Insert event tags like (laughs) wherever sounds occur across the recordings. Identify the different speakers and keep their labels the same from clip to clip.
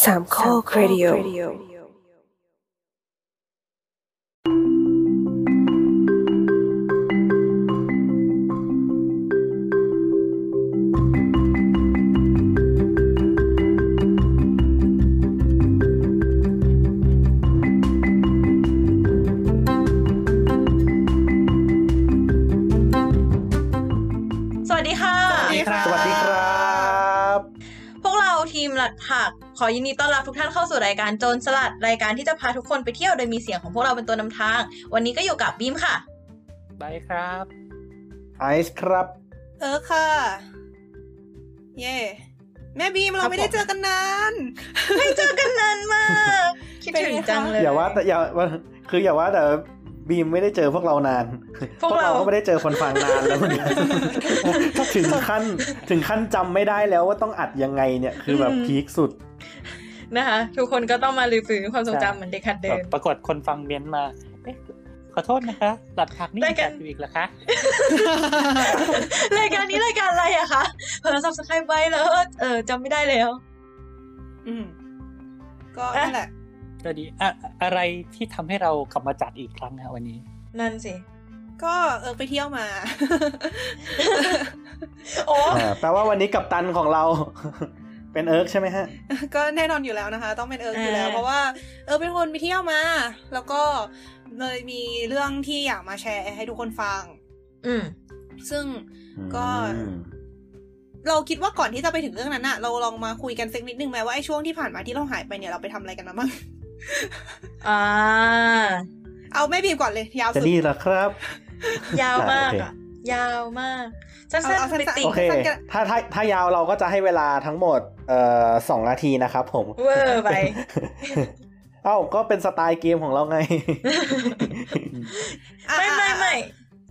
Speaker 1: Talk Radio
Speaker 2: สวัสดีค่ะ
Speaker 3: สวัสดีครับ
Speaker 4: สวัสดีครับ
Speaker 2: พวกเราทีมหลักผัก ขอยินดีต้อนรับทุกท่านเข้าสู่รายการโจรสลัด รายการที่จะพาทุกคนไปเที่ยวโดยมีเสียงของพวกเราเป็นตัวนำทาง วันนี้ก็อยู่กับบีมค่ะ
Speaker 3: บายครับ
Speaker 4: ไอซ์ครับ
Speaker 5: เออค่ะ เย่แม่บีมเราไม่ได้เจอกันนาน
Speaker 2: ไม่เจอกันนานมาก
Speaker 5: (laughs)
Speaker 2: คิดถึงจังเลย
Speaker 4: อย่าว่าแต่อย่าว่าคืออย่าว่าแต่บีมไม่ได้เจอพวกเรานาน
Speaker 2: พวกเรา
Speaker 4: ก็ไม่ได้เจอคนฟังนานแล้วเหมื
Speaker 2: (laughs)
Speaker 4: อนกันถึงขั้นถึงขั้นจำไม่ได้แล้วว่าต้องอัดยังไงเนี่ยคือแบบพีคสุด
Speaker 2: นะคะ ทุกคนก็ต้องมารีฟื้นความทรงจำเหมือนเด็กหัด
Speaker 3: แบ
Speaker 2: เดิ
Speaker 3: บ
Speaker 2: ม
Speaker 3: ปรากฏคนฟังเม้นต์มา เอ๊ะ ขอโทษนะคะตัดผักนี่
Speaker 2: ได้กัน
Speaker 3: จัดอยู่อีกเหรอคะ
Speaker 2: รายการนี้รายการอะไรอะคะเออ subscribe ไว้แล้วเออจำไม่ได้แล้ว
Speaker 5: อืมก็นั่นแหละ
Speaker 3: ก็ดีอะอะไรที่ทำให้เรากลับมาจัดอีกครั้งฮะวันนี้
Speaker 2: นั่นสิ
Speaker 5: ก็เออไปเที่ยวมา
Speaker 2: โอ้
Speaker 4: อ่าแปลว่าวันนี้กับตันของเรา เป็นเอิร์กใช่ไหมฮะ
Speaker 5: ก็แน่นอนอยู่แล้วนะคะ ต้องเป็นเอิร์กอยู่แล้ว เพราะว่าเออเป็นคนไปเที่ยวมา แล้วก็เลยมีเรื่องที่อยากมาแชร์ให้ทุกคนฟัง
Speaker 2: อืม
Speaker 5: ซึ่ง ก็ เราคิดว่าก่อนที่จะไปถึงเรื่องนั้นอะเราลองมาคุยกันสักนิดนึงไหมว่าไอ้ช่วงที่ผ่านมาที่เราหายไปเนี่ยเราไปทำอะไรกันมาบ้าง
Speaker 2: อ่า
Speaker 5: เอาแม่บีมก่อนเลยยาว
Speaker 4: จะ
Speaker 5: สุด
Speaker 4: นี่เหรอครับ
Speaker 2: ยาวมาก
Speaker 4: ได้โอเค
Speaker 2: อะยาวมาก
Speaker 5: เอา
Speaker 2: สั้น
Speaker 5: เอา
Speaker 2: ๆ
Speaker 5: สั้
Speaker 2: ไป
Speaker 5: นๆ
Speaker 2: ติ่
Speaker 4: โอง เค ถ้าถ้าถ้ายาวเราก็จะให้เวลาทั้งหมดเอ่อสองนาทีนะครับผม
Speaker 2: เวอร์ไป
Speaker 4: เอ้าก็เป็นสไตล์เกมของเราไง
Speaker 5: อ่ะ
Speaker 2: ไม่
Speaker 5: อ่ะ
Speaker 2: ไม่
Speaker 5: อ่ะ
Speaker 2: ไม่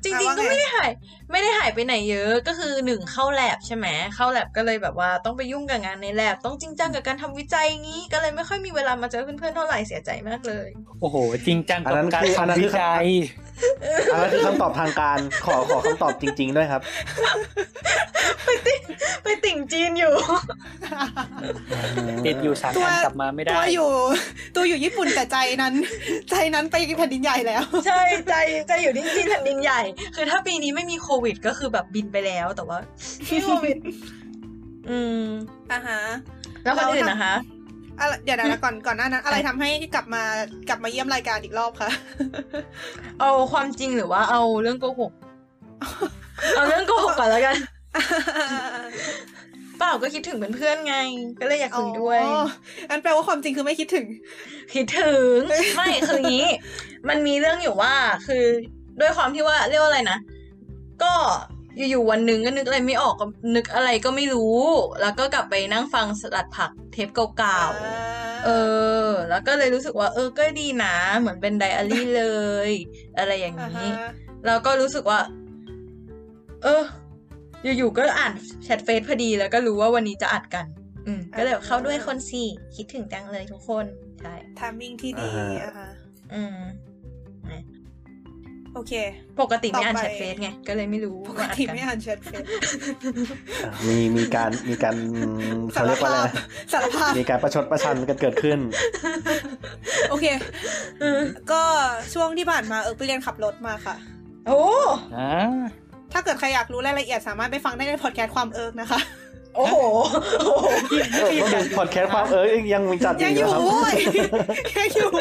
Speaker 2: จริงๆก็
Speaker 5: ว่าไง
Speaker 2: ไม่ได้หายไม่ได้หายไปไหนเยอะก็คือหนึ่งเข้าแลบใช่ไหมเข้าแลบก็เลยแบบว่าต้องไปยุ่งกับงานในแลบต้องจริงจังกับการทำวิจัยงี้ ก็เลยไม่ค่อยมีเวลามาเจอเพื่อนๆเท่าไหร่เสียใจมากเลย
Speaker 3: โอ้โห จริงจัง
Speaker 4: อันนั้
Speaker 3: กับ
Speaker 4: น
Speaker 3: การ
Speaker 4: คืออันนั้น
Speaker 3: ทำ
Speaker 4: คื
Speaker 3: วิ
Speaker 4: อ
Speaker 3: จัย
Speaker 4: อันนั้นคือคำตอบทางการขอขอคำตอบจริง ๆ ด้วยครับ
Speaker 2: ไปติ่งจีนอยู่
Speaker 3: ติดอยู่สาม
Speaker 5: ตัว
Speaker 3: วันกลับมาไม่ได้
Speaker 5: ตัวอยู่ ตัวอยู่ญี่ปุ่นแต่ใจนั้น ใจนั้นไปแผ่นดินใหญ่แล้ว
Speaker 2: ใช่ใจใจอยู่ที่จีนแผ่นดินใหญ่ คือถ้าปีนี้ไม่มีโควิด ก็คือแบบบินไปแล้วแต่ว่าไม่มีโควิด อืม
Speaker 5: อ่าฮะ
Speaker 2: แล้วคนอื่นนะคะ
Speaker 5: อะไรเดี๋ยวนะก่อนก่อนหน้านั้น อะไรทำให้กลับมากลับมาเยี่ยมรายการอีกรอบคะ
Speaker 2: เอาความจริงหรือว่าเอาเรื่องโกหก เอาเรื่องโกหกก่อนแล้วกัน เปล่าก็คิดถึงเพื่อนๆไง ก็เลยอยากคุยด้วย
Speaker 5: อ๋ออันแปลว่าความจริงคือไม่คิดถึง
Speaker 2: คิดถึง ไม่คืองี้ มันมีเรื่องอยู่ว่าคือด้วยความที่ว่าเรียกว่าอะไรนะ ก็อยู่ๆวันหนึ่งก็นึกอะไรไม่ออกก็นึกอะไรก็ไม่รู้ แล้วก็กลับไปนั่งฟังสลัดผักเทปเก่าๆ เออ แล้วก็เลยรู้สึกว่า เออก็ดีนะ เหมือนเป็นไดอารี่เลย อะไรอย่าง
Speaker 5: อ่า
Speaker 2: นี้
Speaker 5: ฮะ
Speaker 2: แล้วก็รู้สึกว่า เออ อยู่ๆก็อ่านแชทเฟซพอดีแล้วก็รู้ว่าวันนี้จะอัดกัน อืม ก็เลยแบบเข้าด้วยคนสี่คิดถึงจังเลยทุกคน ใช่
Speaker 5: ทามมิ่งที่ดี
Speaker 4: อ่าฮะ
Speaker 5: อ่าฮะ
Speaker 2: อืม
Speaker 5: โอเค
Speaker 2: ปกติไม่อ่าน
Speaker 5: ต่อไป
Speaker 2: แชทเฟซไง ก็เลยไม่รู้
Speaker 5: ปก
Speaker 2: ว่าอัด
Speaker 5: ติ
Speaker 2: กัน
Speaker 5: ไม่อ่านแชทเฟซ
Speaker 4: มีมีการมีการ
Speaker 5: สาร
Speaker 4: เขาเรียกว่า
Speaker 5: ภา
Speaker 4: อะไร
Speaker 5: พ
Speaker 4: นะ
Speaker 5: สารภาพ
Speaker 4: มีการประชดประชันกันเกิด
Speaker 3: (laughs)
Speaker 4: ขึ้น
Speaker 5: โอเค
Speaker 2: เออ
Speaker 5: ก็ช่วงที่ผ่านมาเออไปเรียนขับรถมาค่ะ
Speaker 2: โอ้
Speaker 3: อ่า
Speaker 5: ถ้าเกิดใครอยากรู้รายละเอียดสามารถไปฟังได้ในพอดแคสต์ความเอิร์กนะคะ
Speaker 2: โอ้โห
Speaker 4: เออก็ดูพอดแคสต์ความเอ้ยยังมีจัดอ
Speaker 5: ยังอยู่ ยู่
Speaker 4: นะครับ
Speaker 5: เว้
Speaker 2: (laughs)
Speaker 5: ยยังอยู่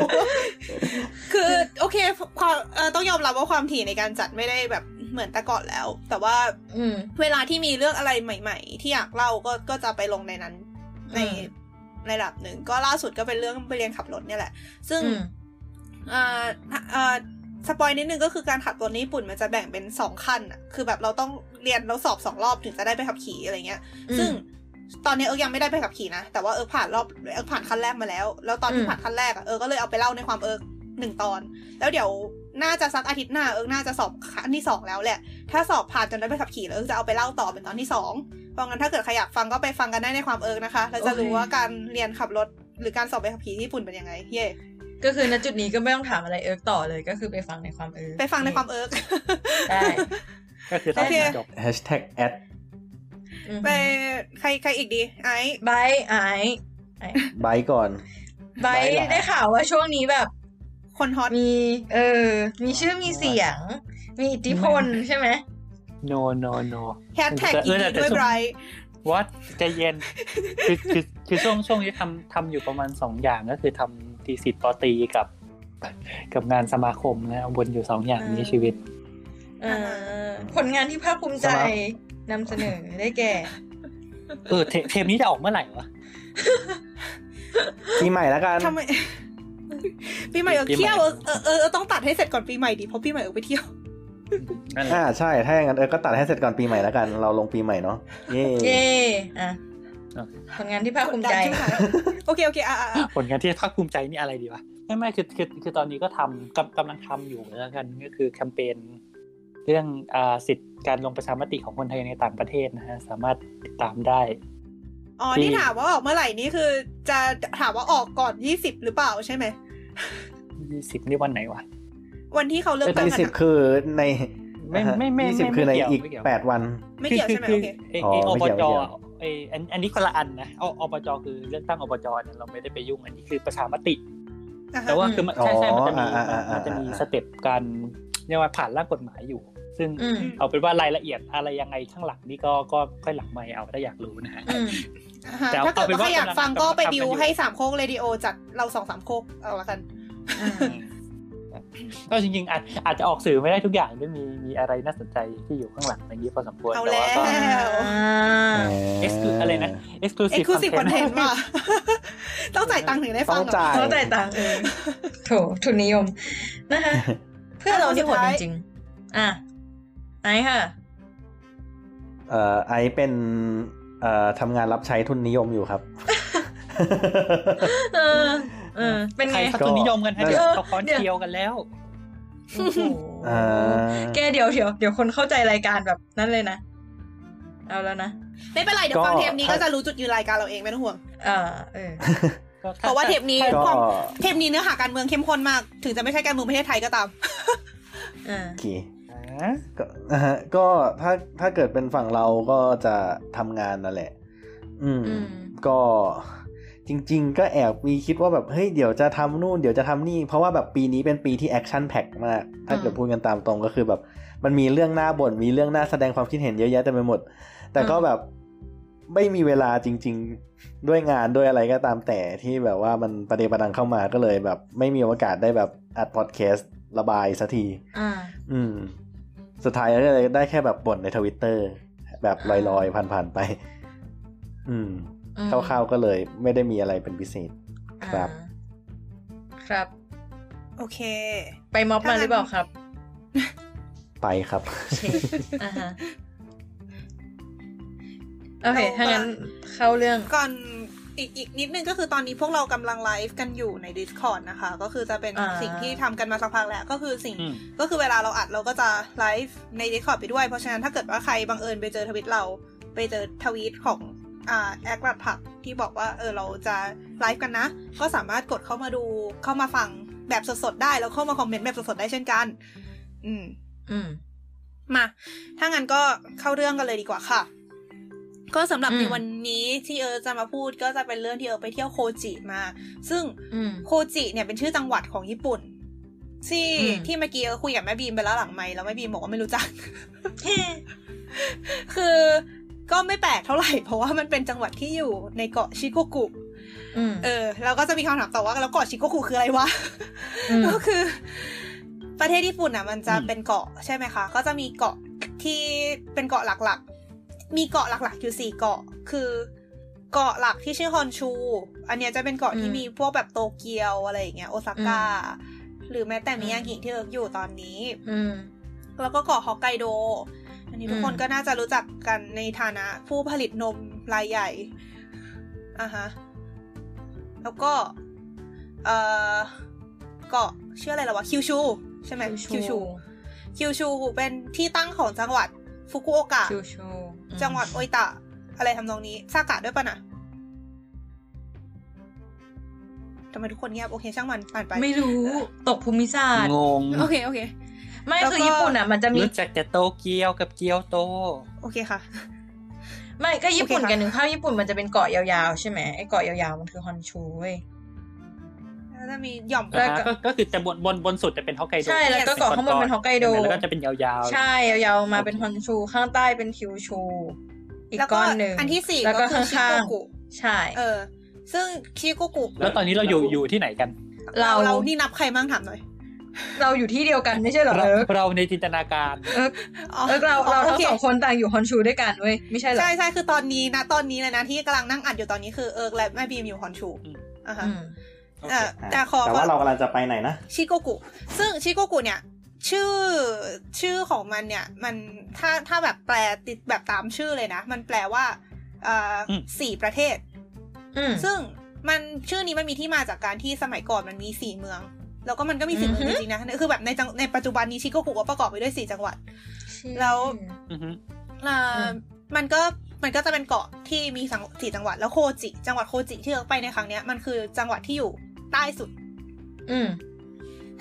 Speaker 5: คือโอเคความเอ่อต้องยอมรับว่าความถี่ในการจัดไม่ได้แบบเหมือนแต่ก่อนแล้ว แต่ว่า
Speaker 2: อืม
Speaker 5: เวลาที่มีเรื่องอะไรใหม่ ๆ ที่อยากเล่าก็ก็จะไปลงในนั้น ใน
Speaker 2: อืม
Speaker 5: ในระดับหนึ่งก็ล่าสุดก็เป็นเรื่องไปเรียนขับรถเนี่ยแหละ ซึ่ง
Speaker 2: อืม
Speaker 5: เอ่อเอ่อสปอยนิดนึงก็คือการขับรถในญี่ปุ่นมันจะแบ่งเป็นสองขั้นอะคือแบบเราต้องเรียนแล้วสอบสองรอบถึงจะได้ไปขับขี่อะไรเงี้ย ซึ่งตอนนี้เอิร์กยังไม่ได้ไปขับขี่นะ แต่ว่าเอิร์กผ่านรอบเอิร์กผ่านขั้นแรกมาแล้ว แล้วตอนที่
Speaker 2: อืม
Speaker 5: ผ่านขั้นแรกอะเอิร์กก็เลยเอาไปเล่าในความเอิร์กหนึ่งตอน แล้วเดี๋ยวน่าจะสักอาทิตย์หน้าเอิร์กน่าจะสอบขั้นที่สองแล้วแหละ ถ้าสอบผ่านจนได้ไปขับขี่แล้วเอิร์กจะเอาไปเล่าต่อเป็นตอนที่สองเพราะงั้นถ้าเกิดใครอยากฟังก็ไปฟังกันได้ในความเอิร์กนะคะแล้วจะรู้ว่าการเรียนขับรถหรือการสอบใบขับขี่ที่ญี่ปุ่นเป็นยังไง เย่
Speaker 2: ก็คือณจุดนี้ก็ไม่ต้องถามอะไรเอิร์กต่อเลย ก็คือไปฟังในความเอิร์ก
Speaker 5: ไปฟังในความเอิร์ก
Speaker 2: ได้
Speaker 5: (laughs)
Speaker 3: ก็คือ
Speaker 5: โอเค
Speaker 3: เราจบ
Speaker 4: hashtag ad
Speaker 2: อืม
Speaker 5: ไปใครใครอีกดีไอซ์
Speaker 2: บายไอ ไอ้
Speaker 4: บายก่อน
Speaker 2: ไบร์ท
Speaker 4: ไบร์ทเหรอ
Speaker 2: ได้ข่าวว่าช่วงนี้แบบ
Speaker 5: คนฮอต
Speaker 2: มี เออ มีชื่อมีเสียง มีอิทธิพลใช่ไหม
Speaker 3: no no no
Speaker 5: แฮชแท็กอีก
Speaker 3: แต่แต่
Speaker 5: ด้วยไบรท์
Speaker 3: what ใจเย็น คือคือคือช่วงช่วงนี้ทำทำอยู่ประมาณสองอย่างก็คือทำทีสิทธ์ปอตรีกับ กับงานสมาคมนะวนอยู่สองอย่างนี้ชีวิต
Speaker 2: เออผลงานที่ภาคภูมิใจ
Speaker 4: สำหรั
Speaker 2: นำเสนอได้แก่
Speaker 3: เออเทเทปนี้จะออกเมื่อไหร่วะ
Speaker 4: ปีใหม่แล้วกัน
Speaker 5: ทำไม
Speaker 4: (laughs)
Speaker 5: ปีใหม่เออ
Speaker 3: ปีใหม่
Speaker 5: เที่ยวเออเออเออเออต้องตัดให้เสร็จก่อนปีใหม่ดิเพราะปีใหม่เออไปเที่ยว
Speaker 3: นั่นแหละ
Speaker 4: อ่าใช่ ถ้าอย่างนั้นเออก็ตัดให้เสร็จก่อนปีใหม่แล้วกัน เราลงปีใหม่เนาะเย่
Speaker 2: เย่อ่ะผลงานที่ภาคภูมิ
Speaker 5: กด
Speaker 2: ใจ
Speaker 5: ดันช่วงไหนโอเค โอเค อ่ะอ่ะอ่ะ
Speaker 3: ผลงานที่ภาคภูมิใจนี่อะไรดีวะ ไม่ไม่คือคือคือตอนนี้ก็ทำกำกำลังทำอยู่แล้วกันก็คือแคมเปญเรื่องอ่าสิทธิ์การลงประชามติของคนไทยในต่างประเทศนะฮะสามารถติดตามได้
Speaker 5: อ๋อ
Speaker 3: ที่
Speaker 5: นี่ถามว่าออกเมื่อไหร่นี่คือ จะถามว่าออกก่อนยี่สิบหรือเปล่าใช่ไหม
Speaker 3: ยี่สิบนี่วันไหนวะ
Speaker 5: วันที่เขาเลือกตั้ง
Speaker 4: ยี่
Speaker 5: กั
Speaker 4: สิบ
Speaker 5: นอะ
Speaker 4: คือใน
Speaker 3: ไม่ไม่ไม่
Speaker 4: ยี่
Speaker 3: ไม่
Speaker 4: สิบคือใน
Speaker 3: ไม่เกี่ยว
Speaker 4: อีก
Speaker 3: ไม่เกี่ยว
Speaker 4: แปดวัน
Speaker 5: ไม่เกี่ยวใช่ไหมโอเค
Speaker 3: ไอ้
Speaker 4: อ๋อ
Speaker 3: ไอ้อ
Speaker 4: ไม่
Speaker 3: บ
Speaker 4: เกี่ยวไม่
Speaker 3: จ
Speaker 4: เกี่ยว
Speaker 3: ไอ้อันอันนี้คนละอันนะเอาอบจคือเลือกตั้งอบจเนี่ยเราไม่ได้ไปยุ่งอันนี้คือประชามติ
Speaker 5: อ่ะฮะ
Speaker 3: แต่ว่าคือมันใช่ใช่มันจะมี
Speaker 4: อ๋ออ่าอ่าอ่า
Speaker 3: มันจะมีสเต็ปการเรียกว่าผ่านร่างกฎหมายอยู่ ซึ่ง
Speaker 2: อืม
Speaker 3: เอาเป็นว่ารายละเอียดอะไรยังไงข้างหลังนี่ก็ก็ค่อยหลังไม่เอาถ้าอยากรู้นะฮะ
Speaker 2: อืม
Speaker 5: อ่ะฮะ
Speaker 3: แต่เอา
Speaker 5: ถ้าเกิด
Speaker 3: เอาเป็น
Speaker 5: ว่า
Speaker 3: ว่า
Speaker 5: ใครอยากฟังก็ไป
Speaker 3: กำลังทำกันอยู่
Speaker 5: ดิวให้สามโคกเรดิโอจัดเราสองสามโคกเอาละกัน
Speaker 2: อืม
Speaker 3: ก็จริงๆอาจอาจจะออกสื่อไม่ได้ทุกอย่างด้วยมีมีอะไรน่าสนใจที่อยู่ข้างหลังอย่างนี้พอสมควร
Speaker 5: เอา
Speaker 3: แต่ว่า
Speaker 5: แล้ว
Speaker 3: ก็
Speaker 4: อ่า
Speaker 3: exclusive อะไรนะ
Speaker 5: เอ็ก
Speaker 3: exclusive
Speaker 5: ซ์คลูซีฟคอนเทน
Speaker 3: content
Speaker 5: ต์
Speaker 3: (laughs)
Speaker 5: ว่ะ ต้องจ่ายตังค์ถึงได้ฟั
Speaker 4: ต้องงจ่าย
Speaker 2: เขาจ่ายตังค์เองโถทุนนิยมนะคะ (laughs) เพื่อนเราที่โหดจริงๆ อ่ะไหนค่ะ
Speaker 4: เอ่อไอซ์เป็นเอ่อทำงานรับใช้ทุนนิยมอยู่
Speaker 2: (laughs)
Speaker 4: ครับ
Speaker 2: เออ เออ เป็น
Speaker 3: ใค
Speaker 2: ไง
Speaker 3: รเขาตัวนิยมกันฮะ
Speaker 4: ก็
Speaker 3: เดี๋ยว
Speaker 2: เออ
Speaker 3: เขาค้อน
Speaker 2: เดี๋ยว
Speaker 3: เคียวกันแล้ว
Speaker 2: โอ้โห
Speaker 4: อ่า
Speaker 2: แกเดี๋ยวเดี๋ยวเดี๋ยวคนเข้าใจรายการแบบนั้นเลยนะ เอาแล้วนะ
Speaker 5: ไม่เป็นไรเดี๋ยวฟังเทปนี้ก็จะรู้จุดยืนรายการเราเองไม่ต้องห่วง
Speaker 2: เอ่าเออ
Speaker 3: ก็ถ้
Speaker 5: เพราะว่าเทปนี้
Speaker 4: ก็
Speaker 5: ความเทปนี้เนื้อหาการเมืองเข้มข้นมาก ถึงจะไม่ใช่การเมืองประเทศไทยก็ตาม (laughs)
Speaker 2: อ่า
Speaker 4: (laughs) โอเค
Speaker 3: อ่า
Speaker 4: ก็นะฮะก็ถ้าถ้าเกิดเป็นฝั่งเราก็จะทำงานนั่นแหละ อืม
Speaker 2: อืม
Speaker 4: ก็จริง ๆ ก็แอบมีคิดว่าแบบเฮ้ยเดี๋ยวจะทำนู่นเดี๋ยวจะทำนี่ เพราะว่าแบบปีนี้เป็นปีที่แอคชั่นแพ็คมาก ถ้าเกิด
Speaker 2: อืม
Speaker 4: พูดกันตามตรงก็คือแบบ มันมีเรื่องหน้าบ่นมีเรื่องหน้าแสดงความคิดเห็นเยอะแยะเต็มไปหมด แต่ก็
Speaker 2: อืม
Speaker 4: แบบไม่มีเวลาจริง ๆ ด้วยงานด้วยอะไรก็ตามแต่ที่แบบว่ามันประเดประดังเข้ามาก็เลยแบบ ไม่มีโอกาสได้แบบอัดพอดแคสต์ระบายสักที
Speaker 2: อ่า
Speaker 4: อืม สุดท้ายก็เลยได้แค่แบบบ่นในทวิตเตอร์แบบลอยๆ ผ่านๆไป อืม
Speaker 2: อืม
Speaker 4: คร่าวๆก็เลยไม่ได้มีอะไรเป็นพิเศษ ครับ
Speaker 2: อ่าครับ
Speaker 5: โอเค
Speaker 2: ไปม็อบมาหรือเปล่าครับ
Speaker 4: ไปครับ
Speaker 2: เชฟอ่าฮะ โอเค ถ้างั้นเข้าเรื่อง
Speaker 5: ก่อนอีกอีกนิดนึงก็คือตอนนี้พวกเรากำลังไลฟ์กันอยู่ใน Discord นะคะ ก็คือจะเป็น
Speaker 2: อ่า
Speaker 5: สิ่งที่ทำกันมาสักพักแล้ว ก็คือสิ่ง
Speaker 3: อืม
Speaker 5: ก็คือเวลาเราอัดเราก็จะไลฟ์ใน Discord ไปด้วย เพราะฉะนั้นถ้าเกิดว่าใครบังเอิญไปเจอทวิตเราไปเจอทวีตของอ่าแอคลัดผักที่บอกว่าเออเราจะไลฟ์กันนะ ก็สามารถกดเข้ามาดูเข้ามาฟังแบบสดๆได้แล้วเข้ามาคอมเมนต์แบบสดๆได้เช่นกัน อืม
Speaker 2: อืม
Speaker 5: มา ถ้างั้นก็เข้าเรื่องกันเลยดีกว่าค่ะ ก็สำหรับ
Speaker 2: อืม
Speaker 5: ในวันนี้ที่เออจะมาพูดก็จะเป็นเรื่องที่เออไปเที่ยวโคจิมา ซึ่ง
Speaker 2: อืม
Speaker 5: โคจิเนี่ยเป็นชื่อจังหวัดของญี่ปุ่น ที่
Speaker 2: อืม
Speaker 5: ที่เมื่อกี้เออคุยกับแม่บีมไปแล้วหลังไมค์แล้วแม่บีมบอกว่าไม่รู้จัก (laughs) คือก็ไม่แปลกเท่าไหร่ เพราะว่ามันเป็นจังหวัดที่อยู่ในเกาะชิโกกุ
Speaker 2: อืม
Speaker 5: เออเราก็จะมีคำถามต่อว่าแล้วเกาะชิโกกุคืออะไรวะ
Speaker 2: ม
Speaker 5: ก็คือ ประเทศญี่ปุ่นอ่ะ มันจะ
Speaker 3: อืม
Speaker 5: เป็นเกาะใช่ไหมคะ ก็จะมีเกาะที่เป็นเกาะหลักๆ มีเกาะหลักๆอยู่สี่เกาะ คือ เกาะหลักที่ชื่อฮอนชู อันเนี้ยจะเป็นเกาะที่
Speaker 2: อืม
Speaker 5: มีพวกแบบโตเกียวอะไรอย่างเงี้ยโอซาก้าหรือแม้แต่มิยากิที่เอิร์กอยู่ตอนนี้
Speaker 2: อืม
Speaker 5: แล้วก็เกาะฮอกไกโด อันนี้ทุกคน
Speaker 2: อืม
Speaker 5: ก็น่าจะรู้จักกันในฐานะผู้ผลิตนมรายใหญ่อ่ะฮะ แล้วก็ เอ่อ เกาะชื่ออะไรละวะ คิวชู ใช่ไหมคิวชู คิวชูเป็นที่ตั้งของจังหวัดฟุกุโอกะ
Speaker 2: คิวชูอืม
Speaker 5: จังหวัดโออิตะ อะไรทำนองนี้ ซากะด้วยปะนะทำไมทุกคนเงียบ โอเค ช่างมันผ่านไป
Speaker 2: ไม่รู้ตกภูมิศาสตร์
Speaker 3: งง
Speaker 5: โอเค โอเค
Speaker 2: ไม่
Speaker 5: แล้วก็
Speaker 2: คือญี่ปุ่นอ่ะ มันจะมี
Speaker 3: รู้จักแต่โตเกียวกับเกียวโต
Speaker 5: โอเคค่ะ
Speaker 2: ไม่ก็ญี่ปุ่น
Speaker 5: โอเคค่ะ
Speaker 2: กันหนึ่งภาพญี่ปุ่นมันจะเป็นเกาะยาวๆใช่ไหมไอ้เกาะยาวๆมันคือฮอนชูเว้ย
Speaker 5: แล้วจะมีหย่อม
Speaker 2: แล้
Speaker 3: อ่าว
Speaker 2: ก็
Speaker 3: ก็ก็คือแต่บนบนบนสุดจะเป็นฮอกไกโด
Speaker 2: ใช่แล้วก็เกาะข้างบนเป็นฮอกไกโด
Speaker 3: แล้วก็จะเป็นยาวๆ
Speaker 2: ใช่ยาวๆมาเป็นฮอนชูข้างใต้เป็นคิวชู อีก
Speaker 5: แล้ว
Speaker 2: ก้
Speaker 5: ก็
Speaker 2: อนหนึ่ง
Speaker 5: อันที่สี่
Speaker 2: แล้ว
Speaker 5: ก็
Speaker 2: ก็
Speaker 5: คือชิ
Speaker 2: ข้า
Speaker 5: โก
Speaker 2: ง
Speaker 5: กุ
Speaker 2: ๆใช่
Speaker 5: เออ ซึ่งชิโกกุ
Speaker 3: แล้วตอนนี้เราอยู่อยู่ที่ไหนกัน
Speaker 2: เรา
Speaker 5: เรานี่นับใครบ้างถามหน่อย
Speaker 2: เราอยู่ที่เดียวกันไม่ใช่เหรอ
Speaker 3: เรา
Speaker 2: เอิร์ก
Speaker 3: เราในจินตนาการ
Speaker 2: เอิร์ก
Speaker 5: อ๋อ
Speaker 2: เอิร์กเราเราทั้
Speaker 5: โ
Speaker 2: งสองคนต่างอยู่ฮอนชูด้วยกันเว้ยไม่ใช่เหรอ
Speaker 5: ใช่ใช่คือตอนนี้นะตอนนี้เลยนะที่กำลังนั่งอัดอยู่ตอนนี้คือเอิร์กและแม่บีมอยู่ฮอนชูอ่ะฮะ
Speaker 2: อืม
Speaker 5: เอ่อแต่ขอ
Speaker 4: แต่ว่าเรากำลังจะไปไหนนะ
Speaker 5: ชิโกกุ ซึ่งชิโกกุเนี่ย ชื่อชื่อของมันเนี่ย มันถ้าถ้าแบบแปลติดแบบตามชื่อเลยนะ มันแปลว่าเอ่ออ
Speaker 3: ม
Speaker 5: สี่ประเทศ
Speaker 2: อืม
Speaker 5: ซึ่งมันชื่อนี้มันมีที่มาจากการที่สมัยก่อนมันมีสี่เมือง แล้วก็มันก็มีสี่เมือง
Speaker 2: อือฮึ
Speaker 5: จริงๆนะคือแบบในจังในปัจจุบันนี้ชิโกกุก็ประกอบไปด้วยสี่จังหวัด แล้ว
Speaker 3: อือฮึ
Speaker 5: เอ่ออ
Speaker 2: ม
Speaker 5: มันก็มันก็จะเป็นเกาะที่มีสังสี่จังหวัดแล้วโคจิ จังหวัดโคจิที่เราไปในครั้งเนี้ยมันคือจังหวัดที่อยู่ใต้สุด
Speaker 2: อืม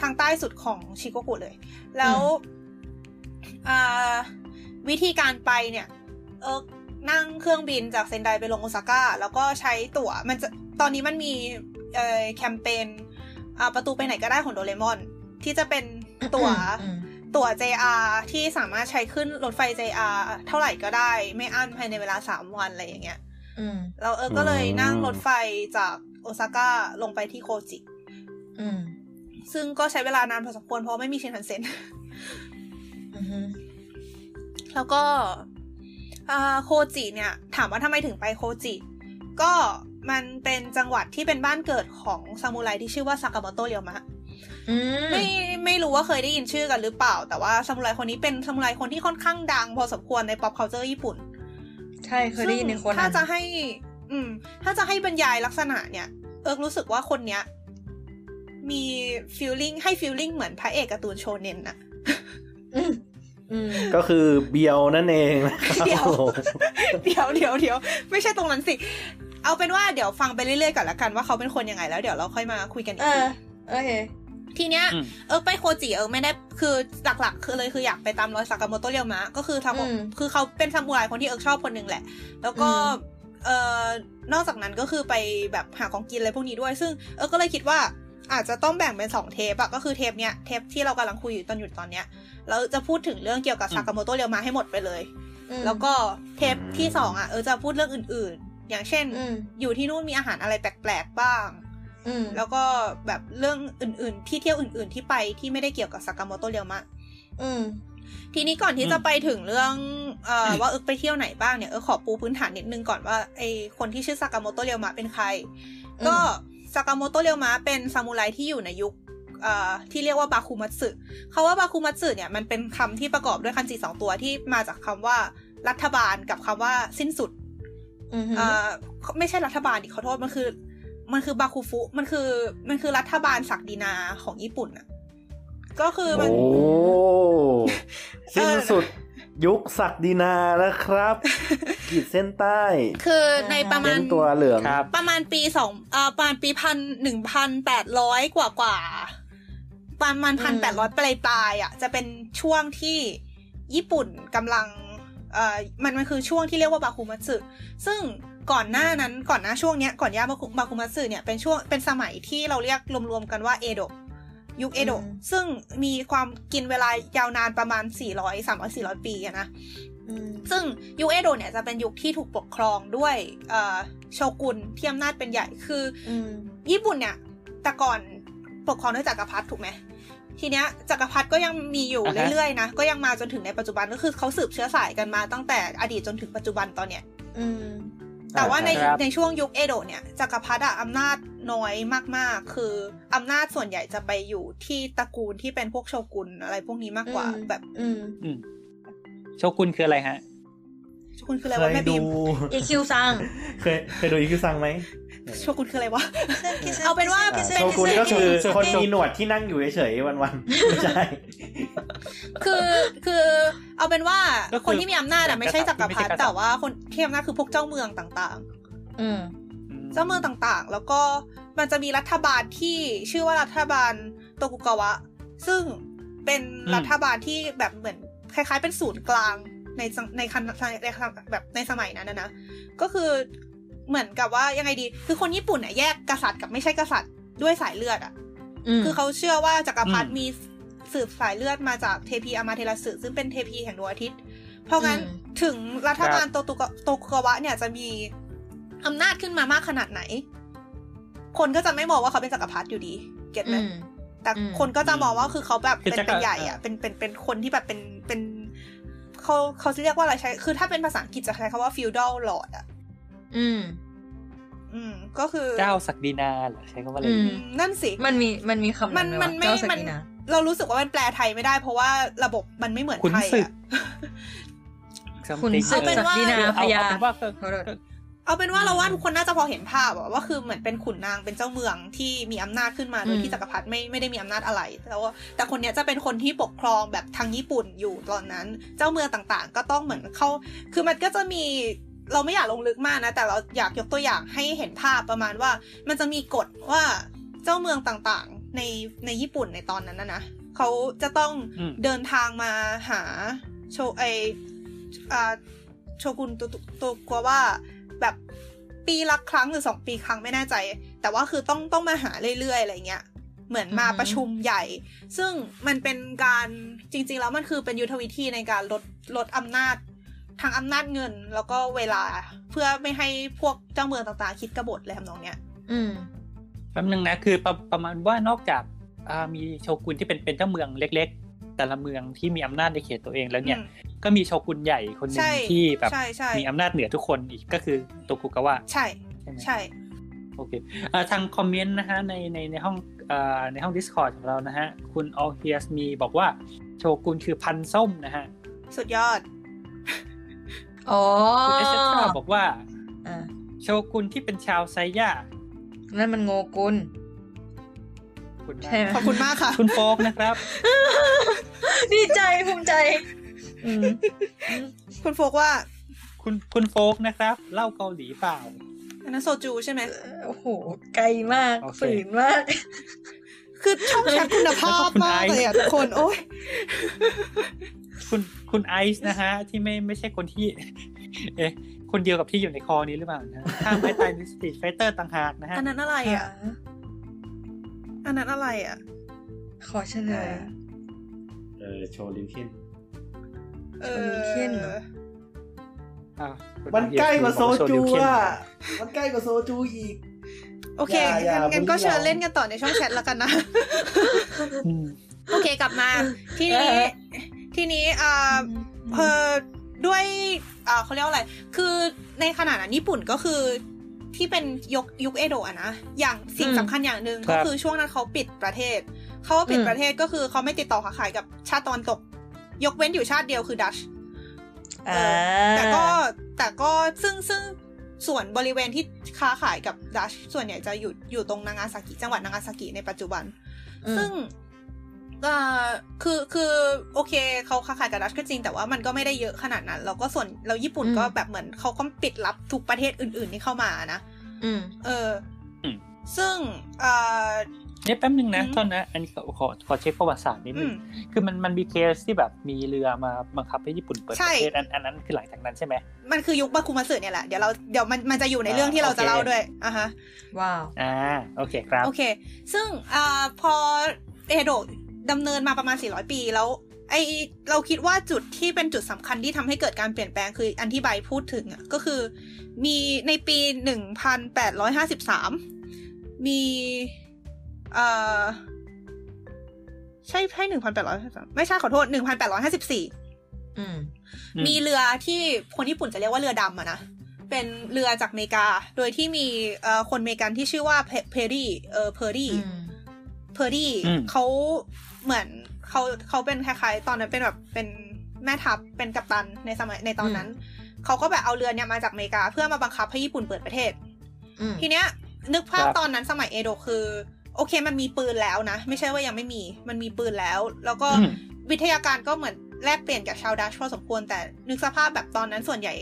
Speaker 5: ทางใต้สุดของชิโกกุเลย แล้วอ่าวิธีการไปเนี่ย เอิร์กนั่งเครื่องบินจากเซนไดไปลงโอซาก้า แล้วก็ใช้ตั๋ว มันจะ ตอนนี้มันมีเอ่อแคมเปญอ่าประตูไปไหนก็ได้ของโดเรมอน ที่จะเป็นตั๋ว
Speaker 2: อืม
Speaker 5: ตั๋ว JR ที่สามารถใช้ขึ้นรถไฟ JR เท่าไหร่ก็ได้ ไม่อั้นภายในเวลา 3 วันอะไรอย่างเงี้ย
Speaker 2: อืม
Speaker 5: แล้วเอิร์กก็เลย
Speaker 4: อืม
Speaker 5: นั่งรถไฟจากโอซาก้าลงไปที่โคจิ
Speaker 2: อืม
Speaker 5: ซึ่งก็ใช้เวลานานพอสมควรเพราะไม่มีชินคันเซ็น (laughs)
Speaker 2: อือฮึ
Speaker 5: แล้วก็อ่าโคจิเนี่ย ถามว่าทำไมถึงไปโคจิ ก็มันเป็นจังหวัดที่เป็นบ้านเกิดของซามูไรที่ชื่อว่าซากามโตะเรียวมะ
Speaker 2: อืม
Speaker 5: ไม่ไม่รู้ว่าเคยได้ยินชื่อกันหรือเปล่า แต่ว่าซามูไรคนนี้เป็นซามูไรคนที่ค่อนข้างดัง พอสมควรใน pop culture ญี่ปุ่น
Speaker 2: ใช่เคยได้ยินในคน
Speaker 5: ซึ่งถ้าจะให้ อืม ถ้าจะให้บรรยายลักษณะเนี่ย เอิร์กรู้สึกว่าคนเนี้ย มีฟีลลิ่งให้ฟีลลิ่งเหมือนพระเอกการ์ตูนโชเน็นอะ
Speaker 2: อืมอืม
Speaker 4: ก็คือเบียวนั่นเองนะครับ
Speaker 5: เดี๋ยว เดี๋ยวเดี๋ยวเดี๋ยวไม่ใช่ตรงนั้นสิ เอาเป็นว่าเดี๋ยวฟังไปเรื่อยๆก่อนละกันว่าเขาเป็นคนยังไงแล้วเดี๋ยวเราค่อยมาคุยกันอีที
Speaker 2: เอกอโอเค
Speaker 5: ทีเนี้ย
Speaker 3: อืม
Speaker 5: เออไปโคจิเออไม่ได้คือหลักๆ คือเลยคืออยากไปตามรอยสากามโตะเรียวมะก็คือทำ
Speaker 2: อืม
Speaker 5: คือเขาเป็นซามูไรคนที่เออชอบคนหนึ่งแหละ แล้วก็
Speaker 2: อืม
Speaker 5: เออนอกจากนั้นก็คือไปแบบหาของกินอะไรพวกนี้ด้วย ซึ่งเออก็เลยคิดว่าอาจจะต้องแบ่งเป็นสองเทปอะก็คือเทปเนี้ยเทปที่เรากำลังคุยอยู่ตอนอยู่ตอนเนี้ยเราจะพูดถึงเรื่องเกี่ยวกับซากามโตะเรียวมะให้หมดไปเลย
Speaker 2: อืม
Speaker 5: แล้วก็เทปที่สองอ่ะเออจะพูดเรื่องอื่นๆ อย่างเช่น
Speaker 2: อืม
Speaker 5: อยู่ที่นู่นมีอาหารอะไรแปลกๆบ้าง
Speaker 2: อืม
Speaker 5: แล้วก็แบบเรื่องอื่นๆ ที่เที่ยวอื่นๆที่ไปที่ไม่ได้เกี่ยวกับซากามโมโตะเรียวมะ
Speaker 2: อืม
Speaker 5: ทีนี้ก่อนที่
Speaker 3: อืม
Speaker 5: จะไปถึงเรื่องเอ่อว่าเออไปเที่ยวไหนบ้างเนี่ยเออขอปูพื้นฐานนิดนึงก่อนว่าไอคนที่ชื่อซากามโมโตะเรียวมะเป็นใคร ก็ซากามโมโตะเรียวมะเป็นซามูไรที่อยู่ในยุคเอ่อที่เรียกว่าบาคุมัตสึคาว่าบาคุมัตสึเนี่ยมันเป็นคำที่ประกอบด้วยคันจิสองตัวที่มาจากคำว่ารัฐบาลกับคำว่าสิ้นสุด
Speaker 2: อืม
Speaker 5: เอ่อไม่ใช่รัฐบาลดิขอโทษมันคือ มันคือบาคุฟุมันคือมันคือรัฐบาลศักดินาของญี่ปุ่นอะก็คือมัน
Speaker 4: โอ้สิ้นสุดยุคศักดินาแล้วครับ ขีดเส้นใต้
Speaker 5: คือในประมา
Speaker 4: เน้
Speaker 5: ณ
Speaker 4: นตัวเหลือง
Speaker 3: ครับ
Speaker 5: ประมาณปีสองเอ่อประมาณปีพันหนึ่งพันแปดร้อยกว่ากว่า ประมาณพันแปดร้อยปลายปลายๆอ่ะจะเป็นช่วงที่ญี่ปุ่นกำลังเอ่อมันมันคือช่วงที่เรียกว่าบาคุมัตสึซึ่งก่อนหน้านั้นก่อนหน้าช่วงเนี้ยก่อนย่าบาคุบาคุมัตสึเนี่ยเป็นช่วงเป็นสมัยที่เราเรียกรวมๆกันว่าเอโดะยุคเอโดะซึ่งมีความกินเวลายาวนานประมาณ 400 300 400 ปีอะนะ
Speaker 2: อืม
Speaker 5: ซึ่งยุคเอโดะเนี่ยจะเป็นยุคที่ถูกปกครองด้วยเอ่อโชกุนที่อำนาจเป็นใหญ่คือ
Speaker 2: อืม
Speaker 5: ญี่ปุ่นเนี่ยแต่ก่อนปกครองด้วยจักรพรรดิถูกไหมทีเนี้ยจักรพรรดิก็ยังมีอยู่
Speaker 3: อ่าฮะ
Speaker 5: เรื่อยๆนะก็ยังมาจนถึงในปัจจุบันก็คือเขาสืบเชื้อสายกันมาตั้งแต่อดีตจนถึงปัจจุบันตอนเนี้ย
Speaker 2: อืม
Speaker 5: แต่ว่าใน
Speaker 3: ครับ
Speaker 5: ในช่วงยุคเอโดะเนี่ยจักรพรรดิอะอำนาจน้อยมากๆ คืออำนาจส่วนใหญ่จะไปอยู่ที่ตระกูลที่เป็นพวกโชกุนอะไรพวกนี้มากกว่าแบบ
Speaker 2: อืม
Speaker 3: โชกุนคืออะไรฮะ
Speaker 5: โชกุนคืออะไรวะแม่บีม
Speaker 2: อีคิวซัง
Speaker 4: เคยเคยดูอีคิวซังไหม
Speaker 5: โชกุนคืออะไรวะ เอาเป็นว่า
Speaker 4: อ่าโชกุนก็คือคนมีหนวดที่นั่งอยู่เฉยๆวันๆไม่ใช่
Speaker 5: คือคือเอาเป็นว่า
Speaker 3: ก็คือ
Speaker 5: คนที่มีอำนาจอะไม่ใช่จักรพรร
Speaker 3: ไม่ใช่ก
Speaker 5: ดิ
Speaker 3: ษัตริย์
Speaker 5: แต่ว่าคนที่มีอำนาจคือพวกเจ้าเมืองต่าง
Speaker 2: อืม
Speaker 5: ๆ เจ้าเมืองต่างๆ แล้วก็มันจะมีรัฐบาลที่ชื่อว่ารัฐบาลโตกุกาวะ ซึ่งเป็นรัฐบาลที่แบบเหมือนคล้ายๆ เป็นศูนย์กลางใน ในสังในคันในคันแบบในสมัยนั้นนะนะ ก็คือเหมือนกับว่ายังไงดี คือคนญี่ปุ่นอ่ะแยกกษัตริย์กับไม่ใช่กษัตริย์ด้วยสายเลือดอ่ะ
Speaker 2: ม
Speaker 5: คือเขาเชื่อว่าจักรพรรดิ
Speaker 3: อืม
Speaker 5: มีสืบสายเลือดมาจากเทพีอามาเทราสึซึ่งเป็นเทพีแห่งดวงอาทิตย์ เพราะงั้นถึงรัฐบาลโตตุกะโตคุกาวะเนี่ยจะมีอำนาจขึ้นมามากขนาดไหน คนก็จะไม่มองว่าเขาเป็นจักรพรรดิอยู่ดี เก็ตไหม
Speaker 2: อืม
Speaker 5: แต่
Speaker 2: อืม
Speaker 5: คนก็จะมองว่าคือเขาแบบ
Speaker 3: คือ
Speaker 5: เป็น
Speaker 3: จะกะ
Speaker 5: เป็นใหญ่อะ
Speaker 3: เออ
Speaker 5: เป็นเป็นเป็นคนที่แบบเป็นเป็นเขาเขาจะเรียกว่าอะไรใช้ คือถ้าเป็นภาษาอังกฤษจะใช้คำว่า feudal lord อะ
Speaker 2: อืม
Speaker 5: อืม ก็คือ
Speaker 3: เจ้าศักดินาเหรอใช้คำว่าอะไรดี
Speaker 2: อื
Speaker 5: อื
Speaker 2: ม
Speaker 5: มนั่นสิ
Speaker 2: มันมีมันมีคำ
Speaker 5: มันมันไม่
Speaker 2: เจ้าส
Speaker 5: มัน
Speaker 2: กินะ
Speaker 5: เรารู้สึกว่ามันแปลไทยไม่ได้เพราะว่าระบบมันไม่เหมือน
Speaker 3: ขุน
Speaker 5: ไทย
Speaker 3: ศึก
Speaker 5: อะ
Speaker 3: Something
Speaker 2: คุณ
Speaker 5: เอาเป็นว่า
Speaker 2: ศักดินา
Speaker 3: เอ
Speaker 2: พ
Speaker 3: เอย
Speaker 2: า
Speaker 3: เป็นว่าก็
Speaker 2: ขอโทษ
Speaker 3: ก็
Speaker 5: เอาเป็นว่าเราว่าทุกคนน่าจะพอเห็นภาพอะว่าคือเหมือนเป็นขุนนางเป็นเจ้าเมืองที่มีอำนาจขึ้นมาโดย
Speaker 2: อืม
Speaker 5: ที่จักรพรรดิไม่ไม่ได้มีอำนาจอะไรแล้วว่าแต่คนเนี้ยจะเป็นคนที่ปกครองแบบทางญี่ปุ่นอยู่ตอนนั้น เจ้าเมืองต่างๆ ก็ต้องเหมือนเข้า คือมันก็จะมีเราไม่อยากลงลึกมากนะ แต่เราอยากยกตัวอย่างให้เห็นภาพประมาณว่า มันจะมีกฎว่าเจ้าเมืองต่างๆ ในในญี่ปุ่นในตอนนั้นนะนะเขาจะต้อง
Speaker 3: อืม
Speaker 5: เดินทางมาหาโชไออ่าโชกุนตัวตัวกลัวว่าแบบปีละครั้งหรือสองปีครั้งไม่แน่ใจ แต่ว่าคือต้องต้องมาหาเรื่อยๆอะไรเงี้ย เหมือนมา
Speaker 2: อือฮึ
Speaker 5: ประชุมใหญ่ ซึ่งมันเป็นการจริง ๆ แล้วมันคือเป็นยุทธวิธีในการลดลดอำนาจทางอำนาจเงินแล้วก็เวลาเพื่อไม่ให้พวกเจ้าเมืองต่างๆ คิดกบฏเลยทำนองเนี้ย
Speaker 2: อืม
Speaker 3: แป๊บนึงนะคือประประมาณว่านอกจากอ่ามีโชกุนที่เป็นเป็นเจ้าเมืองเล็ก ๆ แต่ละเมืองที่มีอำนาจในเขตตัวเองแล้วเนี่ย
Speaker 5: อืม
Speaker 3: ก็มีโชกุนใหญ่คนหนึ่
Speaker 5: ใช่
Speaker 3: งที่แบบ
Speaker 5: ใช่ใช่
Speaker 3: มีอำนาจเหนือทุกคนอีกก็คือโตคุกาวะ
Speaker 5: ใช่
Speaker 3: ใช่ไหม
Speaker 5: ใช่
Speaker 3: โอเคอ่าทางคอมเมนต์นะฮะในในในห้องอ่าในห้อง Discord ของเรานะฮะ คุณ All Hears Me บอกว่าโชกุนคือพันธุ์ส้มนะฮะ
Speaker 5: สุดยอด
Speaker 2: อ๋อ
Speaker 3: คุณเอสเซทราบอกว่า
Speaker 2: อ่ะ
Speaker 3: โชกุนที่เป็นชาวไซย่า
Speaker 2: นั่นมันโงกุล
Speaker 3: คุณนะ
Speaker 2: ใช่ไหม
Speaker 5: ขอบคุณมากค่ะ
Speaker 3: คุณโฟกนะครับ
Speaker 2: ดีใจภูมิใจ อืม
Speaker 5: คุณโฟกว่า
Speaker 3: คุณคุณโฟกนะครับเล่าเกาหลีเปล่า
Speaker 5: อันนั้นโซจูใช่ไหม
Speaker 2: โอ้โห ไกลมาก
Speaker 3: โอเค
Speaker 2: ฝืนมาก
Speaker 5: คือช่องแชทคุณภาพมากเลยอ่ะทุกคนโอ้ย
Speaker 3: คุณคุณไอซ์นะฮะ ที่ไม่ไม่ใช่คนที่ (laughs) เอ๊ะคนเดียวกับที่อยู่ในคอนี้หรือเปล่านะข้ามไม้ตายในสตรีทไฟเตอร์ต่างหากนะฮะ
Speaker 5: อันนั้นอะไรอ่ะ อันนั้นอะไรอ่ะ
Speaker 2: ขอเฉลย
Speaker 4: เออโชว์ลิวเคน
Speaker 5: เอ
Speaker 2: โชนิเคนเหรอ
Speaker 3: อ่ะคุณ
Speaker 4: มันใกล้กว่าโซจู
Speaker 3: บกว่าโชว์นิ้วเข็ม
Speaker 4: อ่ะมันใกล้กว่าโซจูอีก
Speaker 5: โอเค
Speaker 4: อย่าอย่า
Speaker 5: งั้นงั้นก็
Speaker 4: บุรีรัม
Speaker 5: เชิญ
Speaker 4: ย์
Speaker 5: เล่นกันต่อในช่องแชทแล้วกันนะ
Speaker 3: อืม
Speaker 5: โอเคกลับมา ที
Speaker 2: เอ
Speaker 5: นี้
Speaker 2: อ
Speaker 5: ทีนี้อ่า เพอด้วยอ่าเขาเรียกว่าอะไร คือในขณะนั้นญี่ปุ่นก็คือที่เป็นยุคยุคเอโดะอะนะ อย่างสิ่ง
Speaker 2: อืม
Speaker 5: สำคัญอย่างหนึ่งก็คือช่วงนั้นเขาปิดประเทศ เขาปิดประเทศก็คือเขาไม่ติดต่อค้าขายกับชาติตะวันตก ยกเว้นอยู่ชาติเดียวคือดัช
Speaker 2: อ่า
Speaker 5: แต่ก็แต่ก็ซึ่งซึ่งส่วนบริเวณที่ค้าขายกับดัชส่วนใหญ่จะอยู่อยู่ตรงนางาซากิจังหวัดนางาซากิในปัจจุบัน
Speaker 2: อืม
Speaker 5: ซึ่งเอ่อคือคือโอเคเขาค้าขายกับดัชก็จริงแต่ว่ามันก็ไม่ได้เยอะขนาดนั้น แล้วก็ส่วนเราญี่ปุ่นก็แบบเหมือนเขาก็ปิดรับทุกประเทศอื่น ๆที่เข้ามานะ
Speaker 2: อืม
Speaker 5: เอออซึ่งเอ่อ
Speaker 3: เดี๋ยวแป๊บนึงนะ
Speaker 5: อืม
Speaker 3: โทษนะ อันนี้ขอขอขอเช็คประวัติศาสตร์นิด
Speaker 5: อื
Speaker 3: นึง
Speaker 5: ม
Speaker 3: คือมันมันมีเคสที่แบบมีเรือมาบังคับให้ญี่ปุ่นเปิด
Speaker 5: ใช่
Speaker 3: ประเทศอันอันนั้นคือหลังจากนั้นใช่ไหม
Speaker 5: มันคือยุคบาคุมาสึเนี่ยแหละเดี๋ยวเราเดี๋ยวมันมันจะอยู่ในเรื่องที่เราจะเล่าด้วยอ่ะฮะ
Speaker 2: ว้าว
Speaker 3: อ่า โอเคครับ
Speaker 5: โอเค ซึ่งอาพอเอโดะดำเนินมาประมาณ 400 ปีแล้ว ไอเราคิดว่าจุดที่เป็นจุดสำคัญที่ทำให้เกิดการเปลี่ยนแปลงคืออันที่ใบพูดถึงอะก็คือมีในปี 1853 มีเอ่อใช่ใช่1853 ไม่ใช่ขอโทษ 1854
Speaker 2: อืม
Speaker 3: อืม
Speaker 5: มีเรือที่คนญี่ปุ่นจะเรียกว่าเรือดำอะนะ เป็นเรือจากอเมริกา โดยที่มีเอ่อคนอเมริกันที่ชื่อว่าเพอร์รี่เออเพอร์รี่
Speaker 2: อืม
Speaker 5: เพอร์ดี้
Speaker 3: อืม
Speaker 5: เขาเหมือนเขาเขาเป็นคล้ายๆ ตอนนั้นเป็นแบบเป็นแม่ทัพเป็นกัปตันในสมัยในตอนนั้น เขาก็แบบเอาเรือเนี่ยมาจากอเมริกา เพื่อมาบังคับให้ญี่ปุ่นเปิดประเทศ
Speaker 2: อืม
Speaker 5: ทีเนี้ยนึกภาพ
Speaker 3: ครับ
Speaker 5: ตอนนั้นสมัยเอโดะคือ โอเคมันมีปืนแล้วนะ ไม่ใช่ว่ายังไม่มีมันมีปืนแล้ว แล้วก็
Speaker 3: อืม
Speaker 5: วิทยาการก็เหมือนแลกเปลี่ยนกับชาวดัชพอสมควรแต่นึกสภาพแบบตอนนั้นส่วนใหญ่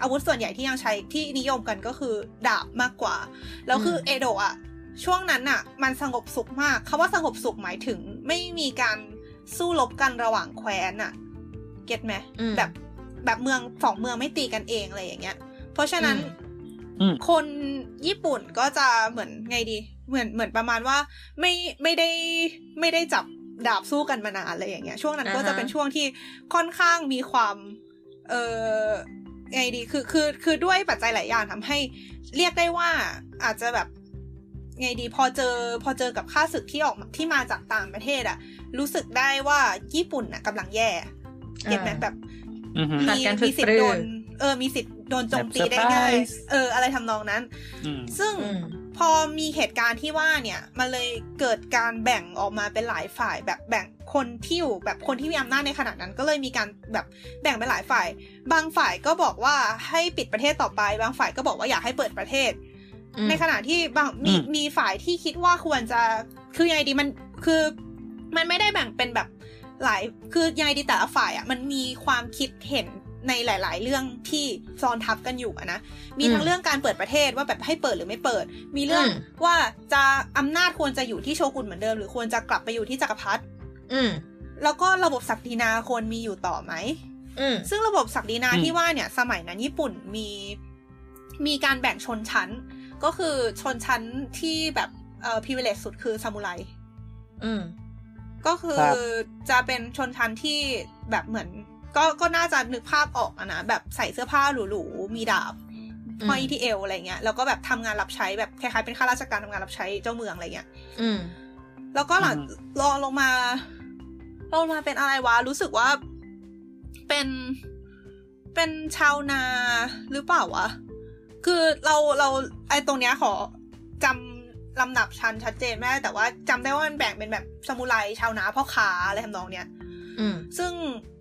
Speaker 5: อาวุธส่วนใหญ่ที่ยังใช้ที่นิยมกันก็คือดาบมากกว่า แล้วคือเอโดะอะช่วงนั้นอะมันสงบสุขมากคำว่าสงบสุขหมายถึงไม่มีการสู้รบกันระหว่างแคว้นอะเก็ตไหม
Speaker 2: อืม
Speaker 5: แบบ แบบเมืองสองเมืองไม่ตีกันเองอะไรอย่างเงี้ย เพราะฉะนั้น
Speaker 2: อืม
Speaker 3: อืม
Speaker 5: (laughs) คนญี่ปุ่นก็จะเหมือนไงดี เหมือนเหมือนประมาณว่าไม่ไม่ได้ไม่ได้จับดาบสู้กันมานานอะไรอย่างเงี้ยช่วงนั้นก็
Speaker 2: อ่าฮะ
Speaker 5: จะเป็นช่วงที่ค่อนข้างมีความเออไงดีคือคือคือด้วยปัจจัยหลายอย่างทำให้เรียกได้ว่าอาจจะแบบไงดีพอเจอพอเจอกับค่าศึกที่ออกมาที่มาจากต่างประเทศอะรู้สึกได้ว่าญี่ปุ่นน่ะกำลังแย่เก็ตไหมแบบ
Speaker 3: อือฮึ
Speaker 2: ขาดการฝึ
Speaker 5: มี
Speaker 2: ก
Speaker 5: สิท
Speaker 2: ปรื
Speaker 5: ธิ์โด
Speaker 2: อ
Speaker 5: นเออมีสิทธิ์โดนโจมตี
Speaker 3: แบบ
Speaker 5: ได้ง่าย
Speaker 3: surprise
Speaker 5: เออ อะไรทำนองนั้น
Speaker 3: อืม
Speaker 5: ซึ่ง
Speaker 2: อืม
Speaker 5: พอมีเหตุการณ์ที่ว่าเนี่ย มันเลยเกิดการแบ่งออกมาเป็นหลายฝ่ายแบบแบ่งคนที่อยู่แบบคนที่มีอำนาจในขณะนั้น ก็เลยมีการแบบแบ่งเป็นหลายฝ่าย บางฝ่ายก็บอกว่าให้ปิดประเทศต่อไป บางฝ่ายก็บอกว่าอยากให้เปิดประเทศ
Speaker 2: อืม
Speaker 5: ในขณะที่บางมี
Speaker 3: อืม
Speaker 5: มีฝ่ายที่คิดว่าควรจะคือยังไงดีมันคือ มันไม่ได้แบ่งเป็นแบบหลายคือยังไงดีแต่ละฝ่ายอะ่ะมันมีความคิดเห็นในหลาย ๆ เรื่องที่ซ้อนทับกันอยู่อะนะมีทั้
Speaker 2: อื
Speaker 5: ง
Speaker 2: ม
Speaker 5: เรื่องการเปิดประเทศว่าแบบให้เปิดหรือไม่เปิด มีเรื่อง
Speaker 2: อืม
Speaker 5: ว่าจะอำนาจควรจะอยู่ที่โชกุนเหมือนเดิม หรือควรจะกลับไปอยู่ที่จักรพรรดิ
Speaker 2: อืม
Speaker 5: แล้วก็ระบบศักดินาควรมีอยู่ต่อไหม
Speaker 2: อืม
Speaker 5: ซึ่งระบบศักดินา
Speaker 3: อืม
Speaker 5: ที่ว่าเนี่ยสมัยนั้นญี่ปุ่นมีมีการแบ่งชนชั้น ก็คือชนชั้นที่แบบเอ่อพิเวเลตสุดคือซามูไร
Speaker 2: อืม
Speaker 5: ก็คือ
Speaker 3: ครับ
Speaker 5: จะเป็นชนชั้นที่แบบเหมือน ก็ก็น่าจะนึกภาพออกอะนะแบบใส่เสื้อผ้าหรูๆมีดาบ
Speaker 2: อืม
Speaker 5: ห้อยที่เอวอะไรเงี้ยแล้วก็แบบทำงานรับใช้แบบคล้ายๆเป็นข้าราชการทำงานรับใช้เจ้าเมืองอะไรเงี้ย
Speaker 2: อืม
Speaker 5: แล้วก็หลัง
Speaker 3: อืม
Speaker 5: ลองลงมาลองลงมาเป็นอะไรวะ รู้สึกว่าเป็นเป็นชาวนาหรือเปล่าวะ คือเราเราไอตรงเนี้ยขอจำลำดับชั้นชัดเจนไม่ได้แต่ว่าจำได้ว่ามันแบ่งเป็นแบบซามูไรชาวนาพ่อค้าอะไรทำนองเนี้ย
Speaker 2: อืม
Speaker 5: ซึ่ง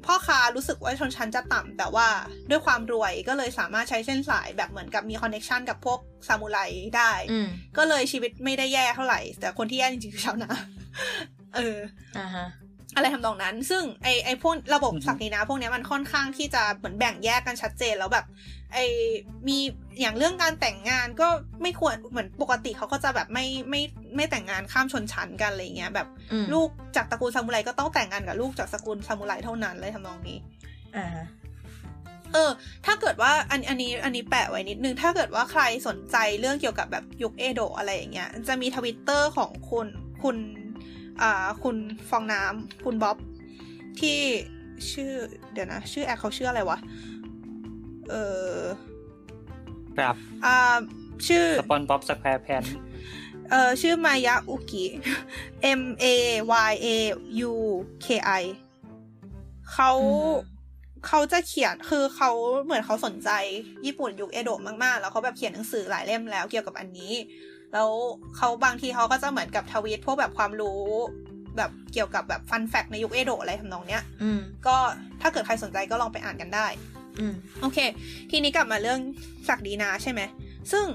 Speaker 5: พ่อค้ารู้สึกว่าชนชั้นจะต่ำแต่ว่าด้วยความรวยก็เลยสามารถใช้เส้นสายแบบเหมือนกับมีคอนเน็ชันกับพวกซามูไรได้
Speaker 2: อืม
Speaker 5: ก็เลยชีวิตไม่ได้แย่เท่าไหร่ แต่คนที่แย่จริงๆคือชาวนา (laughs) เออ
Speaker 2: อ่าฮะ
Speaker 5: อะไรทำนองนั้น ซึ่งไอไอพวกระบบ
Speaker 3: อือฮึ
Speaker 5: ศักดินาพวกเนี้ยมันค่อนข้างที่จะเหมือนแบ่งแยกกันชัดเจนแล้วแบบ ไอมีอย่างเรื่องการแต่งงานก็ไม่ควรเหมือนปกติเขาก็จะแบบไม่ไม่ไม่แต่งงานข้ามชนชั้นกันอะไรเงี้ยแบบ
Speaker 2: อืม
Speaker 5: ลูกจากตระกูลซามูไรก็ต้องแต่งงานกับลูกจากตระกูลซามูไรเท่านั้นเลยทำนองนี้
Speaker 2: อ่าฮะ
Speaker 5: เออ ถ้าเกิดว่าอันอันนี้อันนี้แปะไว้นิดนึง ถ้าเกิดว่าใครสนใจเรื่องเกี่ยวกับแบบยุคเอโดะอะไรอย่างเงี้ย จะมีทวิตเตอร์ของคุณคุณ อ่า คุณฟองน้ำคุณบ๊อบ ที่ชื่อ เดี๋ยวนะ ชื่อแอคเขาชื่ออะไรวะ เออ
Speaker 3: ครับ
Speaker 5: อ่า ชื่อ
Speaker 3: สปอนบ๊อบสแควร์แพน
Speaker 5: เออชื่อมายะอุกิ (laughs) M A Y A U K I เขา
Speaker 2: อืม
Speaker 5: เขาจะเขียนคือเขาเหมือนเขาสนใจญี่ปุ่นยุคเอโดะมากๆ แล้วเขาแบบเขียนหนังสือหลายเล่มแล้วเกี่ยวกับอันนี้ แล้วเขาบางทีเขาก็จะเหมือนกับทวีตพวกแบบความรู้แบบเกี่ยวกับแบบฟันแฟกในยุคเอโดะอะไรทำนองเนี้ย
Speaker 2: อืม
Speaker 5: ก็ถ้าเกิดใครสนใจก็ลองไปอ่านกันได้
Speaker 2: อืม
Speaker 5: โอเค ทีนี้กลับมาเรื่องศักดินาใช่ไหม ซึ่ง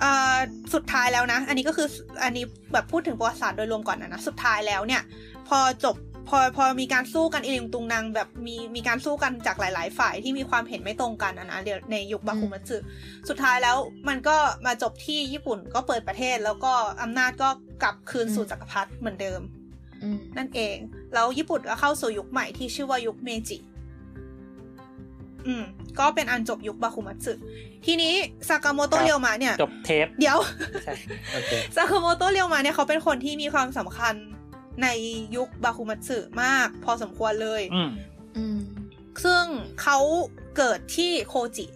Speaker 5: เอ่อสุดท้ายแล้วนะ อันนี้ก็คืออันนี้แบบพูดถึงประวัติศาสตร์โดยรวมก่อนนะนะ สุดท้ายแล้วเนี่ย พอจบพอพอมีการสู้กันอิริงตุงนางแบบมีมีการสู้กันจากหลาย ๆ ฝ่ายที่มีความเห็นไม่ตรงกันอะนะเดี๋ยวในยุคบาคุมัตสึสุดท้ายแล้วมันก็มาจบที่ญี่ปุ่นก็เปิดประเทศ แล้วก็อำนาจก็กลับคืนสู่
Speaker 2: อืม
Speaker 5: จักรพรรดิเหมือนเดิม
Speaker 2: อืม
Speaker 5: นั่นเอง แล้วญี่ปุ่นก็เข้าสู่ยุคใหม่ที่ชื่อว่ายุคเมจิ อืม ก็เป็นอันจบยุคบาคุมัตสึ ทีนี้ซากาโมโตะ
Speaker 3: ครับ
Speaker 5: เรียวมะเนี่ย
Speaker 3: จบเทป
Speaker 5: เดี๋ยว (laughs)
Speaker 3: ใช่โอเค
Speaker 5: ซากาโมโตะเรียวมะเนี่ยเขาเป็นคนที่มีความสำคัญในยุคบาคุมัตสึมาก พอสมควรเลย
Speaker 3: อืม
Speaker 2: อืม
Speaker 5: ซึ่งเขาเกิดที่โคจิ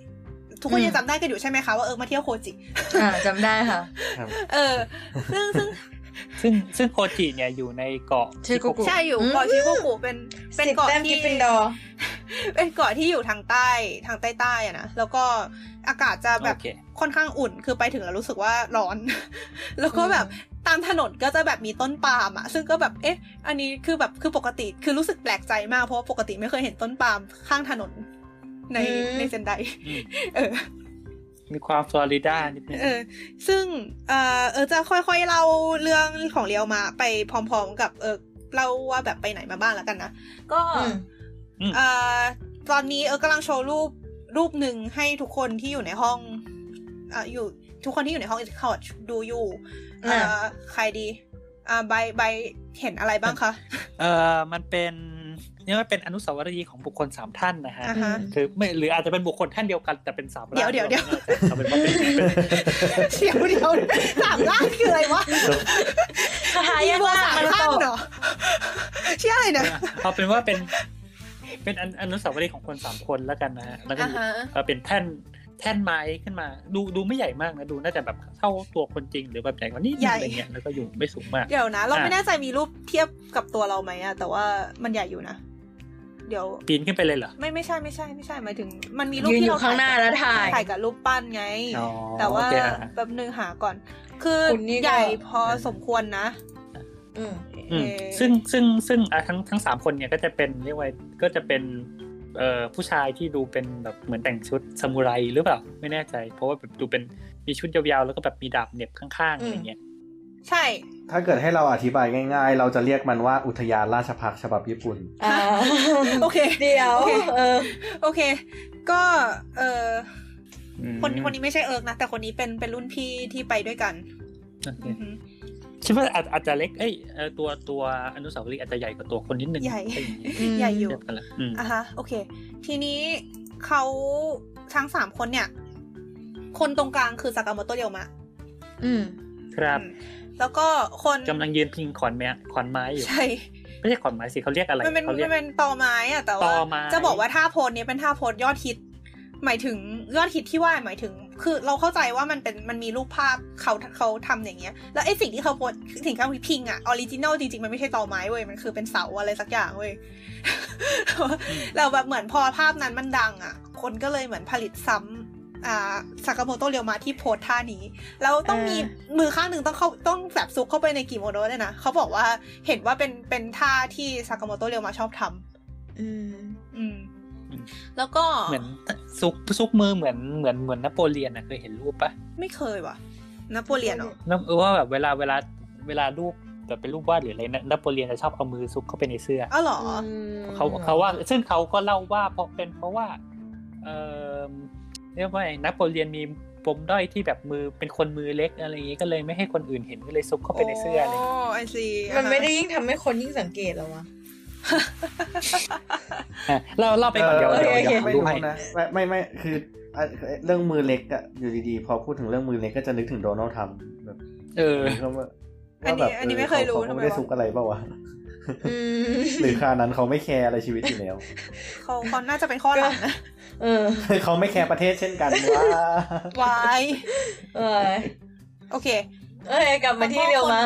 Speaker 5: ทุกคน
Speaker 2: อืม
Speaker 5: ยังจำได้กันอยู่ใช่ไหมคะว่าเออมาเที่ยวโคจิ
Speaker 2: อ่าจำได้ค่ะ
Speaker 5: เออ ซึ่งซึ่ง
Speaker 3: ซึ่งซึ่งโคจิเนี่ยอยู่ในเกาะ
Speaker 2: ชื่อกุกุ
Speaker 5: ใช่อยู่
Speaker 2: อืม
Speaker 5: เกาะชิโกกุเป็นเป็นเกาะ
Speaker 2: สิบแต้ม
Speaker 5: ที่
Speaker 2: กริฟฟินดอร์
Speaker 5: เป็นเกาะที่อยู่ทางใต้ทางใต้ใต้ๆอะนะแล้วก็อากาศจะแบบ
Speaker 3: โอเค
Speaker 5: ค่อนข้างอุ่นคือไปถึงแล้วรู้สึกว่าร้อน (laughs) แล้วก็แบบตามถนนก็จะแบบมีต้นปาล์มอะซึ่งก็แบบเอ๊ะ อันนี้คือแบบคือปกติคือรู้สึกแปลกใจมากเพราะว่าปกติไม่เคยเห็นต้นปาล์มข้างถนนใน
Speaker 2: อืม
Speaker 5: ในเซนได
Speaker 3: อืม
Speaker 5: เออ
Speaker 3: มีความฟลอริดานิดนึง
Speaker 5: เออ ซึ่งเออเออจะค่อยๆเล่าเรื่องของเรียวมาไปพร้อมๆกับเออเล่าว่าแบบไปไหนมาบ้างแล้วกันนะ ก็
Speaker 2: อืม
Speaker 3: อืม
Speaker 5: เอ่อตอนนี้เออกำลังโชว์รูปรูปหนึ่งให้ทุกคนที่อยู่ในห้องเอ่ออยู่ทุกคนที่อยู่ในห้องอิสคอร์ดดูอยู่เอ่
Speaker 2: อ่า
Speaker 5: อใครดีอ่าใบใบเห็นอะไรบ้างคะ (laughs)
Speaker 3: เออมันเป็น นี่ว่าเป็นอนุสาวรีย์ของบุคคลสามท่านนะฮะ
Speaker 5: อ่าฮะ
Speaker 3: คือไม่หรืออาจจะเป็นบุคคลท่านเดียวกันแต่เป็นสาม
Speaker 5: เดี๋ยวเดี๋ยวเดี๋ยว
Speaker 3: เอาเป็นว่าเป็นเป็น (laughs)
Speaker 5: เดี๋ยวเดี๋ยวสามล่างคืออะไรวะ
Speaker 2: คาถา
Speaker 5: มี
Speaker 2: ยาก
Speaker 5: เบอ
Speaker 2: มา
Speaker 5: ร์
Speaker 2: ก
Speaker 5: สาม
Speaker 2: มัน
Speaker 5: ล่าง
Speaker 2: ตก
Speaker 5: เหรอ (laughs) เชื่ออะไรเนี่ย
Speaker 3: เอาเป็นว่าเป็น เป็นอนอนุสาวรีย์ของคนสามคนแล้วกันนะฮะแล้วก็
Speaker 5: อ่าฮะ
Speaker 3: เอ่อเป็นแท่นแท่นไม้ขึ้นมา ดูดูไม่ใหญ่มากนะดูน่าจะแบบเท่าตัวคนจริงหรือแบบใหญ่กว่านี้
Speaker 5: ใหญ่
Speaker 3: อะไรเงี้ยแล้วก็อยู่ไม่สูงมาก
Speaker 5: เดี๋ยวนะ เราไม่
Speaker 3: อ่ะ
Speaker 5: แน่ใจมีรูปเทียบกับตัวเราไหมอะแต่ว่ามันใหญ่อยู่นะ เดี๋ยว
Speaker 3: ปีนขึ้นไปเลยเหรอ
Speaker 5: ไม่ไม่ใช่ไม่ใช่ไม่ใช่หมายถึง มันมีรูป
Speaker 2: ยืนอ
Speaker 5: ที่
Speaker 2: ยู่
Speaker 5: เรา
Speaker 2: ข้างหน้าแล้วถ่าย
Speaker 5: ถ่ายกับรูปปั้นไง
Speaker 3: อ๋อ
Speaker 5: แต่ว่า
Speaker 3: โอเคอ่ะ
Speaker 5: แบบนึงหาก่อน คือ
Speaker 2: คุณนี่ก็
Speaker 5: ใหญ่พอสมควรนะ
Speaker 2: อืม
Speaker 3: อืม
Speaker 5: เอ่อ
Speaker 3: ซึ่งซึ่งซึ่งอ่ะทั้งทั้งสามคนเนี่ยก็จะเป็นเรียกว่าก็จะเป็นเอ่อผู้ชายที่ดูเป็นแบบเหมือนแต่งชุดซามูไรหรือเปล่าไม่แน่ใจ เพราะว่าแบบดูเป็นมีชุดยาวๆแล้วก็แบบมีดาบเหน็บข้างๆอะไรเงี้ย
Speaker 5: ใช่
Speaker 4: ถ้าเกิดให้เราอธิบายง่ายๆ เราจะเรียกมันว่าอุทยานราชพักษ์ฉบับญี่ปุ่น
Speaker 2: อ่า
Speaker 5: โอเค
Speaker 2: เดี๋ยว
Speaker 5: โอเค
Speaker 2: เออ
Speaker 5: โอเค ก็เออ
Speaker 3: อืม
Speaker 5: คนคนนี้ไม่ใช่เอิร์กนะ แต่คนนี้เป็นเป็นรุ่นพี่ที่ไปด้วยกัน
Speaker 3: โอเค
Speaker 5: อือหือ
Speaker 3: คิดว่าอาจอาจจะเล็กเอ้ยเอ่อตัวตัวอนุสาวรีย์อาจจะใหญ่กว่าตัวคนนิดนึง
Speaker 5: ใหญ่
Speaker 3: อะไรอย่างเงี้ย
Speaker 5: ใหญ่อยู่
Speaker 3: เทียบกันละอืม
Speaker 5: อ่ะฮะโอเค ทีนี้เขาทั้งสามคนเนี่ย คนตรงกลางคือสากามโตะเรียวมะ
Speaker 2: อืม
Speaker 3: ครับ
Speaker 5: อืมแล้วก็คน
Speaker 3: กำลังยืนพิงขอนไม้ขอนไม้อยู่
Speaker 5: ใช่
Speaker 3: ไม่ใช่ขอนไม้สิเขาเรียกอะไร
Speaker 5: มันเป็น
Speaker 3: เขาเรีย
Speaker 5: มั
Speaker 3: ก
Speaker 5: นเป็นตอไม้อะแต่ว่า
Speaker 3: ตอไม้
Speaker 5: จะบอกว่าท่าโพสเนี้เป็นท่าโพสยอดฮิต หมายถึงยอดฮิตที่ว่าหมายถึง คือเราเข้าใจว่ามันเป็นมันมีรูปภาพเขาเขาทำอย่างเงี้ย แล้วไอ้สิ่งที่เขาโพสสิ่งที่เขาพิงอะออริจินอลจริงๆมันไม่ใช่ตอไม้เว้ยมันคือเป็นเสาอะไรสักอย่างเว้ย (laughs) เราแบบเหมือนพอภาพนั้นมันดังอ่ะ คนก็เลยเหมือนผลิตซ้ำอ่าซากาโมโตะเรียวมาที่โพสท่านี้ แล้วต้องมี
Speaker 2: อ่
Speaker 5: มือข้างหนึ่งต้องเข้าต้องแบบซุกเข้าไปในกิโมโนเลยนะเขาบอกว่าเห็นว่าเป็นเป็นท่าที่ซากาโมโตะเรียวมาชอบทำ
Speaker 2: ืม
Speaker 5: อืม
Speaker 3: อืม
Speaker 5: แล้วก็
Speaker 3: เหมือนซุกซุกมือเหมือนเหมือนเหมือนนโปเลียนนะเคยเห็นรูปปะ
Speaker 5: ไม่เคยว่ะนโปเลียนเหรอ
Speaker 3: แล้วเออว่าแบบเวลาเวลาเวลารูปแบบเป็นรูปวาดหรืออะไรนะนโปเลียนจะชอบเอามือซุกเข้าไปในเสื้อ
Speaker 5: อ้าวเหรอ
Speaker 3: เขาเขาว่าซึ่งเขาก็เล่าว่าเพราะเป็นเพราะว่าเออเรียกว่าไงนโปเลียนมีปมด้อยที่แบบมือเป็นคนมือเล็กอะไรอย่างงี้ก็เลยไม่ให้คนอื่นเห็นก็เลยซุกเข้าไปในเสื้ออะไรอย่าง
Speaker 5: โอ้
Speaker 3: งี้
Speaker 5: ไอซี
Speaker 2: มันไม่ได้ยิ่งทำให้คนยิ่งสังเกตเหรอวะ
Speaker 3: อ่ะเล่าเล่าไปก่อนเดี๋ยว
Speaker 2: โอ
Speaker 3: เดี๋ยว
Speaker 2: ค
Speaker 3: เดี๋ยว
Speaker 4: ไม่
Speaker 3: ดู
Speaker 4: รู้
Speaker 3: ให้
Speaker 4: นะไม่ไม่ไม่คืออ่ะเรื่องมือเล็กอะอยู่ดีๆ พอพูดถึงเรื่องมือเล็กก็จะนึกถึงโดนัลด์ทรัมป์แบบ
Speaker 3: เออ
Speaker 4: เขาว่า
Speaker 5: อัน
Speaker 4: ว่าแบ
Speaker 5: นี้
Speaker 4: บ
Speaker 5: อันนี้ไม่เคยรู้
Speaker 4: ขา
Speaker 5: ทำไม
Speaker 4: ไม่ได้
Speaker 5: วะ
Speaker 4: ซุกอะไรเปล่าวะ
Speaker 2: อืม
Speaker 4: หรือคานั้นเขาไม่แคร์อะไรชีวิตอยู่แล้ว (laughs)
Speaker 5: เขาเขาน่าจะเป็นข้อหลัง
Speaker 2: (laughs)
Speaker 5: นะ
Speaker 2: เออ
Speaker 4: เขาไม่แคร์ประเทศเช่นกันว่า
Speaker 5: วาย
Speaker 2: เออ
Speaker 5: โอเค
Speaker 2: เอ้ยกลับมาที่เรียวมะ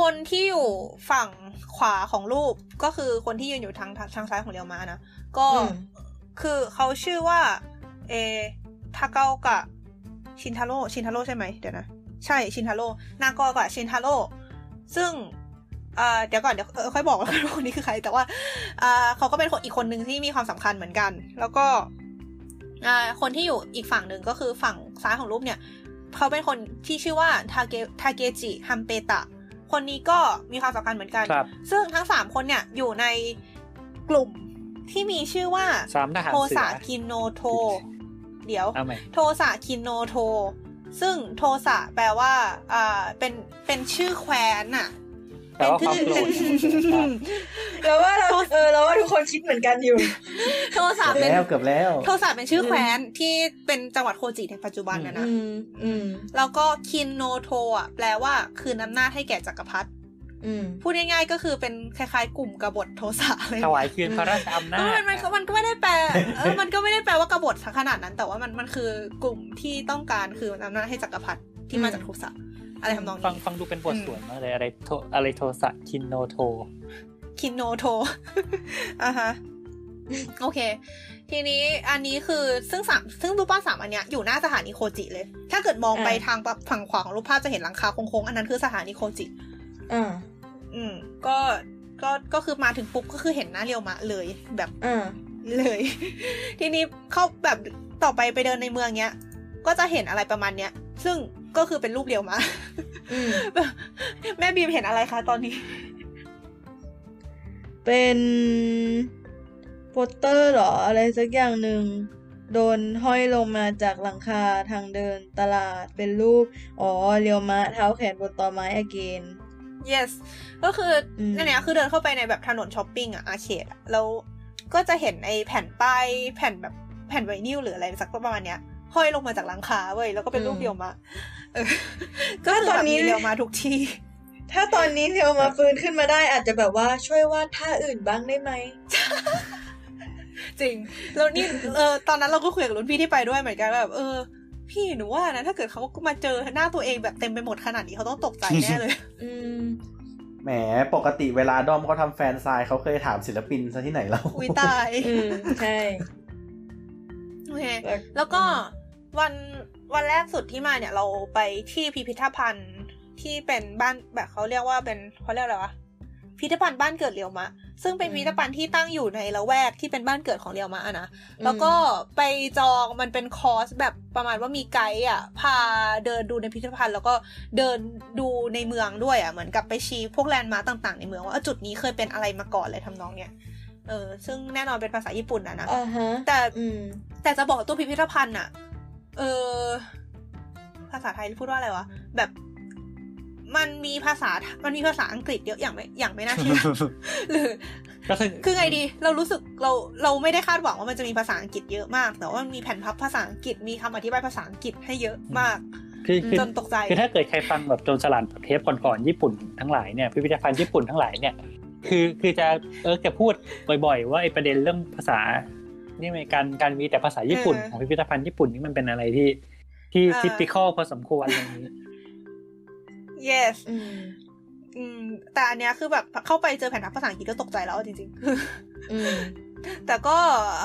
Speaker 5: คนที่อยู่ฝั่งขวาของรูปก็คือคนที่ยืนอยู่ทางทางทางซ้ายของเรียวมานะ ก็
Speaker 2: อืม
Speaker 5: คือเขาชื่อว่า เอทาเกากับชินทาโร่ชินทาโร่ใช่ไหมเดี๋ยวนะ ใช่ชินทาโร่นากอกับชินทาโร่ซึ่งเอ่อเดี๋ยวก่อนเดี๋ยวเออค่อยบอกแล้วกัน (laughs) ว่าคนนี้คือใคร แต่ว่าเอ่อเขาก็เป็นคนอีกคนหนึ่งที่มีความสำคัญเหมือนกัน แล้วก็เอ่อคนที่อยู่อีกฝั่งหนึ่งก็คือฝั่งซ้ายของรูปเนี่ย เขาเป็นคนที่ชื่อว่าทาเกทาเกจิฮัมเปตะ คนนี้ก็มีความสำคัญเหมือนกัน
Speaker 3: ครับ
Speaker 5: ซึ่งทั้งสามคนเนี่ยอยู่ในกลุ่มที่มีชื่อว่า
Speaker 3: สามทหาร
Speaker 5: โท
Speaker 3: เสื
Speaker 5: สะ
Speaker 3: อ
Speaker 5: คินโนโท เดี๋ยว
Speaker 3: เอาใหม่
Speaker 5: โทสะคินโนโท ซึ่งโทสะแปลว่าอ่าเป็น เป็นชื่อแคว้นอะ
Speaker 3: แต่ว่าความโกรธ
Speaker 2: แล้วว่าเราเออเราว่าทุกคนคิดเหมือนกันอยู่
Speaker 5: (laughs) โท
Speaker 4: (laughs)
Speaker 5: สะ
Speaker 4: เกือบ
Speaker 5: เป็น
Speaker 4: แล้วเกือบแล้ว
Speaker 5: โทสะเป็นชื่อแคว้นที่เป็นจังหวัดโคจิในปัจจุบันนะนะ
Speaker 2: อืม อืม
Speaker 5: แล้วก็คินโนโทอะแปลว่าคืนอำนาจให้แก่จักรพรรดิ
Speaker 2: อืม
Speaker 5: พูดง่ายๆก็คือเป็นคล้ายๆ กลุ่มกบฏโทสะอะไร
Speaker 3: ถวายคืนพระราชอำนา
Speaker 5: เออ
Speaker 3: จ
Speaker 5: มันมันมันก็ไม่ได้แปลเอ
Speaker 3: (laughs)
Speaker 5: อมันก็ไม่ได้แปลว่ากบฏขนาดนั้น แต่ว่ามันมันคือกลุ่มที่ต้องการคืออำนาจให้จักรพรรดิที่มาจากโทสะอะไรทำนอง
Speaker 3: ฟัง
Speaker 5: นี้
Speaker 3: ฟังดูเป็นบทสวดมากเลยอะไรโทอะไรโทสะคินโนโท
Speaker 5: คินโนโท (laughs) อ่ะฮะโอเค ทีนี้อันนี้คือซึ่งสามซึ่งรูปปั้นสามอันเนี้ยอยู่หน้าสถานีโคจิเลย ถ้าเกิดมองไป
Speaker 2: อ่า
Speaker 5: ทางฝั่งขวาของรูปภาพจะเห็นหลังคาโค้งๆอันนั้นคือสถานีโคจิ
Speaker 2: อ่า
Speaker 5: อืม ก็ก็ก็คือมาถึงปุ๊บก็คือเห็นหน้าเรียวมะเลยแบบ
Speaker 2: อ่า
Speaker 5: เลย (laughs) ทีนี้เข้าแบบต่อไปไปเดินในเมืองเนี้ย ก็จะเห็นอะไรประมาณเนี้ย ซึ่งก็คือเป็นรูปเดียวมา (laughs)
Speaker 2: อืม
Speaker 5: แม่บีมเห็นอะไรคะตอนนี้
Speaker 2: เป็นโปสเตอร์เหรอ อะไรสักอย่างหนึ่ง โดนห้อยลงมาจากหลังคาทางเดินตลาดเป็นรูป อ๋อ เรียวมะเท้าแขนบนตอไม้อเกน
Speaker 5: yes ก็คืออ
Speaker 2: ม
Speaker 5: นั่นเนี่ยคือเดินเข้าไปในแบบถนนช้อปปิ้งอะอาเขตอะแล้วก็จะเห็นไอ้แผ่นป้ายแผ่นแบบแผ่นไวนิลหรืออะไรสักประมาณเนี้ยห้อยลงมาจากหลังคาเว้ยแล้วก็เป็นรูปเดียวมาเอ (laughs) อก็คือแบบมีเดียวมาทุกที่
Speaker 2: ถ้าตอนนี้เทลมาฟื้นขึ้นมาได้อาจจะแบบว่าช่วยวาดท่าอื่นบ้างได้ไหม
Speaker 5: จริงแล้ว (laughs) นี่เออตอนนั้นเราก็คุยกับรุ่นพี่ที่ไปด้วยเหมือนกันว่าแบบเออ พี่หนูว่านะถ้าเกิดเขามาเจอหน้าตัวเองแบบเต็มไปหมดขนาดนี้เขาต้องตกใจแน่ (laughs) เลย
Speaker 2: อืม
Speaker 4: แหมปกติเวลาด้อมเขาทำแฟนไซน์เขาเคยถามศิลปินซะที่ไหนแล้ว
Speaker 5: อุ้ยตาย
Speaker 2: อืม ใช่
Speaker 5: โอเคแล้วก็วันวันแรกสุดที่มาเนี่ยเราไปที่พิพิธภัณฑ์ที่เป็นบ้านแบบเขาเรียกว่าเป็นเขาเรียกอะไรวะพิพิธภัณฑ์บ้านเกิดเรียวมะ ซึ่งเป็น
Speaker 2: อืม
Speaker 5: พิพิธภัณฑ์ที่ตั้งอยู่ในละแวกที่เป็นบ้านเกิดของเรียวมะอะนะ แล้วก็ไปจองมันเป็นคอร์สแบบประมาณว่ามีไกด์อ่ะ พาเดินดูในพิพิธภัณฑ์ แล้วก็เดินดูในเมืองด้วยอ่ะเหมือนกับไปชี้พวกแลนด์มาร์กต่างๆ ในเมืองว่าเออจุดนี้เคยเป็นอะไรมาก่อนเลยทำนองเนี้ยเออซึ่งแน่นอนเป็นภาษาญี่ปุ่นนะนะ
Speaker 2: อ่าฮะ
Speaker 5: แต่
Speaker 2: อืม
Speaker 5: แต่จะบอกตัวพิพิธภัณฑ์อ่ะ เออภาษาไทยพูดว่าอะไรวะแบบมันมีภาษามันมีภาษาอังกฤษเยอะอย่างไม่อย่างไม่น่าเชื่
Speaker 3: (laughs)
Speaker 5: อ หรือ
Speaker 3: ก็คือ
Speaker 5: คือไงดี เรารู้สึกเราเราไม่ได้คาดหวังว่ามันจะมีภาษาอังกฤษเยอะมาก แต่ว่ามันมีแผ่นพับภาษาอังกฤษ มีคำอธิบายภาษาอังกฤษให้เยอะมาก
Speaker 3: คือคือ
Speaker 5: จนตกใจ
Speaker 3: คือถ้าเกิดใครฟังแบบโจนสลัดแบบเทปก่อนๆญี่ปุ่นทั้งหลายเนี่ยพิพิธภัณฑ์ญี่ปุ่นทั้งหลายเนี่ยคือคือจะเออจะพูดบ่อย ๆ ว่าไอประเด็นเรื่องภาษานี่มันการการมีแต่ภาษาญี่ปุ่น
Speaker 5: เออ
Speaker 3: ของพิพิธภัณฑ์ญี่ปุ่นนี่มันเป็นอะไรที่ที่
Speaker 5: เออ
Speaker 3: ทิปิคอลพอสมควรอะไรอย่างนี้
Speaker 5: yes
Speaker 2: อืม
Speaker 5: อืมแต่อันเนี้ยคือแบบเข้าไปเจอแผ่นพับภาษาอังกฤษก็ตกใจแล้วจริงๆ
Speaker 2: อืม
Speaker 5: แต่ก็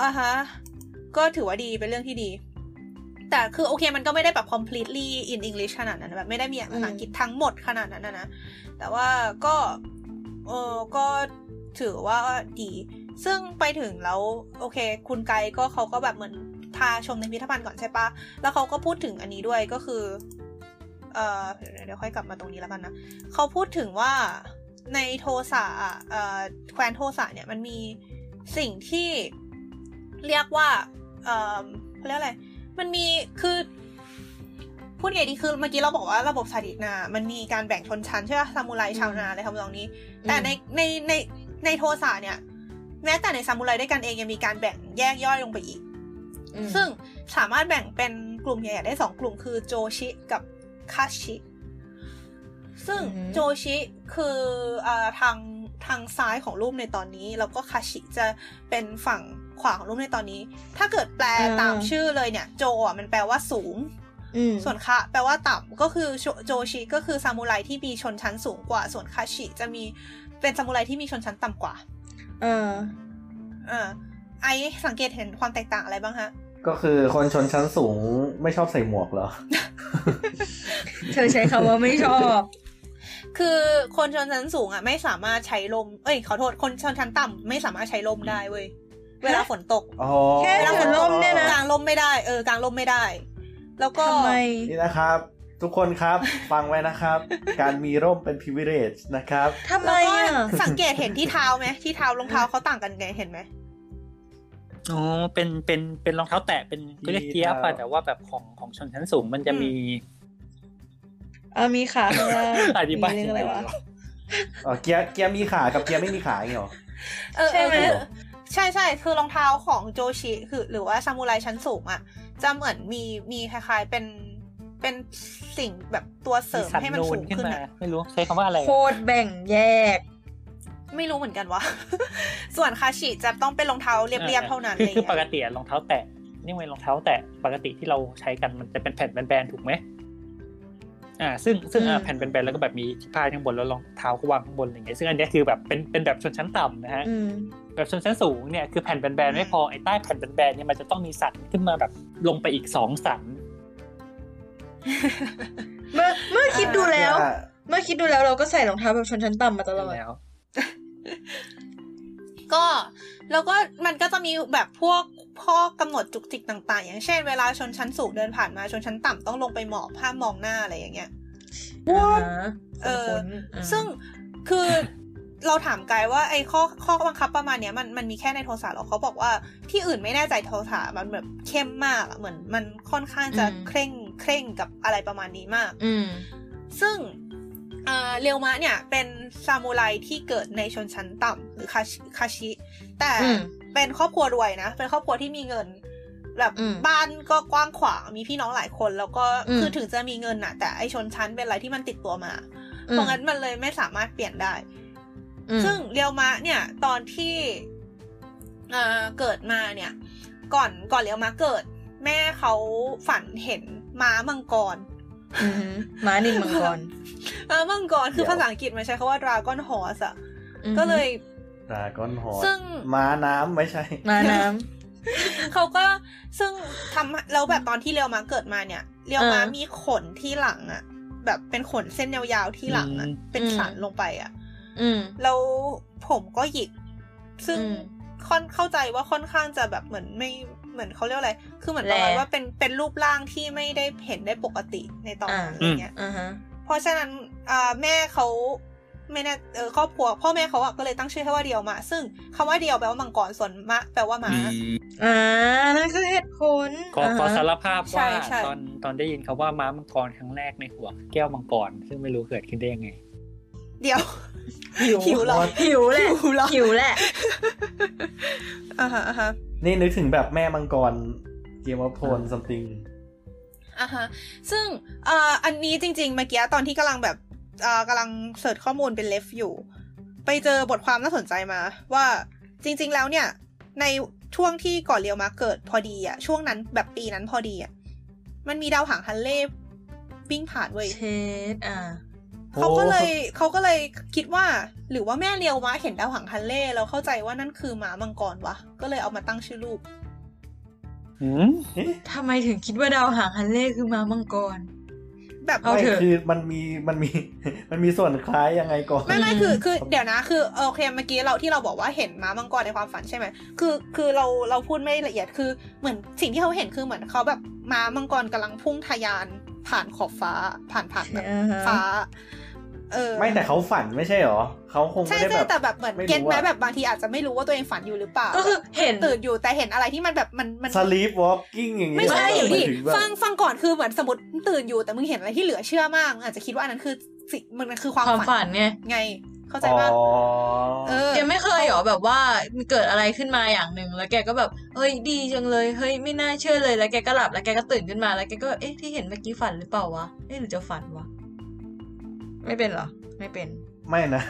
Speaker 5: อ่าฮะ ก็ถือว่าดีเป็นเรื่องที่ดี แต่คือโอเคมันก็ไม่ได้แบบ completely in English ขนาดนั้นแบบไม่ได้มีภาษาอังกฤษทั้งหมดขนาดนั้นนะนะ แต่ว่าก็เออก็ถือว่าดี ซึ่งไปถึงแล้ว โอเค คุณไกด์ก็เขาก็แบบเหมือนพาชมในพิพิธภัณฑ์ก่อนใช่ปะ แล้วเขาก็พูดถึงอันนี้ด้วยก็คือ เอ่อเดี๋ยวเดี๋ยวค่อยกลับมาตรงนี้แล้วกันนะ เขาพูดถึงว่าในโทสะอ่ะเอ่อแคว้นโทสะเนี่ยมันมีสิ่งที่เรียกว่า เอ่อเขาเรียกอะไร มันมีคือ พูดไงดีคือเมื่อกี้เราบอกว่าระบบสาดิตนา มันมีการแบ่งชนชั้นใช่ป่ะซามูไรชาวนาอะไรทำนองนี้ แต่ในในในในโทสะเนี่ย แม้แต่ในซามูไรด้วยกันเองยังมีการแบ่งแยกย่อยลงไปอีก
Speaker 2: อืม
Speaker 5: ซึ่งสามารถแบ่งเป็นกลุ่มใหญ่ๆได้สองกลุ่มคือโจชิกับคาชิ ซึ่ง
Speaker 2: อือหือ
Speaker 5: โจชิคืออาทางทางซ้ายของรูปในตอนนี้ แล้วก็คาชิจะเป็นฝั่งขวาของรูปในตอนนี้ ถ้าเกิดแปลตามชื่อเลยเนี่ย โจอ่ะมันแปลว่าสูง
Speaker 2: อืม
Speaker 5: ส่วนคะแปลว่าต่ำก็คือโจโจชิก็คือซามูไรที่มีชนชั้นสูงกว่า ส่วนคาชิจะมีเป็นซามูไรที่มีชนชั้นต่ำกว่า
Speaker 2: เออ
Speaker 5: อ่าไอซ์สังเกตเห็นความแตกต่างอะไรบ้างฮะ
Speaker 4: ก็คือคนชนชั้นสูงไม่ชอบใส่หมวกเหรอ
Speaker 2: เธอใช้คำว่าไม่ชอบ
Speaker 5: คือคนชนชั้นสูงอ่ะไม่สามารถใช้ลม เอ้ยขอโทษคนชนชั้นต่ำไม่สามารถใช้ลมได้เว้ย เวลาฝนตก
Speaker 4: อ๋อ
Speaker 2: แค่
Speaker 5: เวลาฝ
Speaker 2: ถือน
Speaker 5: ต
Speaker 2: ร่
Speaker 5: ก
Speaker 2: ม (laughs) เนี่ยนะ
Speaker 5: กลางลมไม่ได้เออกลางลมไม่ได้ แล้วก็
Speaker 2: ทำไม
Speaker 4: นี่นะครับ ทุกคนครับ (laughs) ฟังไว้นะครับ การมีร่มเป็น privilege นะครับ
Speaker 2: ทำไม
Speaker 5: แล้วก็
Speaker 2: อ่ะ
Speaker 5: สังเกตเห็นที่เท้าไหมที่เท้ารองเท้าเขาต่างกันไงเห็นไหม
Speaker 3: อ๋อ เป็น เป็น เป็นรองเท้าแตะ เป็นเขาเรียกเกียร์
Speaker 4: ครั
Speaker 3: ป่ะ
Speaker 4: บ
Speaker 3: แต่ว่าแบบของของชนชั้นสูงมันจะมี
Speaker 2: เอามีขาข้างล่าง
Speaker 3: อธิบาย
Speaker 2: มีเรื่องอะไรวะ
Speaker 4: อ๋อเกียร์เกียร์มีขากับเกียร์ไม่มีขาอย่างเงี้ยเหรอ
Speaker 5: เออ
Speaker 2: ใช่ไหม
Speaker 5: เออคือใช่ใช่คือรองเท้าของโจชิคือหรือว่าซามูไรชั้นสูงอ่ะ จะเหมือนมีมีคล้ายๆเป็นเป็นสิ่งแบบตัวเสริม
Speaker 3: สัน
Speaker 5: ให้มัน
Speaker 3: นูน
Speaker 5: สูง
Speaker 3: ขึ้น
Speaker 5: ขึ้น
Speaker 3: มา
Speaker 5: อะ
Speaker 3: ไม่รู้ใช้คำว่าอะไร
Speaker 2: โคตรแบ่งแยก
Speaker 5: ไม่รู้เหมือนกันวะ (laughs) ส่วนคาชิจะต้องเป็นรองเท้าเรียบๆเท่านั้น
Speaker 3: คือ
Speaker 5: เลย
Speaker 3: คือปกติอะรองเท้าแตะ นี่เป็นรองเท้าแตะ ปกติที่เราใช้กันมันจะเป็นแผ่นแบนๆถูกไหม อ่า ซึ่งซึ่งอ่ะ
Speaker 2: อืม
Speaker 3: แผ่นแบนๆแล้วก็แบบมีที่พาดข้างบนแล้วรองเท้าก็วางข้างบนอย่างเงี้ย ซึ่งอันเนี้ยคือแบบเป็นเป็นแบบชนชั้นต่ำนะฮะ
Speaker 2: อืม
Speaker 3: แบบชนชั้นสูงเนี่ยคือแผ่นแบนๆไม่พอไอ้ใต้แผ่นแบนๆเนี่ยมันจะต้องมีสันขึ้นมาแบบลงไปอีกสองสัน
Speaker 2: เมื่อเมื่อคิดดูแล้ว
Speaker 4: อ่า
Speaker 2: เมื่อคิดดูแล้วเราก็ใส่รองเท้าแบบชนชั้นต่ำมาตลอด
Speaker 3: แล้ว
Speaker 5: (laughs) ก็แล้วก็มันก็จะมีแบบพวกข้อกำหนดจุกจิกต่างๆ อย่างเช่นเวลาชนชั้นสูงเดินผ่านมาชนชั้นต่ำต้องลงไปหมอบห้ามมองหน้าอะไรอย่างเงี้ย
Speaker 2: What?
Speaker 5: เออ
Speaker 2: คุ้นๆา
Speaker 5: ซึ่งคือ (coughs) เราถามไกด์ว่าไอ้ข้อข้อบังคับประมาณเนี้ยมันมันมีแค่ในโทรศัพท์เหรอเขาบอกว่าที่อื่นไม่แน่ใจโทรศัพท์มันแบบเข้มมากอะเหมือนมันค่อนข้างจะ
Speaker 2: อืม
Speaker 5: เคร่งเคร่งกับอะไรประมาณนี้มาก
Speaker 2: อืม
Speaker 5: ซึ่ง อ่าเรียวมะเนี่ยเป็นซามูไรที่เกิดในชนชั้นต่ำหรือคาชิคาชิ แต่
Speaker 2: อืม
Speaker 5: เป็นครอบครัวรวยนะ เป็นครอบครัวที่มีเงิน แบบ
Speaker 2: อืม
Speaker 5: บ้านก็กว้างขวางมีพี่น้องหลายคน แล้วก็
Speaker 2: อืม
Speaker 5: คือถึงจะมีเงินน่ะ แต่ไอชนชั้นเป็นอะไรที่มันติดตัวมา เพราะงั้นมันเลยไม่สามารถเปลี่ยนได้
Speaker 2: อืม
Speaker 5: ซึ่งเรียวมะเนี่ย ตอนที่เอ่อเกิดมาเนี่ย ก่อนก่อนเรียวมะเกิด แม่เขาฝันเห็นม้ามังกร
Speaker 2: อือหือม้านินมังกร
Speaker 5: ม้ามังกรคือ
Speaker 4: เดี๋ยว
Speaker 5: ภาษาอังกฤษมันใช้คาว่า dragon horse อะ
Speaker 2: อือหือ
Speaker 5: ก็เลย
Speaker 4: ดราก้อนหอ
Speaker 5: ซึ่ง
Speaker 4: ม้าน้ำไม่ใช่
Speaker 2: ม้าน้ำ
Speaker 5: เขาก็ซึ่งทำแล้วแบบตอนที่เรียวมาเกิดมาเนี่ย เรียวมา
Speaker 2: เออ
Speaker 5: มีขนที่หลังอะแบบเป็นขนเส้นยาวๆที่หลังอะ
Speaker 3: อืม
Speaker 5: เป็น
Speaker 2: อืม
Speaker 5: สันลงไปอะ
Speaker 2: อืม
Speaker 5: แล้วผมก็หยิก ซึ่ง
Speaker 2: อืม
Speaker 5: ค่อนเข้าใจว่าค่อนข้างจะแบบเหมือนไม่เหมือนเขาเรียกอะไร คือเหมือนประมาณ
Speaker 2: แล
Speaker 5: ว่าเป็นเป็นรูปร่างที่ไม่ได้เห็นได้ปกติในตอนนั้น
Speaker 2: อ่า
Speaker 5: อะไรเงี้ย
Speaker 2: อ่าฮะ
Speaker 5: เพราะฉะนั้นอ่าแม่เขาไม่แน่เออครอบครัวพ่อแม่เขาอะก็เลยตั้งชื่อให้ว่าเดียวมา ซึ่งคำว่าเดียวแปลว่ามังกรส่วนมะแปลว่าม้า
Speaker 2: อ่า นั่นคือเหตุผล
Speaker 3: ขอขอสารภาพ
Speaker 5: ใช่
Speaker 3: ว่า
Speaker 5: ใช่
Speaker 3: ตอนตอนได้ยินคำว่าม้ามังกรครั้งแรกในหัวแก้วมังกร ซึ่งไม่รู้เกิดขึ้นได้ยังไง
Speaker 5: เดียว หิ
Speaker 2: หิ
Speaker 5: ว
Speaker 2: ว
Speaker 5: เหรอ
Speaker 2: หิวแหละ
Speaker 5: หิวเหรอ
Speaker 2: หิวแหละ
Speaker 5: อ่าฮะอ่าฮะ
Speaker 4: นี่นึกถึงแบบแม่มังกรเกมออฟโทนซัมติง
Speaker 5: อ่าฮะซึ่งเอ่ออันนี้จริงๆเมื่อกี้ตอนที่กำลังแบบเอ่อกำลังเสิร์ชข้อมูลเป็นเลฟอยู่ ไปเจอบทความน่าสนใจมา ว่าจริง ๆแล้วเนี่ย ในช่วงที่ก่อนเรียวมาเกิดพอดีอะช่วงนั้นแบบปีนั้นพอดีอะมันมีดาวหางฮันเล่วิ่งผ่านเว้ย
Speaker 2: เชดอ่า
Speaker 5: เขาก็
Speaker 4: โอ้
Speaker 5: เลยเขาก็เลยคิดว่า หรือว่าแม่เลียวม้าเห็นดาวหางฮันเล่แล้วเข้าใจว่านั่นคือหมามังกรวะ ก็เลยเอามาตั้งชื่อลูก
Speaker 3: อืม
Speaker 2: ทำไมถึงคิดว่าดาวหางฮันเล่คือม้ามังกร
Speaker 5: แบบ
Speaker 2: เอาเถอะ
Speaker 4: คือมันมีมันมี (laughs) มันมีส่วนคล้ายยังไงก่อน
Speaker 5: ไม่ไม่คือคือเดี๋ยวนะคือโอเคเมื่อกี้เราที่เราบอกว่าเห็นหมามังกรในความฝันใช่ไหมคือคือเราเราพูดไม่ละเอียดคือเหมือนสิ่งที่เขาเห็นคือเหมือนเขาแบบหมามังกรกำลังพุ่งทะยานผ่านขอบฟ้าผ่านผ่านแบบ
Speaker 2: อ่าฮะ
Speaker 5: ฟ้า เออ
Speaker 4: ไม่แต่เขาฝันไม่ใช่หรอ เขาคง
Speaker 5: ใช่
Speaker 4: ไม่ได้
Speaker 5: ใช่
Speaker 4: แบบ
Speaker 5: แต่แบบเหมือน
Speaker 4: ไรู้
Speaker 5: เก็ตไหม
Speaker 4: อะ
Speaker 5: แบบบางทีอาจจะไม่รู้ว่าตัวเองฝันอยู่หรือเปล่า
Speaker 2: ก็คือเห็น
Speaker 5: ตื่นอยู่แต่เห็นอะไรที่มันแบบมันมัน
Speaker 4: สลีปวอล์กิ้งอย่างเงี้ย
Speaker 5: ไม่ใช่
Speaker 2: ไม่
Speaker 5: เดี๋ยวดิ
Speaker 4: หมายถึงแบบ
Speaker 5: ฟังฟังก่อนคือเหมือนสมมติตื่นอยู่แต่มึงเห็นอะไรที่เหลือเชื่อมากมึงอาจจะคิดว่าอันนั้นคือสิงมันคือความ
Speaker 2: ความ
Speaker 5: ฝั
Speaker 2: ฝันไง
Speaker 5: ไง เข้าใจว่า
Speaker 4: อ๋อ
Speaker 5: เออ
Speaker 2: แกไม่เคยเหรอแบบว่ามีเกิดอะไรขึ้นมาอย่างหนึ่งแล้วแกก็แบบเฮ้ยดีจังเลยเฮ้ยไม่น่าเชื่อเลยแล้วแกก็หลับแล้วแกก็ตื่นขึ้นมาแล้วแกก็แบบเอ๊ะที่เห็นเมื่อกี้ฝันหรือเปล่าวะเอ๊ะหรือจะฝันวะไม่เป็นเหรอไม่เป็น
Speaker 4: ไม่นะ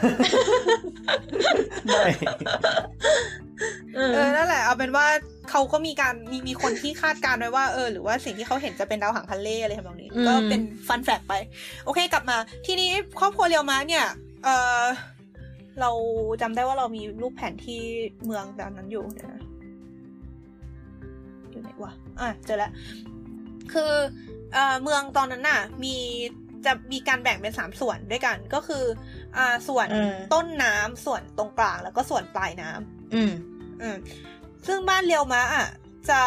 Speaker 2: (laughs)
Speaker 4: ไม่
Speaker 2: เอ
Speaker 5: เอ
Speaker 2: อ
Speaker 5: อนั่นแหละเอาเป็นว่าเขาก็มีการมีมีคนที่คาดการณ์ไว้ว่าเออหรือว่าสิ่งที่เขาเห็นจะเป็นดาวหางคันเล่อะไรทำนองนี้ ก็เป็นฟันแฟกไป โอเคกลับมาทีนี้ครอบครัวเรียวมาเนี่ยเออเราจำได้ว่าเรามีรูปแผนที่เมืองตอนนั้นอยู่เดี๋ยวนะอยู่ไหนวะอ่ะเจอแล้ว คือเอ่อเมืองตอนนั้นน่ะ มีจะมีการแบ่งเป็นสามส่วนด้วยกัน ก็คืออ่าส่วนต้นน้ำส่วนตรงกลางแล้วก็ส่วนปลายน้ำ
Speaker 2: อืม
Speaker 5: อืมซึ่งบ้านเรียวมะอ่ะจะ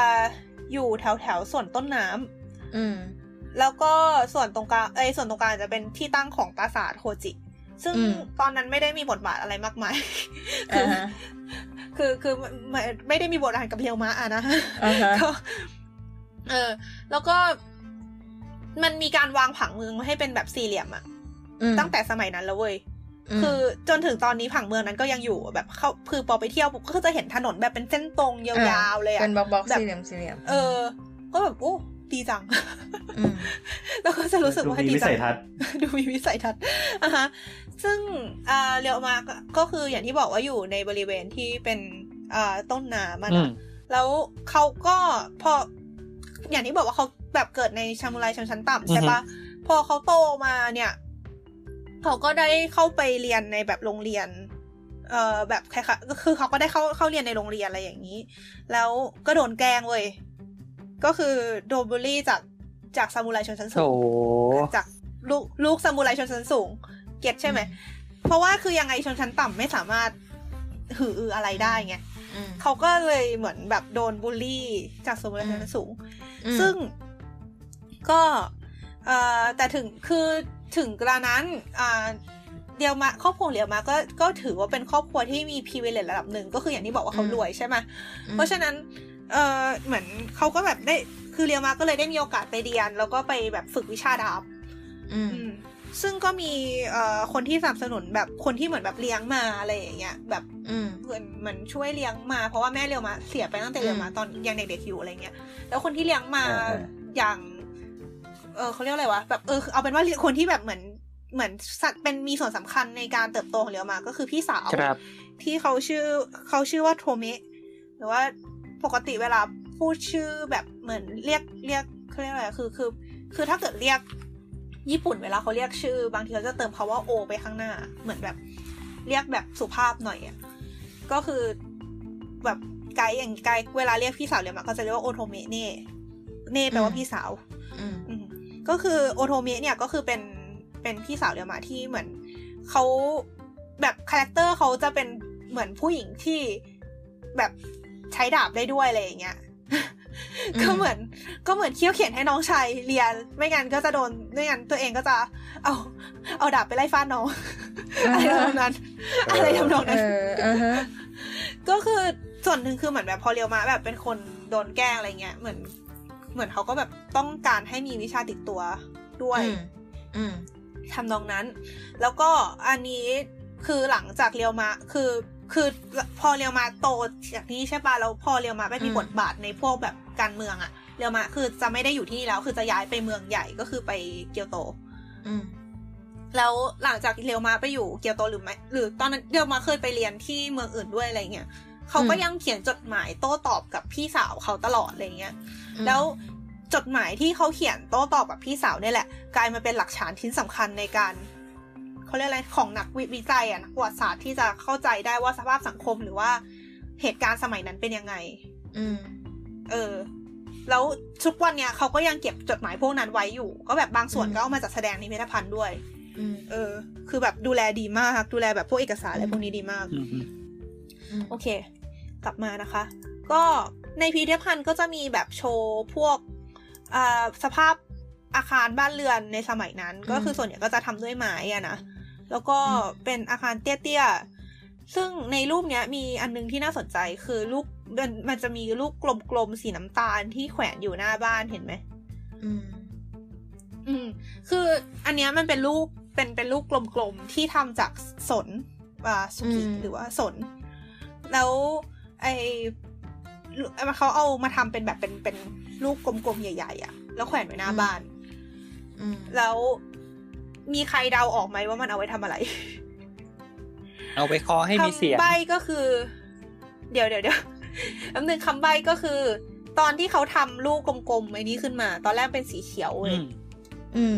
Speaker 5: อยู่แถวแถวๆส่วนต้นน้ำ
Speaker 2: อืม
Speaker 5: แล้วก็ส่วนตรงกลางเอยส่วนตรงกลางจะเป็นที่ตั้งของปราสาทโฮจิ ซึ่ง
Speaker 2: อืม
Speaker 5: ตอนนั้นไม่ได้มีบทบาทอะไรมากมาย (laughs) คื
Speaker 2: อ่า
Speaker 5: อ
Speaker 2: ฮะ
Speaker 5: คือคือไม่ไม่ได้มีบทบาทกับเรียวมะอ่ะนะ
Speaker 2: อ่าฮะ
Speaker 5: (laughs) ก็เออ แล้วก็มันมีการวางผังเมืองให้เป็นแบบสี่เหลี่ยมอะ
Speaker 2: อืม
Speaker 5: ตั้งแต่สมัยนั้นแล้วเว้ย
Speaker 2: ม
Speaker 5: คือจนถึงตอนนี้ผังเมืองนั้นก็ยังอยู่แบบเข้าคือพอไปเที่ยวปุ๊บก็จะเห็นถนนแบบเป็นเส้นตรงยาวๆเลยอะ
Speaker 2: เป็นบล็อกบล็อก
Speaker 5: แบบ
Speaker 2: สี่เหลี่ยมสี่เหลี่ยม
Speaker 5: เออ ก็แบบโอ้ดีจัง (laughs)
Speaker 2: ม
Speaker 5: แล้วก็จะรู้สึกว่า
Speaker 4: ดูมี
Speaker 5: ดี
Speaker 4: วิ
Speaker 5: จั
Speaker 4: สั
Speaker 5: ง
Speaker 4: ยทัศน์
Speaker 5: (laughs) ดูมีวิสัยทัศน์อ่ะฮะ ซึ่งอ่าเรียวมาก็ก็คืออย่างที่บอกว่าอยู่ในบริเวณที่เป็นอ่าต้นน้ำอะ
Speaker 3: อื
Speaker 5: นะ
Speaker 3: ม
Speaker 5: แล้วเขาก็พออย่างที่บอกว่าเขาแบบเกิดในชามูไรชนชั้นต่ำใช่ปะพอเขาโตมาเนี่ย เขาก็ได้เข้าไปเรียนในแบบโรงเรียน เอ่อแบบใครๆก็คือเขาก็ได้เข้าเข้าเรียนในโรงเรียนอะไรอย่างนี้ แล้วก็โดนแกล้งเว้ยก็คือโดนบูลลี่จากจากซามูไรชนชั้นสู
Speaker 3: โถ
Speaker 5: งจากลูกลูกซามูไรชนชั้นสูง เก็ตใช่ไหมเพราะว่าคือยังไงชนชั้นต่ำไม่สามารถหืออืออะไรได้ไง
Speaker 2: อืม
Speaker 5: เขาก็เลยเหมือนแบบโดนบูลลี่จากสมรรถนะสูง
Speaker 2: อืม
Speaker 5: ซึ่งก็เอ่อแต่ถึงคือถึงกระนั้นอ่าเดียวมาครอบครัวเดียวมาก็ก็ถือว่าเป็นครอบครัวที่มีพีเวเลตระดับหนึ่งก็คืออย่างที่บอกว่าเขารวยใช่ไหม เพราะฉะนั้น เออเหมือนเขาก็แบบได้ คือเรียวมาก็เลยได้มีโอกาสไปเรียน แล้วก็ไปแบบฝึกวิชาดาบ
Speaker 2: อืม
Speaker 5: อืม ซึ่งก็มีเอ่อคนที่สนับสนุนแบบคนที่เหมือนแบบเลี้ยงมาอะไรอย่างเงี้ยแบบ
Speaker 2: อืม
Speaker 5: เหมือนเหมือนช่วยเลี้ยงมา เพราะว่าแม่เรียวมาเสียไปตั้งแต่เรียวมาตอนยังเด็กๆอยู่อะไรเงี้ยแล้วคนที่เลี้ยงมา
Speaker 4: อ่า
Speaker 5: อย่างเออเขาเรียกอะไรวะแบบเออเอาเป็นว่าคนที่แบบเหมือนเหมือนสัตว์เป็นมีส่วนสำคัญในการเติบโตของเรียวมาก็คือพี่สาว
Speaker 3: ครับ
Speaker 5: ที่เขาชื่อเขาชื่อว่าโทเมะหรือว่าปกติเวลาพูดชื่อแบบเหมือนเรียกเรียกเขาเรียกอะไรคือคือ คือถ้าเกิดเรียกญี่ปุ่นเวลาเขาเรียกชื่อ บางทีเขาจะเติมคาว่าโอ ไปข้างหน้า เหมือนแบบเรียกแบบสุภาพหน่อยอ่ะก็คือแบบไกด์อย่างไกด์เวลาเรียกพี่สาวเรียกมาก็จะเรียกว่าโอโทเมะเน่เน่แปลว่าพี่สาว
Speaker 2: อืม
Speaker 5: อืมก็คือโอโทเมะเนี่ยก็คือเป็นเป็นพี่สาวเรียวมาที่เหมือนเขาแบบคาแรคเตอร์เขาจะเป็นเหมือนผู้หญิงที่แบบใช้ดาบได้ด้วยอะไรอย่างเงี้ (laughs) ย
Speaker 2: อืม
Speaker 5: ก็เหมือนก็เหมือนเคี้ยวเข็นให้น้องชายเรียน ไม่งั้นก็จะโดนไม่งั้นตัวเองก็จะเอาเอาดาบไปไล่ฟาดน้อง (laughs) อะไรทำนองนั้นอะไรทำนอง
Speaker 2: เอ
Speaker 5: นั้น
Speaker 2: ออ่าฮะ
Speaker 5: ก็คือส่วนหนึ่งคือเหมือนแบบพอเรียวมาแบบเป็นคนโดนแกล้งอะไรเงี้ยเหมือน เหมือนเขาก็แบบต้องการให้มีวิชาติดตัวด้วย
Speaker 2: อืมอืม
Speaker 5: ทำนองนั้น แล้วก็อันนี้คือหลังจากเรียวมาคือคือพอเรียวมาโตจากนี้ใช่ปะแล้วพอเรียวมาไปมี
Speaker 2: อืม
Speaker 5: บทบาทในพวกแบบการเมืองอะเรียวมาคือจะไม่ได้อยู่ที่นี่แล้ว คือจะย้ายไปเมืองใหญ่ก็คือไปเกียวโต
Speaker 2: อืม
Speaker 5: แล้วหลังจากเรียวมาไปอยู่เกียวโตหรือไม่หรือตอนนั้นเรียวมาเคยไปเรียนที่เมืองอื่นด้วยอะไรเงี้ยเขาก็
Speaker 2: อืม
Speaker 5: ยังเขียนจดหมายโต้ตอบกับพี่สาวเขาตลอดอะไรเงี้ย
Speaker 2: อืม
Speaker 5: แล้วจดหมายที่เขาเขียนโต้ตอบกับพี่สาวเนี่ยแหละ กลายมาเป็นหลักฐานชิ้นสำคัญในการเขาเรียกอะไรของนักวิวิจัยอะนักประวัติศาสตร์ที่จะเข้าใจได้ว่าสภาพสังคมหรือว่าเหตุการณ์สมัยนั้นเป็นยังไง
Speaker 2: อืม
Speaker 5: เออ แล้วทุกวันเนี่ยเขาก็ยังเก็บจดหมายพวกนั้นไว้อยู่ ก็แบบบางส่วน
Speaker 2: อืม
Speaker 5: ก็เอามาจัดแสดงในพิพิธภัณฑ์ด้วย
Speaker 2: อืม
Speaker 5: เออ คือแบบดูแลดีมาก ดูแลแบบพวกเอกสารอะไรพวกนี้ดีมาก
Speaker 3: อืมอืม
Speaker 2: อืม
Speaker 5: โอเค กลับมานะคะ ก็ในพิพิธภัณฑ์ก็จะมีแบบโชว์พวกอ่าสภาพอาคารบ้านเรือนในสมัยนั้น ก็คือส่วนใหญ่ก็จะทำด้วยไม้อะนะ แล้วก็เป็นอาคารเตี้ยๆ ซึ่งในรูปเนี้ยมีอันนึงที่น่าสนใจคือลูกมันมันจะมีลูกกลมๆ สีน้ำตาลที่แขวนอยู่หน้าบ้านเห็นไหม
Speaker 2: อืม
Speaker 5: อืม คืออันเนี้ยมันเป็นลูกเป็นเป็นลูกกลมๆ ที่ทำจากสนอ่าสุกิ
Speaker 2: อืม
Speaker 5: หรือว่าสน แล้วไอลูเขาเอามาทำเป็นแบบเป็นเป็นลูกกลมๆ ใหญ่ๆอะ่ะ แล้วแขวนไว้หน้าบ้าน
Speaker 2: อืม
Speaker 5: แล้วมีใครเดาออกไหมว่ามันเอาไว้ทำอะไร
Speaker 3: เอา (laughs) ไปคอให้มีเสียง
Speaker 5: คำใบ้ก็คือ เดี๋ยวเดี๋ยวเดี๋ยว (laughs) คำหนึ่งคำใบ้ก็คือ ตอนที่เขาทำลูกกลมๆไอ้นี้ขึ้นมา ตอนแรกเป็นสีเขียวเว้ย
Speaker 3: อืม
Speaker 2: อืม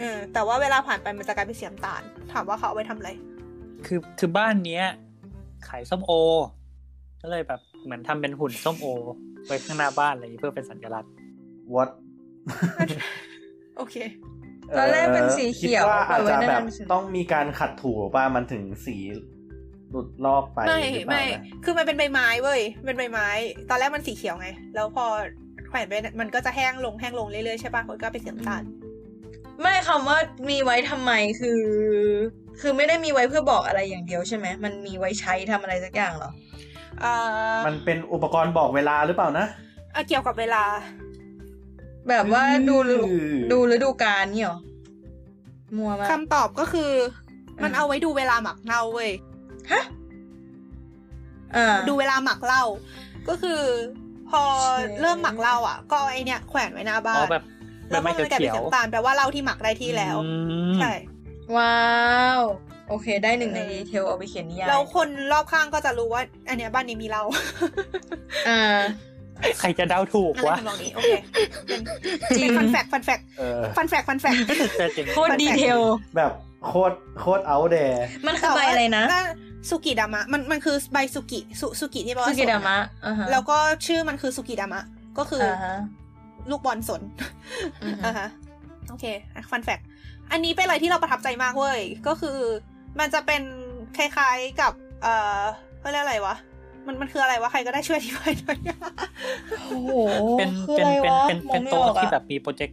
Speaker 5: เออแต่ว่าเวลาผ่านไปมันจะกลายเป็นสีน้ำตาล ถามว่าเขาเอาไว้ทำอะไร
Speaker 3: คือคือบ้านเนี้ย ขายส้มโอ ก็เลยแบบเหมือนทำเป็นหุ่นส้มโอ ไว้ข้างหน้าบ้านอะไรอย่างงี้เพื่อเป็นสัญลักษณ์
Speaker 4: what
Speaker 5: โอเค
Speaker 2: ตอนแรกเป็นสี
Speaker 4: อ่อ
Speaker 2: เขียว
Speaker 4: คิดว่าอาจจะแบบ
Speaker 2: เไว้หน้าหนังสื
Speaker 4: ต้องมีการขัดถูป่ะมันถึงสีหลุดลอกไป
Speaker 5: ไม่
Speaker 4: หรือเปล่า
Speaker 5: ไม่
Speaker 4: นะ
Speaker 5: คือมันเป็นใบไม้เว้ย เป็นใบไม้ ตอนแรกมันสีเขียวไง แล้วพอแขวนไปเนี่ยมันก็จะแห้งลงแห้งลงเรื่อยๆใช่ป่ะมันก็เป็นสีน้ำตาล
Speaker 2: ไม่คำว่ามีไว้ทำไมคือ คือไม่ได้มีไว้เพื่อบอกอะไรอย่างเดียวใช่ไหมมันมีไว้ใช้ทำอะไรสักอย่างเหรอ
Speaker 5: เอ่อ
Speaker 4: มันเป็นอุปกรณ์บอกเวลาหรือเปล่านะ
Speaker 5: อ่ะเกี่ยวกับเวลา
Speaker 2: แบบว่าดูฤดู
Speaker 4: อืม
Speaker 2: ดูฤดูกาลนี่เหรอมัวมาก
Speaker 5: คำตอบก็คือ มัน
Speaker 2: อืม
Speaker 5: เอาไว้ดูเวลาหมักเน่าเว้ย
Speaker 2: อ่า
Speaker 5: ดูเวลาหมักเหล้า ก็คือพอ
Speaker 2: เชี่ย
Speaker 5: เริ่มหมักเหล้าอ่ะ ก็เอาไอเนี่ยแขวนไว้หน้าบ้า
Speaker 3: อ๋อน แบบใบ
Speaker 5: แล้ว
Speaker 3: ไม้
Speaker 5: มันจะกลายเป็น
Speaker 3: เขีย
Speaker 5: สี
Speaker 3: ว
Speaker 5: น้ำตาลแปลว่าเหล้าที่หมักได้ที่แล้ว
Speaker 3: อืม
Speaker 5: ใช่
Speaker 2: ว้าว โอเค ได้หนึ่งใน
Speaker 5: เออ
Speaker 2: ดีเทลเอาไปเขียนนิยาย
Speaker 5: แล้วคนรอบข้างก็จะรู้ว่า อันเนี้ยบ้านนี้มีเหล้า
Speaker 2: อ่า
Speaker 3: ใครจะเดาถูก
Speaker 5: อะไร
Speaker 3: วะ
Speaker 5: ทำนองนี้โอเคเป็น
Speaker 2: จริ
Speaker 5: เป็น
Speaker 2: ง
Speaker 5: ฟันแฟกฟันแฟก
Speaker 4: เออ
Speaker 5: ฟันแฟกฟันแฟก
Speaker 3: แต่จริง
Speaker 2: โคตรดีเทล
Speaker 4: แบบโคตรโคตรเอาแด
Speaker 2: มันคือใบอะไรนะ
Speaker 5: สุกิดามะ มันมันคือใบสุกิสุสุกิที่แปลว่า
Speaker 2: สุกิดามะ
Speaker 5: ส
Speaker 2: อ่าฮะ
Speaker 5: นแล้วก็ชื่อมันคือสุกิดามะ ก็คืออา
Speaker 2: ฮะ
Speaker 5: ลูกบอลสน
Speaker 2: อืม
Speaker 5: อ่าฮะโอเคฟันแฟกอันนี้เป็นอะไรที่เราประทับใจมากเว้ย ก็คือมันจะเป็นคล้ายๆกับ เอ่อเขาเรียกอะไรวะ มันมันคืออะไรวะ ใครก็ได้ช่วยอธิบายหน่อย (laughs)
Speaker 2: โอ้โห
Speaker 3: เป็น
Speaker 2: คืออะ
Speaker 3: เป็น
Speaker 2: ไร
Speaker 3: เป็น
Speaker 2: วะ
Speaker 3: เป็น
Speaker 2: มอง
Speaker 3: เป็น
Speaker 2: ไม่อ
Speaker 3: โต๊ะ
Speaker 2: อก
Speaker 3: ที่แบ
Speaker 2: อะ
Speaker 3: บมีโปรเจค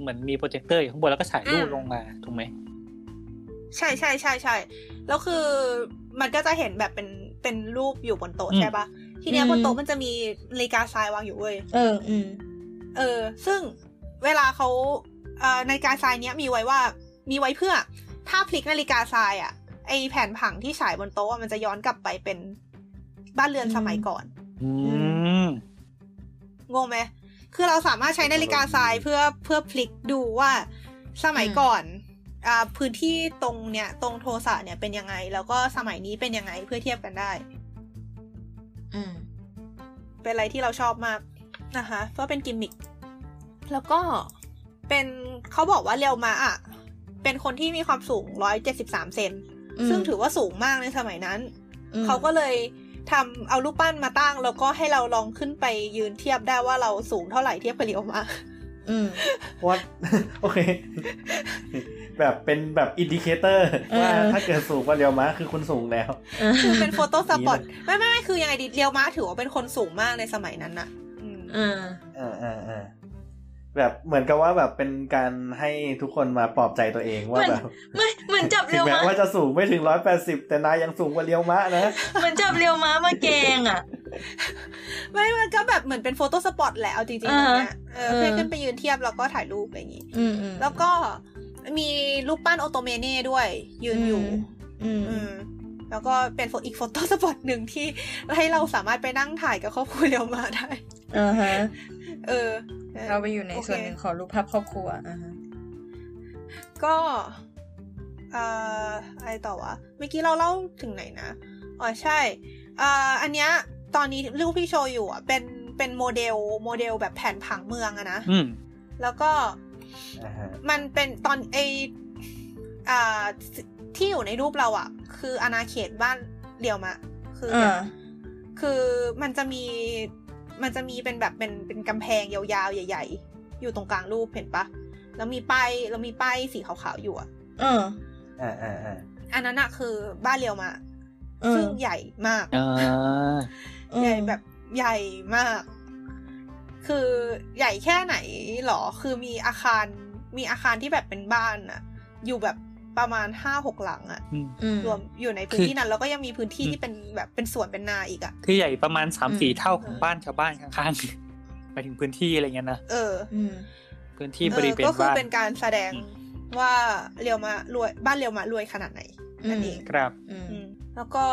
Speaker 3: เหมือนมีโปรเจคเตอร์อยู่ข้างบนแล้วก็ฉายรูป
Speaker 5: อืม
Speaker 3: ลงมาถูกไหม
Speaker 5: ใช่ใช่ใช่ใช่แล้วคือมันก็จะเห็นแบบเป็นเป็นรูปอยู่บนโต๊ะ
Speaker 3: อืม
Speaker 5: ใช่ปะทีเนี้ยบนโต๊ะมันจะมีนาฬิกาทรายวางอยู่เว้ย
Speaker 2: เออ อืม
Speaker 5: เออ ซึ่งเวลาเขาเอ่อในการทรายเนี้ยมีไว้ว่า มีไว้เพื่อ ถ้าพลิกนาฬิกาทรายอะไอแผ่นผังที่ฉายบนโต๊ะอะมันจะย้อนกลับไปเป็นบ้านเรือนสมัยก่อน
Speaker 3: อืม
Speaker 5: งงไหม คือเราสามารถใช้นาฬิกาทรายเพื่อเพื่อพลิกดูว่าสมัย
Speaker 2: อืม
Speaker 5: ก่อนอ่าพื้นที่ตรงเนี่ยตรงโทสะเนี่ยเป็นยังไง แล้วก็สมัยนี้เป็นยังไงเพื่อเทียบกันได้
Speaker 2: อืม
Speaker 5: เป็นอะไรที่เราชอบมากนะคะก็เป็นกิมมิคแล้วก็เป็นเขาบอกว่าเรียวมาอ่ะ เป็นคนที่มีความสูง 173 เซน
Speaker 2: อืม
Speaker 5: ซึ่งถือว่าสูงมากในสมัยนั้น
Speaker 2: อืม
Speaker 5: เขาก็เลยทำเอารูปปั้นมาตั้ง แล้วก็ให้เราลองขึ้นไปยืนเทียบได้ว่าเราสูงเท่าไหร่เทียบกับเรียวมา
Speaker 2: อืม
Speaker 4: วั (laughs) ด โอเค แบบเป็นแบบอินดิเคเตอร์
Speaker 2: เออ
Speaker 4: ว่าถ้าเกิดสูงกว่าเดียวมาคือคุณสูงแล้ว
Speaker 5: คือเป็นโฟโต้สปอต
Speaker 4: ดี
Speaker 5: ไม่ไม่ไม่คือยังไงดีเรียวมาถือว่าเป็นคนสูงมากในสมัยนั้นน่ะอืม
Speaker 2: อ่า
Speaker 4: อ่าอ่าอ่าแบบเหมือนกับว่าแบบเป็นการให้ทุกคนมาปลอบใจตัวเองว่าแบบ
Speaker 2: ไม่เหมือนจับ
Speaker 4: ถึ
Speaker 2: เรีย
Speaker 4: ง
Speaker 2: ว
Speaker 4: แม้
Speaker 2: มา
Speaker 4: ว่าจะสูงไม่ถึงร้อยแปดสิบแต่นายยังสูงกว่าเลียวมะนะ
Speaker 2: เหมือนจับเรียวมามาแกงอ่ะ
Speaker 5: ไม่มันก็แบบเหมือนเป็นโฟโต้สปอตแหละเอาจริงๆ
Speaker 2: อ่า
Speaker 5: อันเนี่ยเออ
Speaker 2: เออ
Speaker 5: เพื่อขึ้นไปยืนเทียบแล้วก็ถ่ายรูปอะไรอย่างงี้
Speaker 2: อืมอืม
Speaker 5: แล้วก็มีรูปปั้นโอโตเมเน่ด้วย ยืนอยู่
Speaker 2: อืม
Speaker 5: อืมแล้วก็เป็นโฟอีกโฟโต้สปอต (laughs) หนึ่งที่ให้เราสามารถไปนั่งถ่ายกับครอบครัวเรียวมาได้
Speaker 2: อ่าฮะ
Speaker 5: เออ
Speaker 2: เราไปอยู่ในส่วนหนึ่งของรูปภาพครอบครัวอ่าฮะ
Speaker 5: ก็เอ่ออะไรต่อวะ เมื่อกี้เราเล่าถึงไหนนะ อ๋อใช่เอ่ออันเนี้ยตอนนี้รูปที่โชว์อยู่อ่ะ เป็น เป็นโมเดล โมเดลแบบแผนผังเมืองอะนะ
Speaker 3: อืม
Speaker 5: แล้วก็
Speaker 4: อ่าฮะ
Speaker 5: มันเป็นตอนไออ่าที่อยู่ในรูปเราอ่ะ คืออาณาเขตบ้านเดียวมะ คือแบบ
Speaker 2: อ่า
Speaker 5: คือมันจะมี มันจะมีเป็นแบบเป็น เป็นกำแพงยาวๆ ใหญ่ ๆ อยู่ตรงกลางรูปเห็นปะ แล้วมีป้ายแล้วมีป้ายสีขาวๆอยู่อ่ะ
Speaker 2: เออ
Speaker 4: อ่าอ่าอ่า
Speaker 5: อันนั้นอะคือบ้านเรียวมา
Speaker 2: เออ
Speaker 5: ซึ่งใหญ่มาก
Speaker 3: อ่า
Speaker 5: ใหญ่แบบใหญ่มาก คือใหญ่แค่ไหนหรอ คือมีอาคารมีอาคารที่แบบเป็นบ้านอะอยู่แบบประมาณห้าหกหลังอะ
Speaker 3: อืม
Speaker 2: อืม
Speaker 5: รวมอยู่ในพื้นที่นั้น แล้วก็ยังมีพื้นที่ที่เป็นแบบเป็นสวนเป็นนาอีกอะ
Speaker 3: คือใหญ่ประมาณสามสี่
Speaker 2: อืม
Speaker 3: เท่าของบ้านชาวบ้านข้างๆ (laughs) ไปถึงพื้นที่อะไรเงี้ยนะ
Speaker 5: เออ
Speaker 2: อืม
Speaker 3: พื้นที่
Speaker 5: เอบ
Speaker 3: ริ
Speaker 5: อ
Speaker 3: เวณ
Speaker 5: ก็คือ
Speaker 3: บ้าน
Speaker 5: เป็นการแสดงว่าเรียวมารวยบ้านเรียวมารวยขนาดไหนนั่นเอง
Speaker 3: ครับ
Speaker 2: อืม
Speaker 5: อืมแล้วก็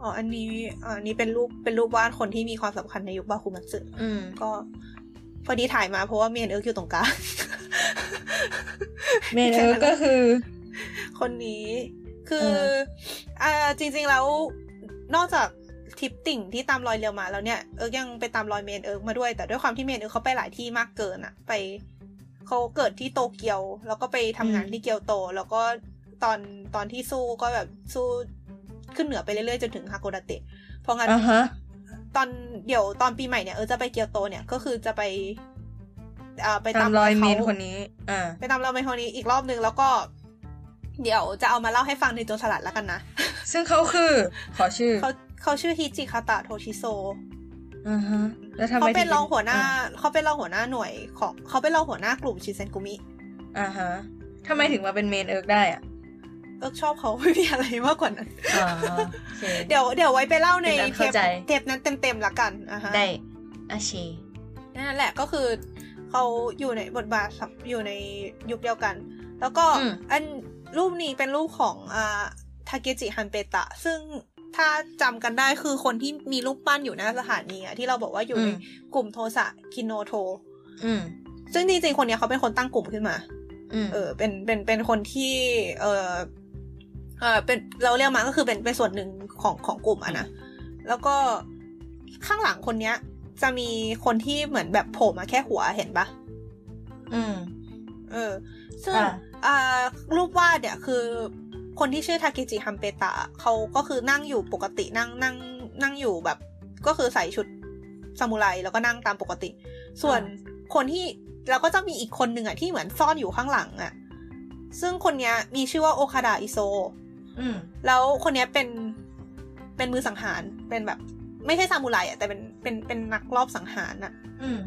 Speaker 5: อ๋ออันนี้อ๋ออันนี้เป็นรูปเป็นรูปวาดคนที่มีความสำคัญในยุคบาคุมันสึ
Speaker 2: อืม
Speaker 5: ก็พอดีถ่ายมาเพราะว่าเมนเอิร์กอยู่ตรงกลาง (laughs)
Speaker 2: เมนเอิร์กก็ (laughs) คือ
Speaker 5: คนนี้คือ
Speaker 2: เออ
Speaker 5: อ่าจริงๆแล้วนอกจากทริปติ่งที่ตามรอยเรียวมาแล้วเนี่ยเอิร์กยังไปตามรอยเมนเอิร์กมาด้วย แต่ด้วยความที่เมนเอิร์กเขาไปหลายที่มากเกินอะไปเขาเกิดที่โตเกียว แล้วก็ไปทำงานที่เกียวโต แล้วก็ตอนตอนที่สู้ก็แบบสู้ขึ้นเหนือไปเรื่อยๆจนถึงฮาโกดาเตะเพราะงั้น
Speaker 2: อ่าฮะ
Speaker 5: ตอนเดี๋ยวตอนปีใหม่เนี่ยเออจะไปเกียวโตเนี่ยก็คือจะไปอ่าไป
Speaker 2: ตามรอยเมน
Speaker 5: ขา
Speaker 2: คนนี้ อ่า
Speaker 5: ไปตามรอยเมนคนนี้อีกรอบนึงแล้วก็ เดี๋ยวจะเอามาเล่าให้ฟังในโจรสลัดแล้วกันนะ
Speaker 2: ซึ่งเขาคือ ขอชื่อ
Speaker 5: เขาเขาชื่อฮิจิคาตะโทชิโซ
Speaker 2: อ่าฮะ แล้วทำไม
Speaker 5: เขาเป็น
Speaker 2: ถึ
Speaker 5: รองหัวหน้า
Speaker 2: อ่ะ
Speaker 5: เขาเป็นรองหัวหน้าหน่วยของเขาเป็นรองหัวหน้ากลุ่มชิเซนกุมิ
Speaker 2: อ่าฮะทำไมถึงมาเป็นเมนเอิร์กได้อ่ะ
Speaker 5: เอิกชอบเขา (laughs) ไม่มีอะไรมากกว่านั้น
Speaker 2: อ่าโอเค
Speaker 5: เดี๋ยวเดี๋ยวไว้ไปเล่าใน
Speaker 2: เป็นอัน
Speaker 5: เท
Speaker 2: เข้า
Speaker 5: ป
Speaker 2: ใจ
Speaker 5: เทปนั้นเต็มๆละกันอ่ะฮะ
Speaker 2: ได้อาชี
Speaker 5: นั่นแหละก็คือเขาอยู่ในบทบาทสับอยู่ในยุคเดียวกัน แล้วก็
Speaker 2: อืม
Speaker 5: อันรูปนี้เป็นรูปของอ่าทาเกจิฮันเปตะ ซึ่งถ้าจำกันได้คือคนที่มีรูปปั้นอยู่หน้าสถานีอะที่เราบอกว่าอยู่ในกลุ่มโทสะคินโนโท
Speaker 2: อืม
Speaker 5: ซึ่งจริงๆคนเนี้ยเขาเป็นคนตั้งกลุ่มขึ้นมา
Speaker 2: อืม
Speaker 5: เออเป็นเป็นเป็นคนที่ เออเออเป็นเราเรียกมาก็คือเป็นเป็นส่วนหนึ่งของของกลุ่มอะนะแล้วก็ข้างหลังคนเนี้ย จะมีคนที่เหมือนแบบโผล่มาแค่หัวเห็นปะ
Speaker 2: อืม
Speaker 5: เออ ซึ่ง
Speaker 2: อ่า
Speaker 5: อ่ารูปวาดเนี่ยคือ คนที่ชื่อทาเกจิฮัมเปตะเขาก็คือนั่งอยู่ปกตินั่งนั่งนั่งอยู่แบบ ก็คือใส่ชุดซามูไรแล้วก็นั่งตามปกติ ส่วนคนที่แล้วก็จะมีอีกคนหนึ่งอ่ะที่เหมือนซ่อนอยู่ข้างหลังอ่ะ ซึ่งคนเนี้ยมีชื่อว่าโอคาดาอิโซ
Speaker 2: อืม
Speaker 5: แล้วคนเนี้ยเป็นเป็นมือสังหารเป็นแบบ ไม่ใช่ซามูไรอ่ะแต่เป็นเป็นเป็นนักลอบสังหารอ่ะ
Speaker 2: อืม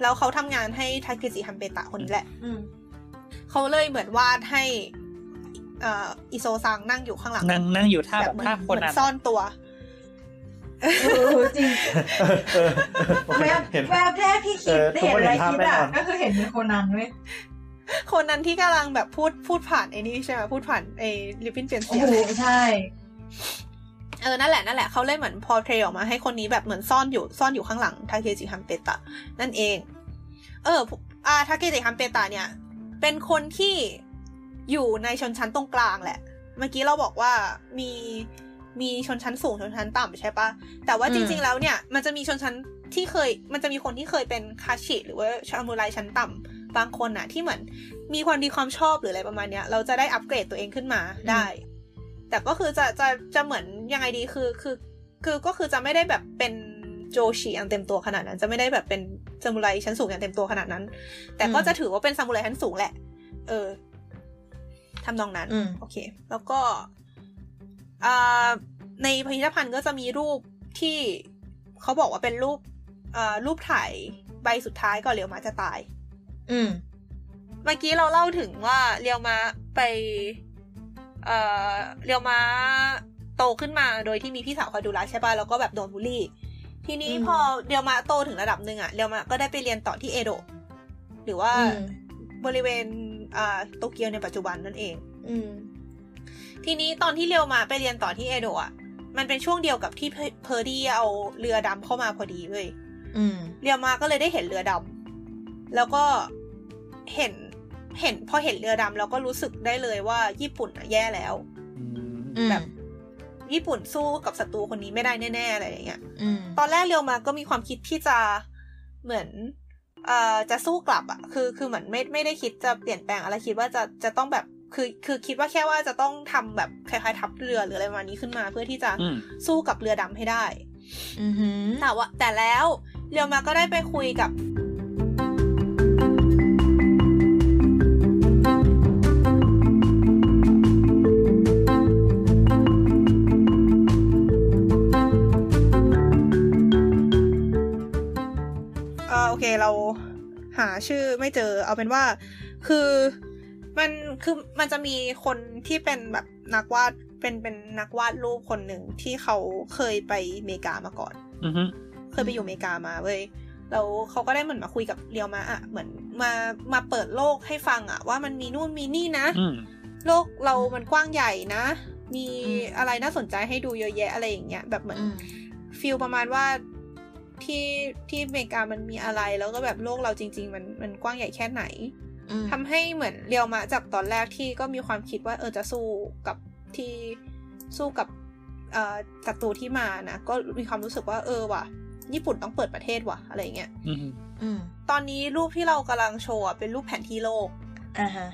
Speaker 5: แล้วเขาทำงานให้ทาเกจิฮัมเปตะคนนี้แหละ
Speaker 2: อืม
Speaker 5: เขาเลยเหมือนวาดให้เอ่ออิโซซังนั่งอยู่ข้างหลัง
Speaker 3: นั่งนั่งอยู่ท่าแบบ
Speaker 5: เหมื
Speaker 3: ท่าคน
Speaker 5: เหมื
Speaker 3: นั้น
Speaker 5: ซ่อนตัว
Speaker 2: เออจริง
Speaker 4: เออโอเค
Speaker 2: แวบ
Speaker 4: เห็น
Speaker 2: แวบแรกที่คิด
Speaker 4: เออทุก
Speaker 2: เห็นอะ
Speaker 4: คน
Speaker 2: ไร
Speaker 4: เห็นภาพ
Speaker 2: คิด
Speaker 4: แน่
Speaker 2: อะ
Speaker 4: นอน
Speaker 2: ก็คือเห็นมีโคนันเว้ย
Speaker 5: คนนั้นที่กำลังแบบพูดพูดผ่านไอ้นี่ใช่ไหมพูดผ่านไอ้ลิปปินเปลี่ยน
Speaker 2: โอ้
Speaker 5: เสียง
Speaker 2: โหใช่
Speaker 5: เออ นั่นแหละ นั่นแหละ เขาเล่นเหมือนพอเทรออกมาให้คนนี้แบบเหมือนซ่อนอยู่ ซ่อนอยู่ข้างหลังทาเคจิฮัมเปตะ นั่นเอง เอออ่าทาเคจิฮัมเปตะเนี่ย เป็นคนที่อยู่ในชนชั้นตรงกลางแหละ เมื่อกี้เราบอกว่ามีมีชนชั้นสูงชนชั้นต่ำใช่ปะ แต่ว่า
Speaker 2: อื
Speaker 5: จ
Speaker 2: ม
Speaker 5: ริง ๆ แล้วเนี่ย มันจะมีชนชั้นที่เคย มันจะมีคนที่เคยเป็นคาชิ หรือว่าชามูไรชั้นต่ำบางคนน่ะ ที่เหมือนมีความดีความชอบหรืออะไรประมาณเนี้ย เราจะได้อัปเกรดตัวเองขึ้นมาได้ แต่ก็คือจะจะจะเหมือนยังไงดีคือคือคือก็คือจะไม่ได้แบบเป็นโจชีอย่างเต็มตัวขนาดนั้น จะไม่ได้แบบเป็นซามูไรชั้นสูงอย่างเต็มตัวขนาดนั้น แต่ก็
Speaker 2: อืม
Speaker 5: จะถือว่าเป็นซามูไรชั้นสูงแหละ เออทำนองนั้น
Speaker 2: อืม
Speaker 5: โอเค แล้วก็อ่าในพิพิธภัณฑ์ก็จะมีรูปที่เขาบอกว่าเป็นรูปอ่ารูปถ่ายใบสุดท้ายก่อนเรียวมาจะตาย
Speaker 2: อืม
Speaker 5: เมื่อกี้เราเล่าถึงว่าเรียวมาไป เอ่อเรียวมาโตขึ้นมาโดยที่มีพี่สาวคอยดูแลใช่ป่ะ แล้วก็แบบโดนบูลลี่ ทีนี้
Speaker 2: อืม
Speaker 5: พอเรียวมาโตถึงระดับหนึ่งอะเรียวมาก็ได้ไปเรียนต่อที่เอโดะหรือว่า
Speaker 2: อืม
Speaker 5: บริเวณอ่าโตเกียวในปัจจุบันนั่นเอง
Speaker 2: อืม
Speaker 5: ทีนี้ตอนที่เรียวมาไปเรียนต่อที่เอโดะอะมันเป็นช่วงเดียวกับที่เพเพอร์ดี้เอาเรือดำเข้ามาพอดีเว้ย
Speaker 2: อืม
Speaker 5: เรียวมาก็เลยได้เห็นเรือดำ แล้วก็เห็น เห็นพอเห็นเรือดำแล้วก็รู้สึกได้เลยว่าญี่ปุ่นอะแย่แล้ว
Speaker 3: อืม
Speaker 2: อืม
Speaker 5: แบบ ญี่ปุ่นสู้กับศัตรูคนนี้ไม่ได้แน่ๆอะไรอย่างเงี้ย
Speaker 2: อืม
Speaker 5: ตอนแรกเรียวมาก็มีความคิดที่จะเหมือนเอ่อจะสู้กลับอะคือ คือเหมือนไม่ ไม่ได้คิดจะเปลี่ยนแปลงอะไร คิดว่าจะ จะต้องแบบ คือ คือคิดว่าแค่ว่าจะต้องทำแบบคล้ายๆทับเรือหรืออะไรประมาณนี้ขึ้นมา เพื่อที่จะ
Speaker 3: อืม
Speaker 5: สู้กับเรือดำให้ได้
Speaker 2: อือหือ
Speaker 5: แต่ว่าแต่แล้วเรียวมาก็ได้ไปคุยกับ เออโอเคเราหาชื่อไม่เจอ เอาเป็นว่า คือมันคือมันจะมีคนที่เป็นแบบนักวาดเป็นเป็นนักวาดรูปคนหนึ่งที่เขาเคยไปอเมริกามาก่อน
Speaker 3: อือฮึ
Speaker 5: เคยไปอยู่อเมริกามาเว้ย แล้วเขาก็ได้เหมือนมาคุยกับเรียวมาอะเหมือนมามาเปิดโลกให้ฟังอะว่ามันมีนู่นมีนี่นะ
Speaker 3: อืม
Speaker 5: โลกเรามันกว้างใหญ่นะ มีอะไรน่าสนใจให้ดูเยอะแยะอะไรอย่างเงี้ย แบบเหมือน
Speaker 2: อืม
Speaker 5: ฟิลประมาณว่าที่ที่อเมริกามันมีอะไร แล้วก็แบบโลกเราจริง ๆ มันมันกว้างใหญ่แค่ไหน
Speaker 2: อืม
Speaker 5: ทำให้เหมือนเรียวมะจากตอนแรกที่ก็มีความคิดว่าเออจะสู้กับที่สู้กับเอ่อศัตรูที่มานะก็มีความรู้สึกว่าเออว่ะ ญี่ปุ่นต้องเปิดประเทศว่ะอะไรอย่างเงี้ย
Speaker 3: อืม
Speaker 2: อืม
Speaker 5: ตอนนี้รูปที่เรากำลังโชว์อะเป็นรูปแผนที่โลก
Speaker 2: อ่าฮะ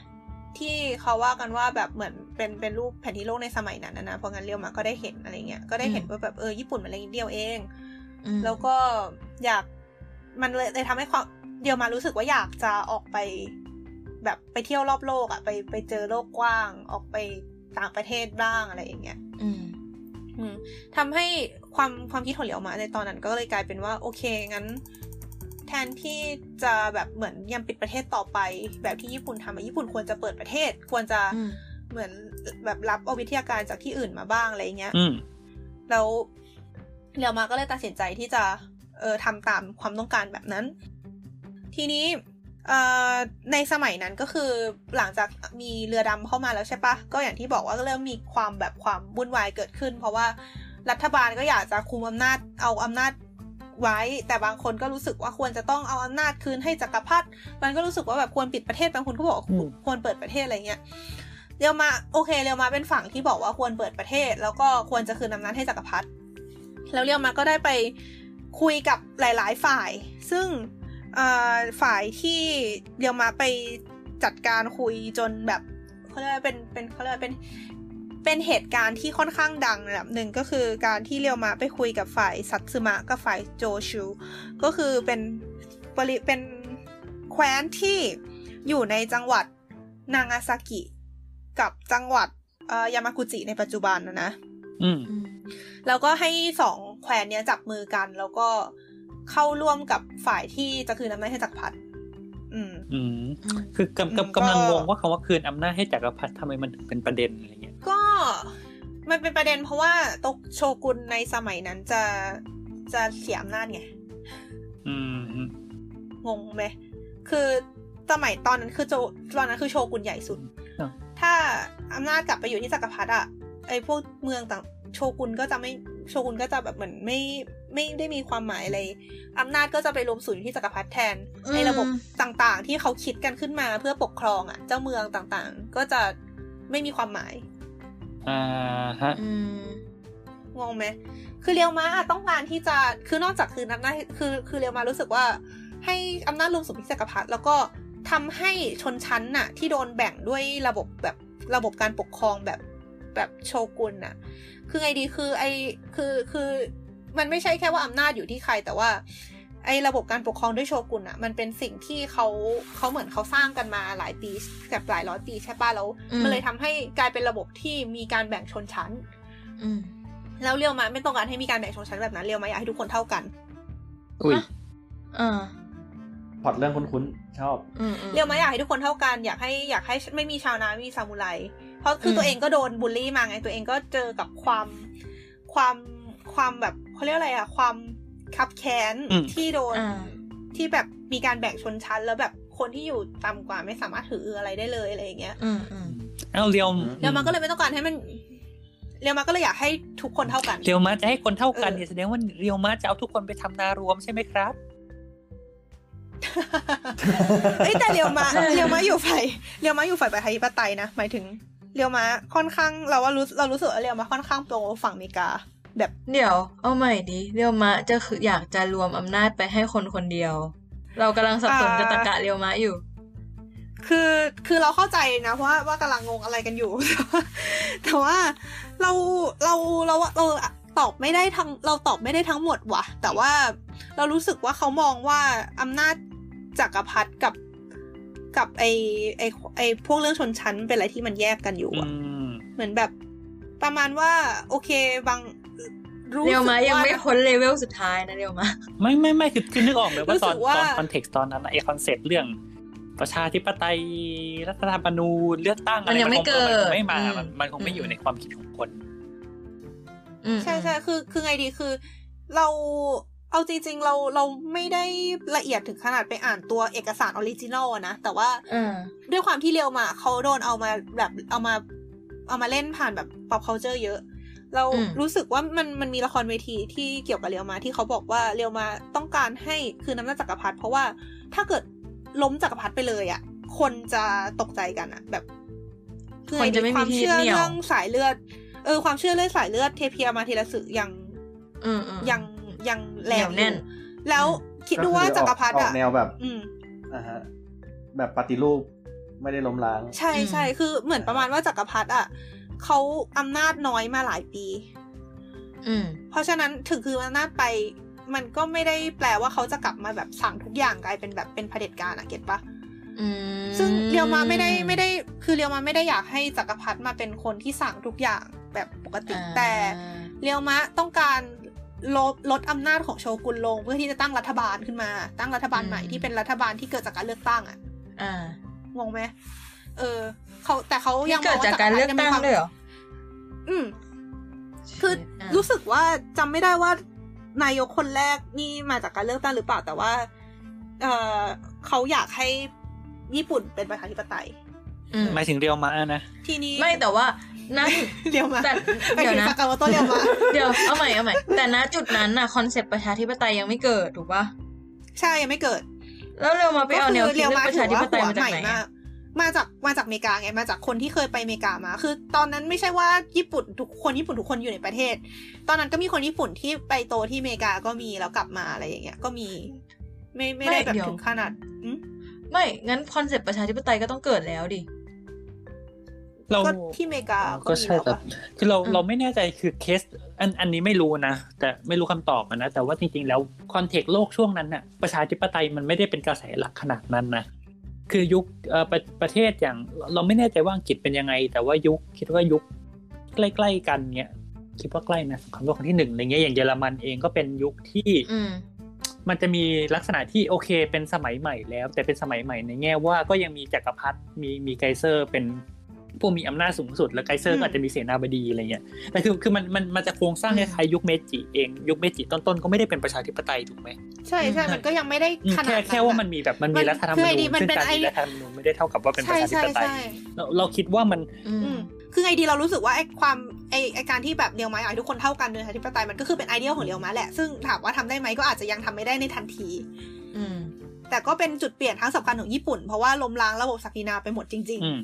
Speaker 5: ที่เขาว่ากันว่าแบบเหมือนเป็นเป็นรูปแผนที่โลกในสมัยนั้นนะนะเพราะงั้นเรียวมาก็ได้เห็นอะไรเงี้ยก็ได้เห็น
Speaker 2: อืม
Speaker 5: ว่าแบบเออญี่ปุ่นมันเล็กนิดเดียวเอง
Speaker 2: อืม
Speaker 5: แล้วก็อยากมันเลยเลยทำให้ความเดียวมารู้สึกว่าอยากจะออกไป แบบไปเที่ยวรอบโลกอะไปไปเจอโลกกว้าง ออกไปต่างประเทศบ้างอะไรอย่างเงี้ย
Speaker 2: อืม
Speaker 5: อืมทำให้ความความคิดของเหลียวมาในตอนนั้นก็เลยกลายเป็นว่าโอเคงั้น แทนที่จะแบบเหมือนยังปิดประเทศต่อไป แบบที่ญี่ปุ่นทำอะญี่ปุ่นควรจะเปิดประเทศ ควรจะ
Speaker 2: อืม
Speaker 5: เหมือนแบบรับเอาวิทยาการจากที่อื่นมาบ้างอะไรอย่างเงี้ย
Speaker 3: อืม
Speaker 5: แล้วเรียวมาก็เลยตัดสินใจที่จะเออทำตามความต้องการแบบนั้น ทีนี้เอ่อในสมัยนั้นก็คือหลังจากมีเรือดำเข้ามาแล้วใช่ปะก็อย่างที่บอกว่าก็เริ่มมีความแบบความวุ่นวายเกิดขึ้น เพราะว่ารัฐบาลก็อยากจะคุมอำนาจเอาอำนาจไว้ แต่บางคนก็รู้สึกว่าควรจะต้องเอาอำนาจคืนให้จักรพรรดิมันก็รู้สึกว่าแบบควรปิดประเทศบางคนก็บอกว่าควรเปิดประเทศอะไรเงี้ย เรียวมาโอเคเรียวมาเป็นฝั่งที่บอกว่าควรเปิดประเทศ แล้วก็ควรจะคืนอำนาจให้จักรพรรดิแล้วเรียวมาก็ได้ไปคุยกับหลาย ๆ ฝ่าย ซึ่งเอ่อฝ่ายที่เรียวมาไปจัดการคุยจนแบบเขาเรียกว่าเป็นเป็นเขาเรียกว่าเป็นเป็นเหตุการณ์ที่ค่อนข้างดังระดับหนึ่งก็คือการที่เรียวมาไปคุยกับฝ่ายซัตสึมะกับฝ่ายโจชู ก็คือเป็นบริเป็นแคว้นที่อยู่ในจังหวัดนางาซากิ กับจังหวัดเอ่อยามากุจิในปัจจุบันนะนะ
Speaker 3: อืม
Speaker 2: อืม
Speaker 5: แล้วก็ให้สองแคว้นเนี้ยจับมือกัน แล้วก็เข้าร่วมกับฝ่ายที่จะคืนอำนาจให้จักรพรรดิอืม
Speaker 3: อืม
Speaker 2: อืม
Speaker 3: คือกำ
Speaker 5: อืม
Speaker 3: กำกำลัง
Speaker 5: ก็
Speaker 3: งงว่าคำว่าคืนอำนาจให้จักรพรรดิทำไมมันถึงเป็นประเด็นอะไรเงี้ย
Speaker 5: ก็มันเป็นประเด็นเพราะว่าตกโชกุนในสมัยนั้นจะจะเสียอำนาจไง
Speaker 3: อืมอืม
Speaker 5: งงไหมคือ สมัยตอนนั้นคือโจตอนนั้นคือโชกุนใหญ่สุด
Speaker 3: อ้าว
Speaker 5: ถ้าอำนาจกลับไปอยู่ที่จักรพรรดิอะไอพวกเมืองต่างโชกุนก็จะไม่โชกุนก็จะแบบเหมือนไม่ไม่ได้มีความหมายอะไรอำนาจก็จะไปรวมศูนย์อยู่ที่จักรพรรดิแทน
Speaker 2: อืม
Speaker 5: ไอระบบต่างๆ ที่เขาคิดกันขึ้นมาเพื่อปกครองอะเจ้าเมืองต่างๆ ก็จะไม่มีความหมาย
Speaker 3: อ่าฮะ
Speaker 2: อืม
Speaker 5: งงไหม คือเรียวมาอะต้องการที่จะ คือนอกจากคืออำนาจคือคือเรียวมารู้สึกว่า ให้อำนาจรวมสมพิจักรพรรดิแล้วก็ทำให้ชนชั้นน่ะ ที่โดนแบ่งด้วยระบบแบบระบบการปกครองแบบแบบโชกุนน่ะ คือไงดีคือไอคือคือมันไม่ใช่แค่ว่าอำนาจอยู่ที่ใครแต่ว่า ไอระบบการปกครองด้วยโชกุนอ่ะ มันเป็นสิ่งที่เขาเขาเหมือนเขาสร้างกันมาหลายปีแบบหลายร้อยปีใช่ป่ะแล้ว
Speaker 2: อืม
Speaker 5: มันเลยทำให้กลายเป็นระบบที่มีการแบ่งชนชั้น
Speaker 2: อืม
Speaker 5: แล้วเรียวมาไม่ต้องการให้มีการแบ่งชนชั้นแบบนั้นเรียวมาอยากให้ทุกคนเท่ากัน
Speaker 3: อุ้ย
Speaker 2: อ่ะ อ่า
Speaker 4: พล็อตเรื่องคุ้นๆ ชอบ
Speaker 2: อืมอืม
Speaker 5: เรียวมาอยากให้ทุกคนเท่ากันอยากให้อยากให้ไม่มีชาวนาไม่มีซามูไร เพราะคืออ
Speaker 2: ม
Speaker 5: ตัวเองก็โดนบูลลี่มาไงตัวเองก็เจอกับความความความแบบเขาเรียกอะไรอะความคับแค้น
Speaker 3: อืม
Speaker 5: ที่โดน
Speaker 2: อ่า
Speaker 5: ที่แบบมีการแบ่งชนชั้น แล้วแบบคนที่อยู่ต่ำกว่าไม่สามารถถืออะไรได้เลยอะไรอย่างเงี้ย
Speaker 2: อืมอืม
Speaker 3: เอ้าเรียว
Speaker 5: เรียวมาก็เลยไม่ต้องการให้มันเรียวมาก็เลยอยากให้ทุกคนเท่ากัน
Speaker 3: เรียวมาจะให้คนเท่ากัน
Speaker 5: เออ
Speaker 3: เนี่ยแสดงว่าเรียวมาจะเอาทุกคนไปทำนารวมใช่ไหมครับ
Speaker 5: เอ้ยแต่เรียวมะ เรียวมะอยู่ฝ่ายเรียวมะอยู่ฝ่ายประชาธิปไตยนะหมายถึงเรียวมะค่อนข้างเราว่ารู้เรารู้สึกว่าเรียวมะค่อนข้างโปรฝั่งอเมริกา แบบ
Speaker 2: เดี๋ยว เอาใหม่ดิเรียวมะจะคืออยากจะรวมอำนาจไปให้คนคนเดียว เรากำลังสับสนกับตะกะเรียวมะอยู่
Speaker 5: คือคือเราเข้าใจนะว่าว่ากำลังงงอะไรกันอยู่ (laughs) แต่ว่าเราเราเราว่าเราตอบไม่ได้ทั้งเราตอบไม่ได้ทั้งหมดว่ะ แต่ว่าเรารู้สึกว่าเขามองว่าอำนาจจักรพรรดิกับกับไอไอไอพวกเรื่องชนชั้นเป็นอะไรที่มันแยกกันอยู่
Speaker 3: อื
Speaker 5: อะ
Speaker 3: ม
Speaker 5: เหมือนแบบประมาณว่า โอเคบางรู้
Speaker 2: เรี
Speaker 5: สึ
Speaker 2: ยว
Speaker 5: ก
Speaker 2: มะ
Speaker 5: ว่า
Speaker 2: ยังไม่พ้นเลเวลสุดท้ายนะเรียวมะ
Speaker 3: ไม่ไม่ไม่คือคือนึกออกเลยว่าต
Speaker 5: รู้
Speaker 3: อน
Speaker 5: สึกว่า
Speaker 3: ตอนคอนเท็กซ์ตอนนั้นอะไอคอนเซ็ปต์เรื่อง ประชาธิปไตยรัฐธรรมนูญเลือกตั้ง
Speaker 2: มั
Speaker 3: อะไร
Speaker 2: นยังไม่
Speaker 3: ค
Speaker 2: เกิด
Speaker 3: มันคงไม่มา
Speaker 2: อืม
Speaker 3: มันมันคงไม่อยู่
Speaker 2: อืม
Speaker 3: ในความคิดของคน
Speaker 2: อืม
Speaker 5: ใช่ใช่คือ คือไงดีคือ เราเอาจริงๆ เราเราไม่ได้ละเอียดถึงขนาดไปอ่านตัวเอกสารออริจินอลอะนะ แต่ว่า
Speaker 2: อ่า
Speaker 5: ด้วยความที่เรียวมาเขาโดนเอามาแบบเอามาเอามาเล่นผ่านแบบ pop culture เยอะ เรา
Speaker 2: อืม
Speaker 5: รู้สึกว่ามันมันมีละครเวทีที่เกี่ยวกับเรียวมาที่เขาบอกว่าเรียวมาต้องการให้คืนอำนาจจักรพรรดิเพราะว่าถ้าเกิดล้มจักรพรรดิไปเลยอะคนจะตกใจกันอะแบบ
Speaker 2: คนจะไม่มี
Speaker 5: ความ
Speaker 2: ที่ยึ
Speaker 5: เชื่
Speaker 2: ด
Speaker 5: อ
Speaker 2: เหนี่ยว
Speaker 5: เรื่องสายเลือด เออความเชื่อเรื่องสายเลือดเทเพียมาทีละสึยัง
Speaker 2: อืมอืม
Speaker 5: ยังยังแร
Speaker 2: เห
Speaker 5: ง
Speaker 2: นียว
Speaker 5: อ
Speaker 2: แน่
Speaker 5: ยู่
Speaker 2: น
Speaker 5: แล้วคิดดูว่าจักรพรรดิ
Speaker 4: ออ
Speaker 5: อะ
Speaker 4: กแนวแบบ
Speaker 5: อืม
Speaker 4: อ่าฮะแบบปฏิรูปไม่ได้ล้มล้าง
Speaker 5: ใช่ใช่
Speaker 2: อืม
Speaker 5: คือเหมือนประมาณว่าจักรพรรดิอ่ะเขาอำนาจน้อยมาหลายปี
Speaker 2: อืม
Speaker 5: เพราะฉะนั้นถึงคืออำนาจไป มันก็ไม่ได้แปลว่าเขาจะกลับมาแบบสั่งทุกอย่างกลายเป็นแบบเป็นเผด็จการอะเก็ตปะ
Speaker 2: อืม
Speaker 5: ซึ่งเรียวมาไม่ได้ไม่ได้ คือเรียวมาไม่ได้อยากให้จักรพรรดิมาเป็นคนที่สั่งทุกอย่างแบบปกติ
Speaker 2: อ่า
Speaker 5: แต่ เรียวมะต้องการลดลดอำนาจของโชกุนลงเพื่อที่จะตั้งรัฐบาลขึ้นมา ตั้งรัฐบาลใหม่ที่เป็นรัฐบาลที่เกิดจากการเลือกตั้งอะ
Speaker 2: อ่าง
Speaker 5: งไหมเออเขาแต่เขายังม
Speaker 2: เกิ
Speaker 5: อ
Speaker 2: ด
Speaker 5: งว่
Speaker 2: จากการเลือกตั้ง
Speaker 5: จัพรรดิ
Speaker 2: ด้วยเหรอ
Speaker 5: อืม คือ
Speaker 2: อ่า
Speaker 5: รู้สึกว่าจำไม่ได้ว่านายกคนแรกนี่มาจากการเลือกตั้งหรือเปล่า แต่ว่า เออเขาอยากให้ญี่ปุ่นเป็นประชาธิปไตย
Speaker 2: อืม
Speaker 3: หมายถึงเรียวมานะ
Speaker 5: ทีนี้
Speaker 2: ไม่แต่ว่านั่น
Speaker 5: เรียวมะ (laughs)
Speaker 2: แต่
Speaker 5: ไป
Speaker 2: เดี๋ยว
Speaker 5: ถึง
Speaker 2: นะ
Speaker 5: สากาวโตเรียวมะ
Speaker 2: เดี๋ยวเอาใหม่เอาใหม่แต่ณจุดนั้นน่ะคอนเซปต์ประชาธิปไตยยังไม่เกิดถูกปะ
Speaker 5: ใช่ยังไม่เกิด
Speaker 2: แล้วเร็วมาไปเอาแนว
Speaker 5: ก็
Speaker 2: คิด
Speaker 5: เรี
Speaker 2: เรื่
Speaker 5: ย
Speaker 2: อ
Speaker 5: ว
Speaker 2: ง
Speaker 5: มา
Speaker 2: ประชาธิปไตยมาจากไหน
Speaker 5: มา
Speaker 2: อะ
Speaker 5: กมาจากมาจากอเมริกาไงมาจากคนที่เคยไปอเมริกามา คือ ตอนนั้นไม่ใช่ว่าญี่ปุ่นทุกคนญี่ปุ่นทุกคนอยู่ในประเทศ ตอนนั้นก็มีคนญี่ปุ่นที่ไปโตที่อเมริกาก็มีแล้วกลับมาอะไรอย่างเงี้ย ก็มี ไม่ไม่ได้
Speaker 2: ไม่
Speaker 5: แบบ
Speaker 2: เดี๋ยว
Speaker 5: ถึงขนาดอืม
Speaker 2: ไม่งั้นคอนเซปต์ประชาธิปไตยก็ต้องเกิดแล้วดิ
Speaker 3: เรา
Speaker 5: ก็ที่อเมริกา
Speaker 3: ก็
Speaker 5: มี
Speaker 3: ใช่
Speaker 5: แล้ว
Speaker 3: แต่
Speaker 5: ปะ
Speaker 3: คือเรา
Speaker 2: อืม
Speaker 3: เราไม่แน่ใจคือเคส อันอันนี้ไม่รู้นะ แต่ไม่รู้คำตอบอะนะ แต่ว่าจริงๆแล้วคอนเทกต์โลกช่วงนั้นน่ะประชาธิปไตยมันไม่ได้เป็นกระแสหลักขนาดนั้นนะคือยุคเอ่อประประเทศอย่างเราไม่แน่ใจว่าอังกฤษเป็นยังไง แต่ว่ายุคคิดว่ายุคใกล้ๆกันเนี้ยคิดว่าใกล้นะสงครามโลกครั้งที่หนึ่งอะไรเงี้ยอย่างเยอรมันเองก็เป็นยุคที่
Speaker 2: อืม
Speaker 3: มันจะมีลักษณะที่โอเคเป็นสมัยใหม่แล้ว แต่เป็นสมัยใหม่ในแง่ว่าก็ยังมีจักรพรรดิมีมีไกเซอร์เป็น ผู้มีอำนาจสูงสุด แล้วไกเซอร์
Speaker 5: อืม
Speaker 3: ก็อาจจะมีเสนาบดีอะไรเงี้ยแต่คือคือมันมันมันจะโครงสร้างคล้ายๆยุคเมจิเองยุคเมจิต้นๆก็ไม่ได้เป็นประชาธิปไตยถูกไหม
Speaker 5: ใช่ใช่มันก็ยังไม่ได้
Speaker 3: อืม
Speaker 5: ขนาดนั้น
Speaker 3: แค่แค่ว่า
Speaker 5: อะ
Speaker 3: มันมีแบบมันมี
Speaker 5: มัน
Speaker 3: รัฐธรรม
Speaker 5: คือ
Speaker 3: นู
Speaker 5: ไอ้
Speaker 3: ญ
Speaker 5: นี่มัน
Speaker 3: ซึ่ง
Speaker 5: เป็น
Speaker 3: การ
Speaker 5: ไอ้
Speaker 3: มีรัฐธรรมนูญไม่ได้เท่ากับว่าเป็นประ
Speaker 5: ใช่
Speaker 3: ชาธิ
Speaker 5: ใช่
Speaker 3: ปไตย
Speaker 5: ใช่
Speaker 3: เราเราคิดว่ามัน
Speaker 2: อื
Speaker 5: อื
Speaker 2: ม
Speaker 5: มคือไอเดียเรารู้สึกว่าไอความไอไอการที่แบบเรียวไม้อ่ะทุกคนเท่ากันเดินประชาธิปไตยมันก็คือเป็นไอเดียของเรียวไม้แหละซึ่งถามว่าทำได้ไหมก็อาจจะยังทำไม่ได้ในทันที
Speaker 2: อืม
Speaker 5: แต่ก็เป็นจุดเปลี่ยนครั้งสำคัญของญี่ปุ่น เพราะว่าล้มล้างระบบศักดินาไปหมดจริง
Speaker 3: อืม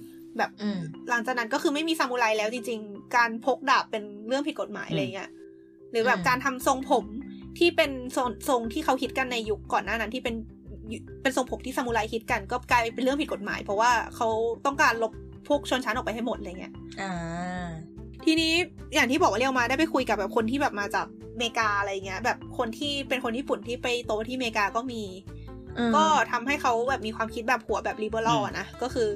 Speaker 2: อืม
Speaker 5: ๆ หลังจากนั้นก็คือไม่มีซามูไรแล้วจริง ๆ การพกดาบเป็นเรื่องผิดกฎหมาย
Speaker 3: อืม
Speaker 5: อะไรเงี้ยหรือแบบ
Speaker 2: อืม
Speaker 5: การทำทรงผมที่เป็นทรงทรงที่เขาคิดกันในยุคก่อนหน้านั้นที่เป็นเป็นทรงผมที่ซามูไรคิดกัน ก็กลายเป็นเรื่องผิดกฎหมาย เพราะว่าเขาต้องการลบพวกชนชั้นออกไปให้หมดอะไรเงี้ย
Speaker 2: อ่า
Speaker 5: ทีนี้อย่างที่บอกว่าเรียวมาได้ไปคุยกับแบบคนที่แบบมาจากอเมริกาอะไรเงี้ย แบบคนที่เป็นคนญี่ปุ่นที่ไปโตที่อเมริกาก็มี
Speaker 2: อืม
Speaker 5: ก็ทำให้เขาแบบมีความคิดแบบหัวแบบลิเบอรัลนะก็คือ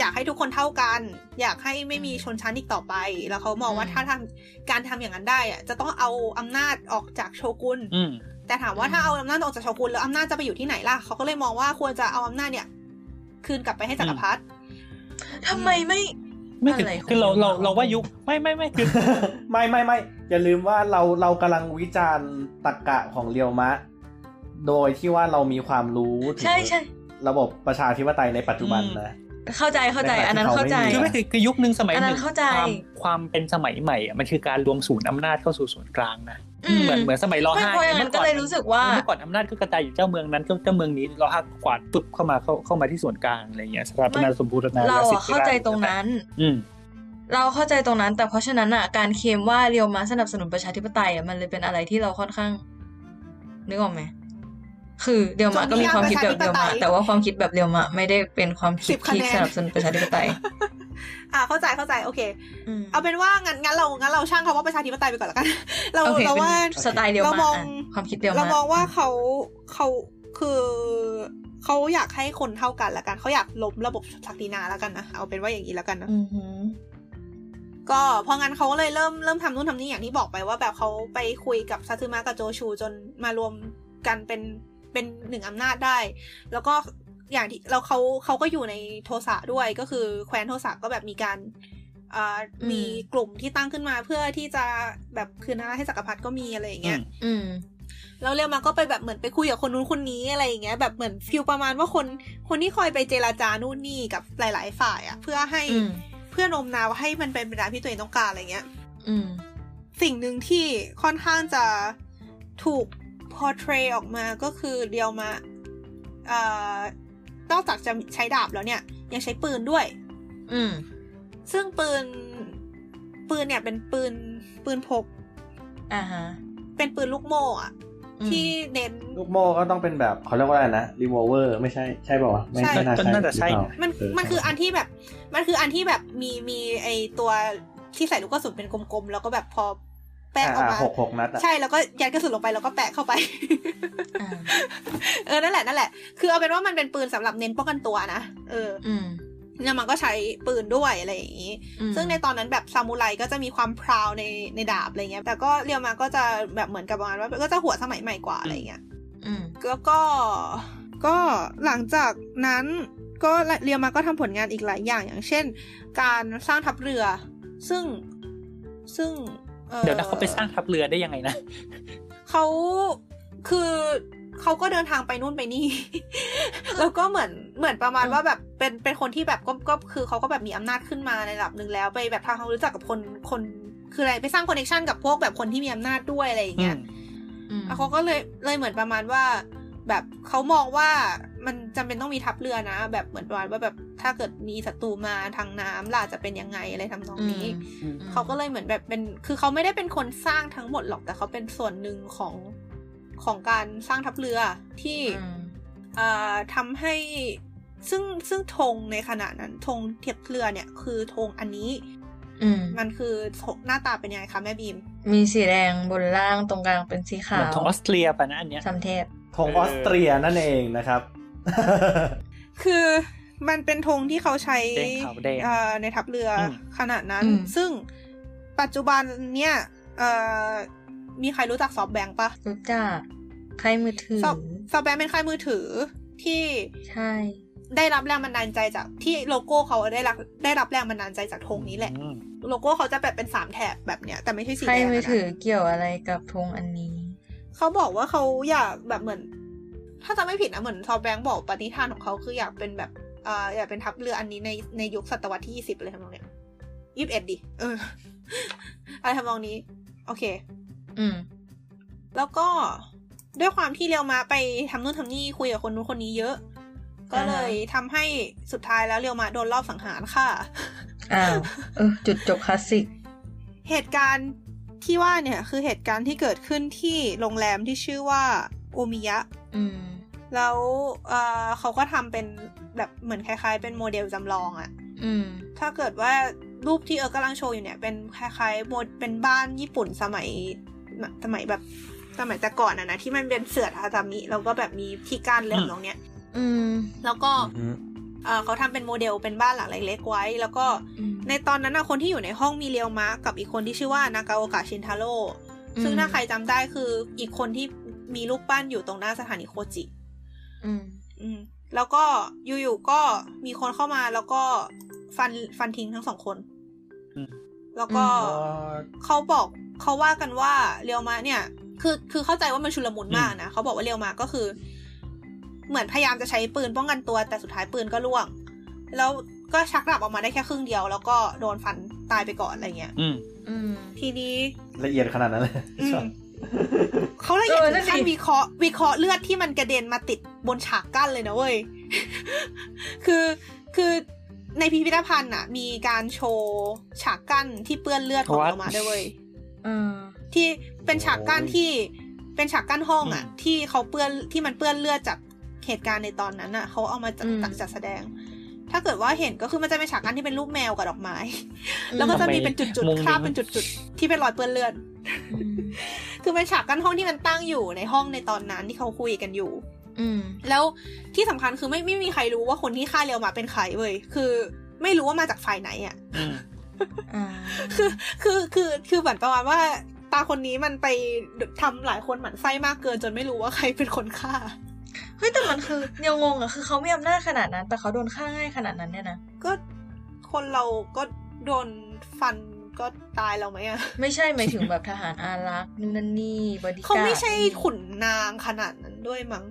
Speaker 5: อยากให้ทุกคนเท่ากัน อยากให้ไม่มีชนชั้นอีกต่อไป แล้วเขามองว่า
Speaker 2: อืม
Speaker 5: ถ้าทำการทำอย่างนั้นได้อะจะต้องเอาอำนาจออกจากโชกุน
Speaker 3: อืม
Speaker 5: แต่ถามว่าถ้าเอาอำนาจออกจากโชกุนแล้วอำนาจจะไปอยู่ที่ไหนล่ะเขาก็เลยมองว่าควรจะเอาอำนาจเนี่ย คืนกลับไปให้จักรพรรดิ
Speaker 2: ทำไมไม่
Speaker 3: ไม่ถึง
Speaker 2: อะไรของ
Speaker 3: คือเราเรา
Speaker 2: เรา
Speaker 3: เราว่ายุคไม่ไม่ไม่คือ
Speaker 4: ไม่ไม่ไม่อย่าลืมว่าเราเรากำลังวิจารณ์ตรกกะของเรียวมะ โดยที่ว่าเรามีความรู้ถึง
Speaker 2: ใช่ใช่
Speaker 4: ระบบประชาธิปไตยในปัจจุบันนะ
Speaker 2: เข้าใจเข้าใจ
Speaker 4: ในขณะที่
Speaker 2: อันนั้นเข้าใจ
Speaker 4: เขาไม่มี
Speaker 3: คือไม่คือคือยุคหนึ่งสมัยห
Speaker 2: อันนั้
Speaker 3: นึ่ง
Speaker 2: นเข้าใจ
Speaker 3: ความความเป็นสมัยใหม่อะมันคือการรวมศูนย์อำนาจเข้าสู่ศูนย์กลางนะ
Speaker 2: อืม
Speaker 3: เหมือนเหมือนสมัยร
Speaker 2: ไม่
Speaker 3: ห้า
Speaker 2: เพราะอย่างนั้นก็เลยรู้สึกว่า
Speaker 3: เมื่อก่อนอำนาจก็กระจายอยู่เจ้าเมืองนั้นเจ้าเมืองนี้รห้ากวาดปึ๊บเข้ามาเข้าเข้ามาที่ส่วนกลางอะไรอย่างเงี้ยสถาปนาสมบูรณา
Speaker 2: เรา
Speaker 3: ญสิท
Speaker 2: อะ
Speaker 3: ธิ
Speaker 2: เข้าใจตรงนั้น
Speaker 3: อืม
Speaker 2: เราเข้าใจตรงนั้น แต่เพราะฉะนั้นอ่ะการเคลมว่าเรียวมาสนับสนุนประชาธิปไตยอ่ะมันเลยเป็นอะไรที่เราค่อนข้าง นึกออกไหมคือเรียวมาก็มีความคิดแบบเรียวมาแต่ว่าความคิดแบบเรียวมาไม่ได้เป็นความคิด
Speaker 5: 10คะ
Speaker 2: ที่
Speaker 5: แนน
Speaker 2: สนับสนุนประชาธิปไตย
Speaker 5: อ่าเข้าใจเข้าใจโอเค
Speaker 2: อืม
Speaker 5: เอาเป็นว่างั้นงั้นเรางั้นเราช่างคำว่าประชาธิปไตยไปก่อนละกัน (laughs) เรา
Speaker 2: โอค
Speaker 5: เราว่า
Speaker 2: ป็นสไตล์เดียว
Speaker 5: เรา
Speaker 2: มาม
Speaker 5: อง
Speaker 2: กความคิดเดียว
Speaker 5: เรา
Speaker 2: มาก
Speaker 5: มองว่าเขาเขาคือเขาอยากให้คนเท่ากันละกันเขาอยากล้มระบบศักดินาละกันนะเอาเป็นว่าอย่างนี้ละกันนะ
Speaker 2: อือหือ
Speaker 5: ก็เพราะงั้นเขาก็เลยเริ่มเริ่มทำนู่นทำนี่อย่างที่บอกไปว่าแบบเขาไปคุยกับซาซึมะกับโจชูจนมารวมกันเป็นเป็นหนึ่งอำนาจได้ แล้วก็อย่างที่เราเขาเขาก็อยู่ในโทสะด้วยก็คือแคว้นโทสะก็แบบมีการอ่า
Speaker 2: อืม
Speaker 5: มีกลุ่มที่ตั้งขึ้นมาเพื่อที่จะแบบคืนอำนาจให้จักรพรรดิก็มีอะไรอย่างเงี้ย
Speaker 3: อืม
Speaker 2: อืม
Speaker 5: แล้วเรียวมาก็ไปแบบเหมือนไปคุยกับคนนู้นคนนี้อะไรอย่างเงี้ยแบบเหมือนฟิลประมาณว่าคนคนที่คอยไปเจราจานู่นนี่กับหลาย ๆ ฝ่ายอะเพื่อให้
Speaker 2: อืม
Speaker 5: เพื่อนมนาวให้มันเป็นไปตามที่ตัวเองต้องการอะไรเงี้ย
Speaker 2: อืม
Speaker 5: สิ่งหนึ่งที่ค่อนข้างจะถูกพอเทรออกมาก็คือเรียวมาเอ่อนอกจากจะใช้ดาบแล้วเนี่ยยังใช้ปืนด้วย
Speaker 2: อืม
Speaker 5: ซึ่งปืนปืนเนี่ยเป็นปืนปืนพก
Speaker 2: อ่าฮะ
Speaker 5: เป็นปืนลูกโม่อะ
Speaker 2: อืม
Speaker 5: ที่เน้น
Speaker 4: ลูกโม่ก็ต้องเป็นแบบเขาเรียกว่าอะไรนะรีโวเวอร์ไม่ใช่ใช่ป่าวะไม่
Speaker 5: ใช่
Speaker 4: ไม่น่าใช่
Speaker 3: น่าจะใช่
Speaker 4: หรือเปล่า
Speaker 5: มัน
Speaker 4: เ
Speaker 5: มันคืออันที่แบบ มันคืออันที่แบบมีมีไอตัวที่ใส่ลูกกระสุนเป็นกลมๆ แล้วก็แบบพอแปะออกมา
Speaker 4: หกหกนัดอะ
Speaker 5: ใช่แล้วก็ยัดกระสุนลงไปแล้วก็แปะเข้าไป (laughs)
Speaker 2: อ่า
Speaker 5: เออนั่นแหละนั่นแหละคือเอาเป็นว่ามันเป็นปืนสำหรับเน้นป้องกันตัวนะเออ
Speaker 2: อืม
Speaker 5: แล้วมันก็ใช้ปืนด้วยอะไรอย่างนี้
Speaker 2: อืม
Speaker 5: ซึ่งในตอนนั้นแบบซามูไรก็จะมีความพราวในในดาบอะไรเงี้ยแต่ก็เรียวมาก็จะแบบเหมือนกับประมาณว่าก็จะหัวสมัยใหม่กว่าอะไรเงี้ย
Speaker 2: อืม
Speaker 5: แล้วก็ก็หลังจากนั้นก็เรียมาก็ทำผลงานอีกหลายอย่างอย่างเช่น การสร้างทัพเรือ ซึ่งซึ่งอ่อ
Speaker 3: เดี๋ยวนะเขาไปสร้างทัพเรือได้ยังไงนะ
Speaker 5: เขาคือเขาก็เดินทางไปนู่นไปนี่ (laughs) แล้วก็เหมือนเหมือนประมาณว่าแบบเป็นเป็นคนที่แบบก็ก็คือเขาก็แบบมีอำนาจขึ้นมาในระดับหนึ่งแล้วไปแบบทำความรู้จักกับคนคนคืออะไรไปสร้างคอนเนคชันกับพวกแบบคนที่มีอำนาจด้วยอะไรอย่างเงี้ย
Speaker 2: อืม
Speaker 5: อ่ะเขาก็เลยเลยเหมือนประมาณว่า แบบเขามองว่ามันจำเป็นต้องมีทัพเรือนะ แบบเหมือนประมาณว่าแบบถ้าเกิดมีศัตรูมาทางน้ำล่ะจะเป็นยังไงอะไรทำนองนี้
Speaker 3: อืม
Speaker 5: เขาก็เลยเหมือนแบบเป็น คือเขาไม่ได้เป็นคนสร้างทั้งหมดหรอกแต่เขาเป็นส่วนหนึ่งของของการสร้างทัพเรือที่
Speaker 2: อืม
Speaker 5: เอ่อทำให้ซึ่งซึ่งธงในขณะนั้นธงเทียบเรือเนี่ยคือธงอันนี้
Speaker 2: อืม
Speaker 5: มันคือธงหน้าตาเป็นยังไงคะแม่บีม
Speaker 2: มีสีแดงบนล่างตรงกลางเป็นสีขา
Speaker 3: เหมือน
Speaker 2: ว
Speaker 3: ของออสเตรียป่ะนะอันเนี้ย
Speaker 2: สัมเทศ
Speaker 4: ธงออสเตรียนั่นเองนะครับ
Speaker 5: คือมันเป็นธงที่เขาใช้
Speaker 3: แดงขาวแดง
Speaker 5: เอ่อในทัพเรืออ
Speaker 3: ม
Speaker 5: ขนาดนั้น
Speaker 2: อืม
Speaker 5: ซึ่งปัจจุบันเนี่ยเอ่อมีใครรู้จักซอฟต์แบงค์ปะ
Speaker 2: รู้จักใครมือถือ
Speaker 5: ซอฟต์ซอฟต์แบงค์เป็นค่ายมือถือที่
Speaker 2: ใช่
Speaker 5: ซ ได้รับแรงบันดาลใจจากที่โลโก้เขาได้รับได้รับแรงบันดาลใจจากธงนี้แหละ
Speaker 3: อืม
Speaker 5: โลโก้เขาจะแบบเป็นสามแถบแบบเนี้ยแต่ไม่ใช่สี
Speaker 2: ใคร
Speaker 5: แดง
Speaker 2: ไป
Speaker 5: อะนะ
Speaker 2: ถือเกี่ยวอะไรกับธงอันนี้
Speaker 5: เขาบอกว่าเขาอยากแบบเหมือน ถ้าจะไม่ผิดนะเหมือนซอฟแบงค์บอกปณิธานของเขาคืออยากเป็นแบบเอ่ออยากเป็นทัพเรืออันนี้ในในยุคศตวรรษที่ยี่สิบเลยทำนองเนี้ยยี่สิบเอ็ดดิเออ (laughs) อะไรทำนองนี้ โอเค
Speaker 2: อืม
Speaker 5: แล้วก็ด้วยความที่เรียวมาไปทำนู่นทำนี่คุยกับคนนู้นคนนี้เยอะ ก็เลยทำให้สุดท้ายแล้วเรียวมาโดนรอบสังหารค่ะ (laughs)
Speaker 2: อ้าวเออจุดจบคลาสสิก
Speaker 5: เหตุการณ์ที่ว่าเนี่ยคือเหตุการณ์ที่เกิดขึ้นที่โรงแรมที่ชื่อว่าโอมิยะ
Speaker 2: อืม
Speaker 5: แล้วเอ่อเขาก็ทำเป็นแบบเหมือนคล้ายๆ เป็นโมเดลจำลองอะ
Speaker 2: อืม
Speaker 5: ถ้าเกิดว่ารูปที่เออกำลังโชว์อยู่เนี่ยเป็นคล้ายๆโมเดเป็นบ้านญี่ปุ่นสมัยสมัยแบบสมัยแต่ก่อนอะนะที่มันเป็นเสือทาตามิแล้วก็แบบมีที่กั้นเรื่องตรงเนี้ย
Speaker 2: อืม
Speaker 5: แล้วก็
Speaker 4: อืม
Speaker 5: เอ่อเขาทำเป็นโมเดลเป็นบ้านหลังเล็กๆไว้ แล้วก็
Speaker 2: อืม
Speaker 5: ในตอนนั้นนะคนที่อยู่ในห้องมีเรียวมะกับอีกคนที่ชื่อว่านากาโอกะชินทาโร่ซึ่งถ้าใครจำได้คืออีกคนที่มีรูปปั้นอยู่ตรงหน้าสถานีโคจิ
Speaker 2: อืม
Speaker 5: อืม แล้วก็อยู่ๆก็มีคนเข้ามาแล้วก็ฟันฟันทิ้งทั้งสองคน
Speaker 3: อืม
Speaker 5: แล้วก็
Speaker 2: อ๋
Speaker 5: เขาบอกเขาว่ากันว่าเรียวมาเนี่ย คือคือเข้าใจว่ามันชุลมุนมากนะเขาบอกว่าเรียวมาก็คือ เหมือนพยายามจะใช้ปืนป้องกันตัว แต่สุดท้ายปืนก็ล่วง แล้วก็ชักดาบออกมาได้แค่ครึ่งเดียว แล้วก็โดนฟันตายไปก่อนอะไรเงี้ย
Speaker 3: อืม
Speaker 2: อืม
Speaker 5: ทีนี้
Speaker 4: ละเอียดขนาดนั้นเลย
Speaker 5: อืม
Speaker 4: ชอบ
Speaker 5: เขาละเอียด
Speaker 2: เออนั่
Speaker 5: ถึ
Speaker 2: น
Speaker 5: ง
Speaker 2: ดิ
Speaker 5: ขั้นวิเคราะห์วิเคราะห์เลือดที่มันกระเด็นมาติดบนฉากกั้นเลยนะเว้ย คือคือในพิพิธภัณฑ์อ่ะ มีการโชว์ฉากกั้นที่เปื้อนเลือดของ
Speaker 3: What?
Speaker 5: เรามาด้วยเว้ย
Speaker 2: เออ
Speaker 5: ที่เป็นฉากกั้นที่เป็นฉากกั้นห้องอ่ะ
Speaker 3: อืม
Speaker 5: ที่เขาเปื้อนที่มันเปื้อนเลือดจากเหตุการณ์ในตอนนั้นอ่ะเขาเอามาจัด
Speaker 2: อืม
Speaker 5: จัดจัดแสดง ถ้าเกิดว่าเห็นก็คือมันจะเป็นฉากกั้นที่เป็นรูปแมวกับดอกไม้ แล้วก็จะมีเป็นจุด
Speaker 3: มุม
Speaker 5: ๆ
Speaker 3: นี้
Speaker 5: คราบเป็นจุดๆที่เป็นรอยเปื้อนเลือด
Speaker 2: อืม
Speaker 5: คือเป็นฉากกั้นห้องที่มันตั้งอยู่ในห้องในตอนนั้นที่เขาคุยกันอยู่
Speaker 2: อืม
Speaker 5: แล้วที่สำคัญคือไม่ไม่มีใครรู้ว่าคนที่ฆ่าเรียวมาเป็นใครเว้ยคือไม่รู้ว่ามาจากฝ่ายไหนอะ่ะ
Speaker 3: อืม
Speaker 2: อ่า
Speaker 5: คือคือคือคือเหมือนประมาณว่าตาคนนี้มันไปทำหลายคนหมั่นไส้มากเกิน จนไม่รู้ว่าใครเป็นคนฆ่า
Speaker 2: (laughs) เฮ้ยแต่มันคือเดียวงงอะคือเขาไม่อำนาจขนาดนั้น แต่เขาโดนฆ่าง่ายขนาดนั้นเนี่ยนะ
Speaker 5: ก็คนเราก็โดนฟันก็ตายเราไหมอะ่ะ
Speaker 2: ไม่ใช่หมายถึงแบบทหารอารักษ์นู่นนั่นนี่บริการด
Speaker 5: เขาไม่ใช่ขุนนางขนาดนั้นด้วยมั้ง